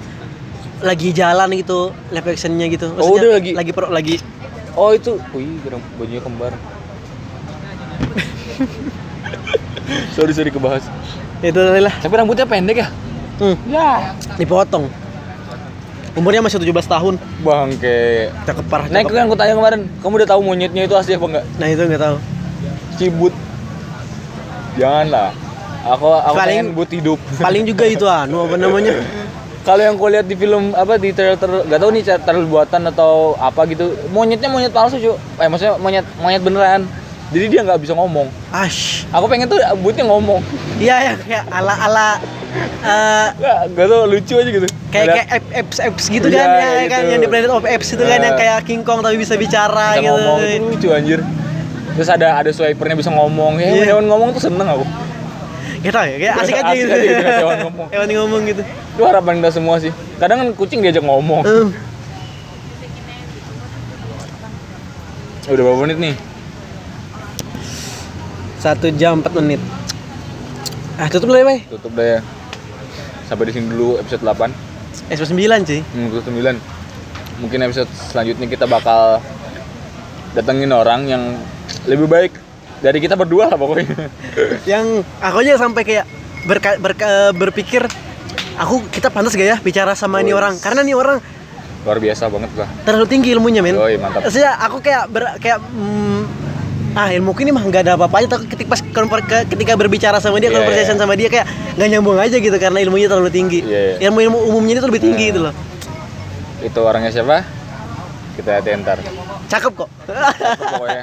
[SPEAKER 1] lagi jalan gitu live actionnya gitu
[SPEAKER 2] Oh, udah lagi-
[SPEAKER 1] lagi pro, lagi
[SPEAKER 2] Oh, itu. Wih, geram bajunya kembar. sorry, sorry kebahas.
[SPEAKER 1] ya itu tadi lah
[SPEAKER 2] Tapi rambutnya pendek ya?
[SPEAKER 1] hmm,
[SPEAKER 2] Ya.
[SPEAKER 1] dipotong umurnya masih 17 tahun
[SPEAKER 2] Bangke.
[SPEAKER 1] cakep parah
[SPEAKER 2] Nah, itu
[SPEAKER 1] cakep.
[SPEAKER 2] kan aku tanya kemarin, kamu udah tahu monyetnya itu asli apa enggak?
[SPEAKER 1] nah itu nggak tahu
[SPEAKER 2] Cibut. Janganlah. Aku aku
[SPEAKER 1] Paling-
[SPEAKER 2] pengen but hidup.
[SPEAKER 1] paling juga itu anu apa namanya
[SPEAKER 2] Kalau yang kau lihat di film apa di trailer ter- nggak tahu nih trailer buatan atau apa gitu. Monyetnya monyet palsu, Cuk. Eh, maksudnya monyet monyet beneran. Jadi dia nggak bisa ngomong.
[SPEAKER 1] ash
[SPEAKER 2] Aku pengen tuh butnya ngomong.
[SPEAKER 1] iya ya kayak ala ala eh,
[SPEAKER 2] Nggak, nggak tahu lucu aja gitu.
[SPEAKER 1] kayak
[SPEAKER 2] Ada-
[SPEAKER 1] kayak app- apps apps gitu kan
[SPEAKER 2] Iya,
[SPEAKER 1] ya,
[SPEAKER 2] kayak
[SPEAKER 1] kan
[SPEAKER 2] gitu.
[SPEAKER 1] yang di Planet of Apes itu kan
[SPEAKER 2] Nah.
[SPEAKER 1] yang kayak King Kong tapi bisa bicara
[SPEAKER 2] bisa
[SPEAKER 1] gitu.
[SPEAKER 2] ngomong itu lucu anjir. Terus ada ada swipernya bisa ngomong. Ya,
[SPEAKER 1] Iya.
[SPEAKER 2] hewan ngomong tuh seneng aku.
[SPEAKER 1] Gak tau ya, kayak asik aja
[SPEAKER 2] Asik
[SPEAKER 1] gitu.
[SPEAKER 2] aja gitu, hewan ngomong.
[SPEAKER 1] Hewan ngomong gitu.
[SPEAKER 2] Itu harapan kita semua sih. Kadang kan kucing diajak ngomong.
[SPEAKER 1] Em,
[SPEAKER 2] Udah berapa menit nih?
[SPEAKER 1] Satu jam 4 menit. Ah, tutup dulu ya, Bay.
[SPEAKER 2] Tutup deh ya. Sampai di sini dulu episode 8,
[SPEAKER 1] Eh, 9 cuy.
[SPEAKER 2] hmm, episode 9. Mungkin episode selanjutnya kita bakal datengin orang yang lebih baik dari kita berdua lah pokoknya.
[SPEAKER 1] Yang aku aja sampai kayak berka- berka- berpikir aku kita pantas gak ya bicara sama ini
[SPEAKER 2] Wih.
[SPEAKER 1] orang karena nih orang
[SPEAKER 2] Luar biasa banget lah.
[SPEAKER 1] terlalu tinggi ilmunya men.
[SPEAKER 2] Yoi, mantap.
[SPEAKER 1] Saya aku kayak ber, kayak mm, ah ilmuku ini mah nggak ada apa-apanya tapi ketika pas konver- ke- ketika berbicara sama dia
[SPEAKER 2] Iya,
[SPEAKER 1] conversation
[SPEAKER 2] iya.
[SPEAKER 1] sama dia kayak nggak nyambung aja gitu karena ilmunya terlalu tinggi.
[SPEAKER 2] Iya, iya.
[SPEAKER 1] Ilmu ilmu umumnya itu lebih tinggi
[SPEAKER 2] Hmm.
[SPEAKER 1] gitu loh.
[SPEAKER 2] Itu orangnya siapa? Kita lihat ntar.
[SPEAKER 1] Cakep kok.
[SPEAKER 2] Pokoknya.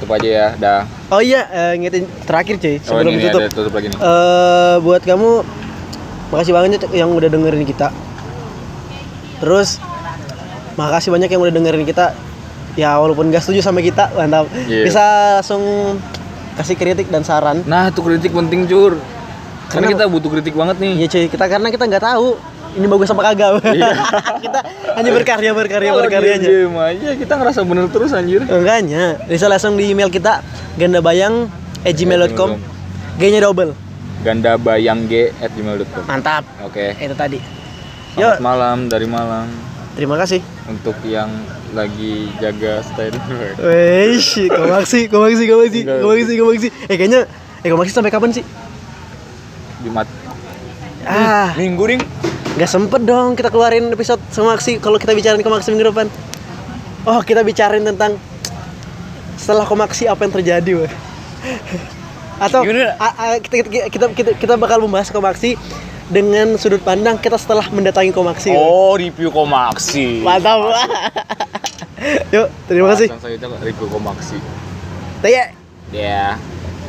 [SPEAKER 2] Tutup aja ya, dah.
[SPEAKER 1] oh iya eh, ngingetin terakhir
[SPEAKER 2] Oh,
[SPEAKER 1] cuy sebelum
[SPEAKER 2] ini
[SPEAKER 1] tutup.
[SPEAKER 2] ada tutup lagi nih.
[SPEAKER 1] Eh, buat kamu makasih banget ya, yang udah dengerin kita. Terus makasih banyak yang udah dengerin kita. Ya walaupun gak setuju sama kita, mantap.
[SPEAKER 2] Iya.
[SPEAKER 1] Bisa langsung kasih kritik dan saran.
[SPEAKER 2] Nah, itu kritik penting, Cur. Karena
[SPEAKER 1] Kenapa?
[SPEAKER 2] kita butuh kritik banget nih.
[SPEAKER 1] Iya cuy, kita karena kita nggak tahu ini bagus apa kagak.
[SPEAKER 2] Hmm. Iya.
[SPEAKER 1] kita hanya berkarya berkarya
[SPEAKER 2] Kalau
[SPEAKER 1] berkarya aja.
[SPEAKER 2] diem aja, kita ngerasa bener terus anjir.
[SPEAKER 1] Enggaknya, bisa langsung di email kita gandabayang
[SPEAKER 2] Iya,
[SPEAKER 1] gmail.com G-nya double.
[SPEAKER 2] Ganda bayang G at gmail.com.
[SPEAKER 1] Mantap.
[SPEAKER 2] Oke.
[SPEAKER 1] Itu tadi. Yuk,
[SPEAKER 2] Selamat malam dari Malang
[SPEAKER 1] terima kasih.
[SPEAKER 2] untuk yang lagi jaga stay di-
[SPEAKER 1] Wesh, komang sih, komang sih, komang sih, komang sih, komang sih. Eh kayaknya, eh komang sih sampai kapan sih?
[SPEAKER 2] Jumat
[SPEAKER 1] Ah,
[SPEAKER 2] Minggu ring.
[SPEAKER 1] nggak sempet dong kita keluarin episode sama aksi kalau kita bicarain komaksi minggu depan. Oh, kita bicarain tentang setelah komaksi apa yang terjadi, weh. Atau
[SPEAKER 2] Gimana?
[SPEAKER 1] a- a- kita, kita, kita, kita, kita bakal membahas komaksi dengan sudut pandang kita setelah mendatangi komaksi. weh.
[SPEAKER 2] Oh, review Komaksi.
[SPEAKER 1] Mantap. Yuk, terima kasih.
[SPEAKER 2] Langsung saja review Komaksi.
[SPEAKER 1] Tanya.
[SPEAKER 2] Ya.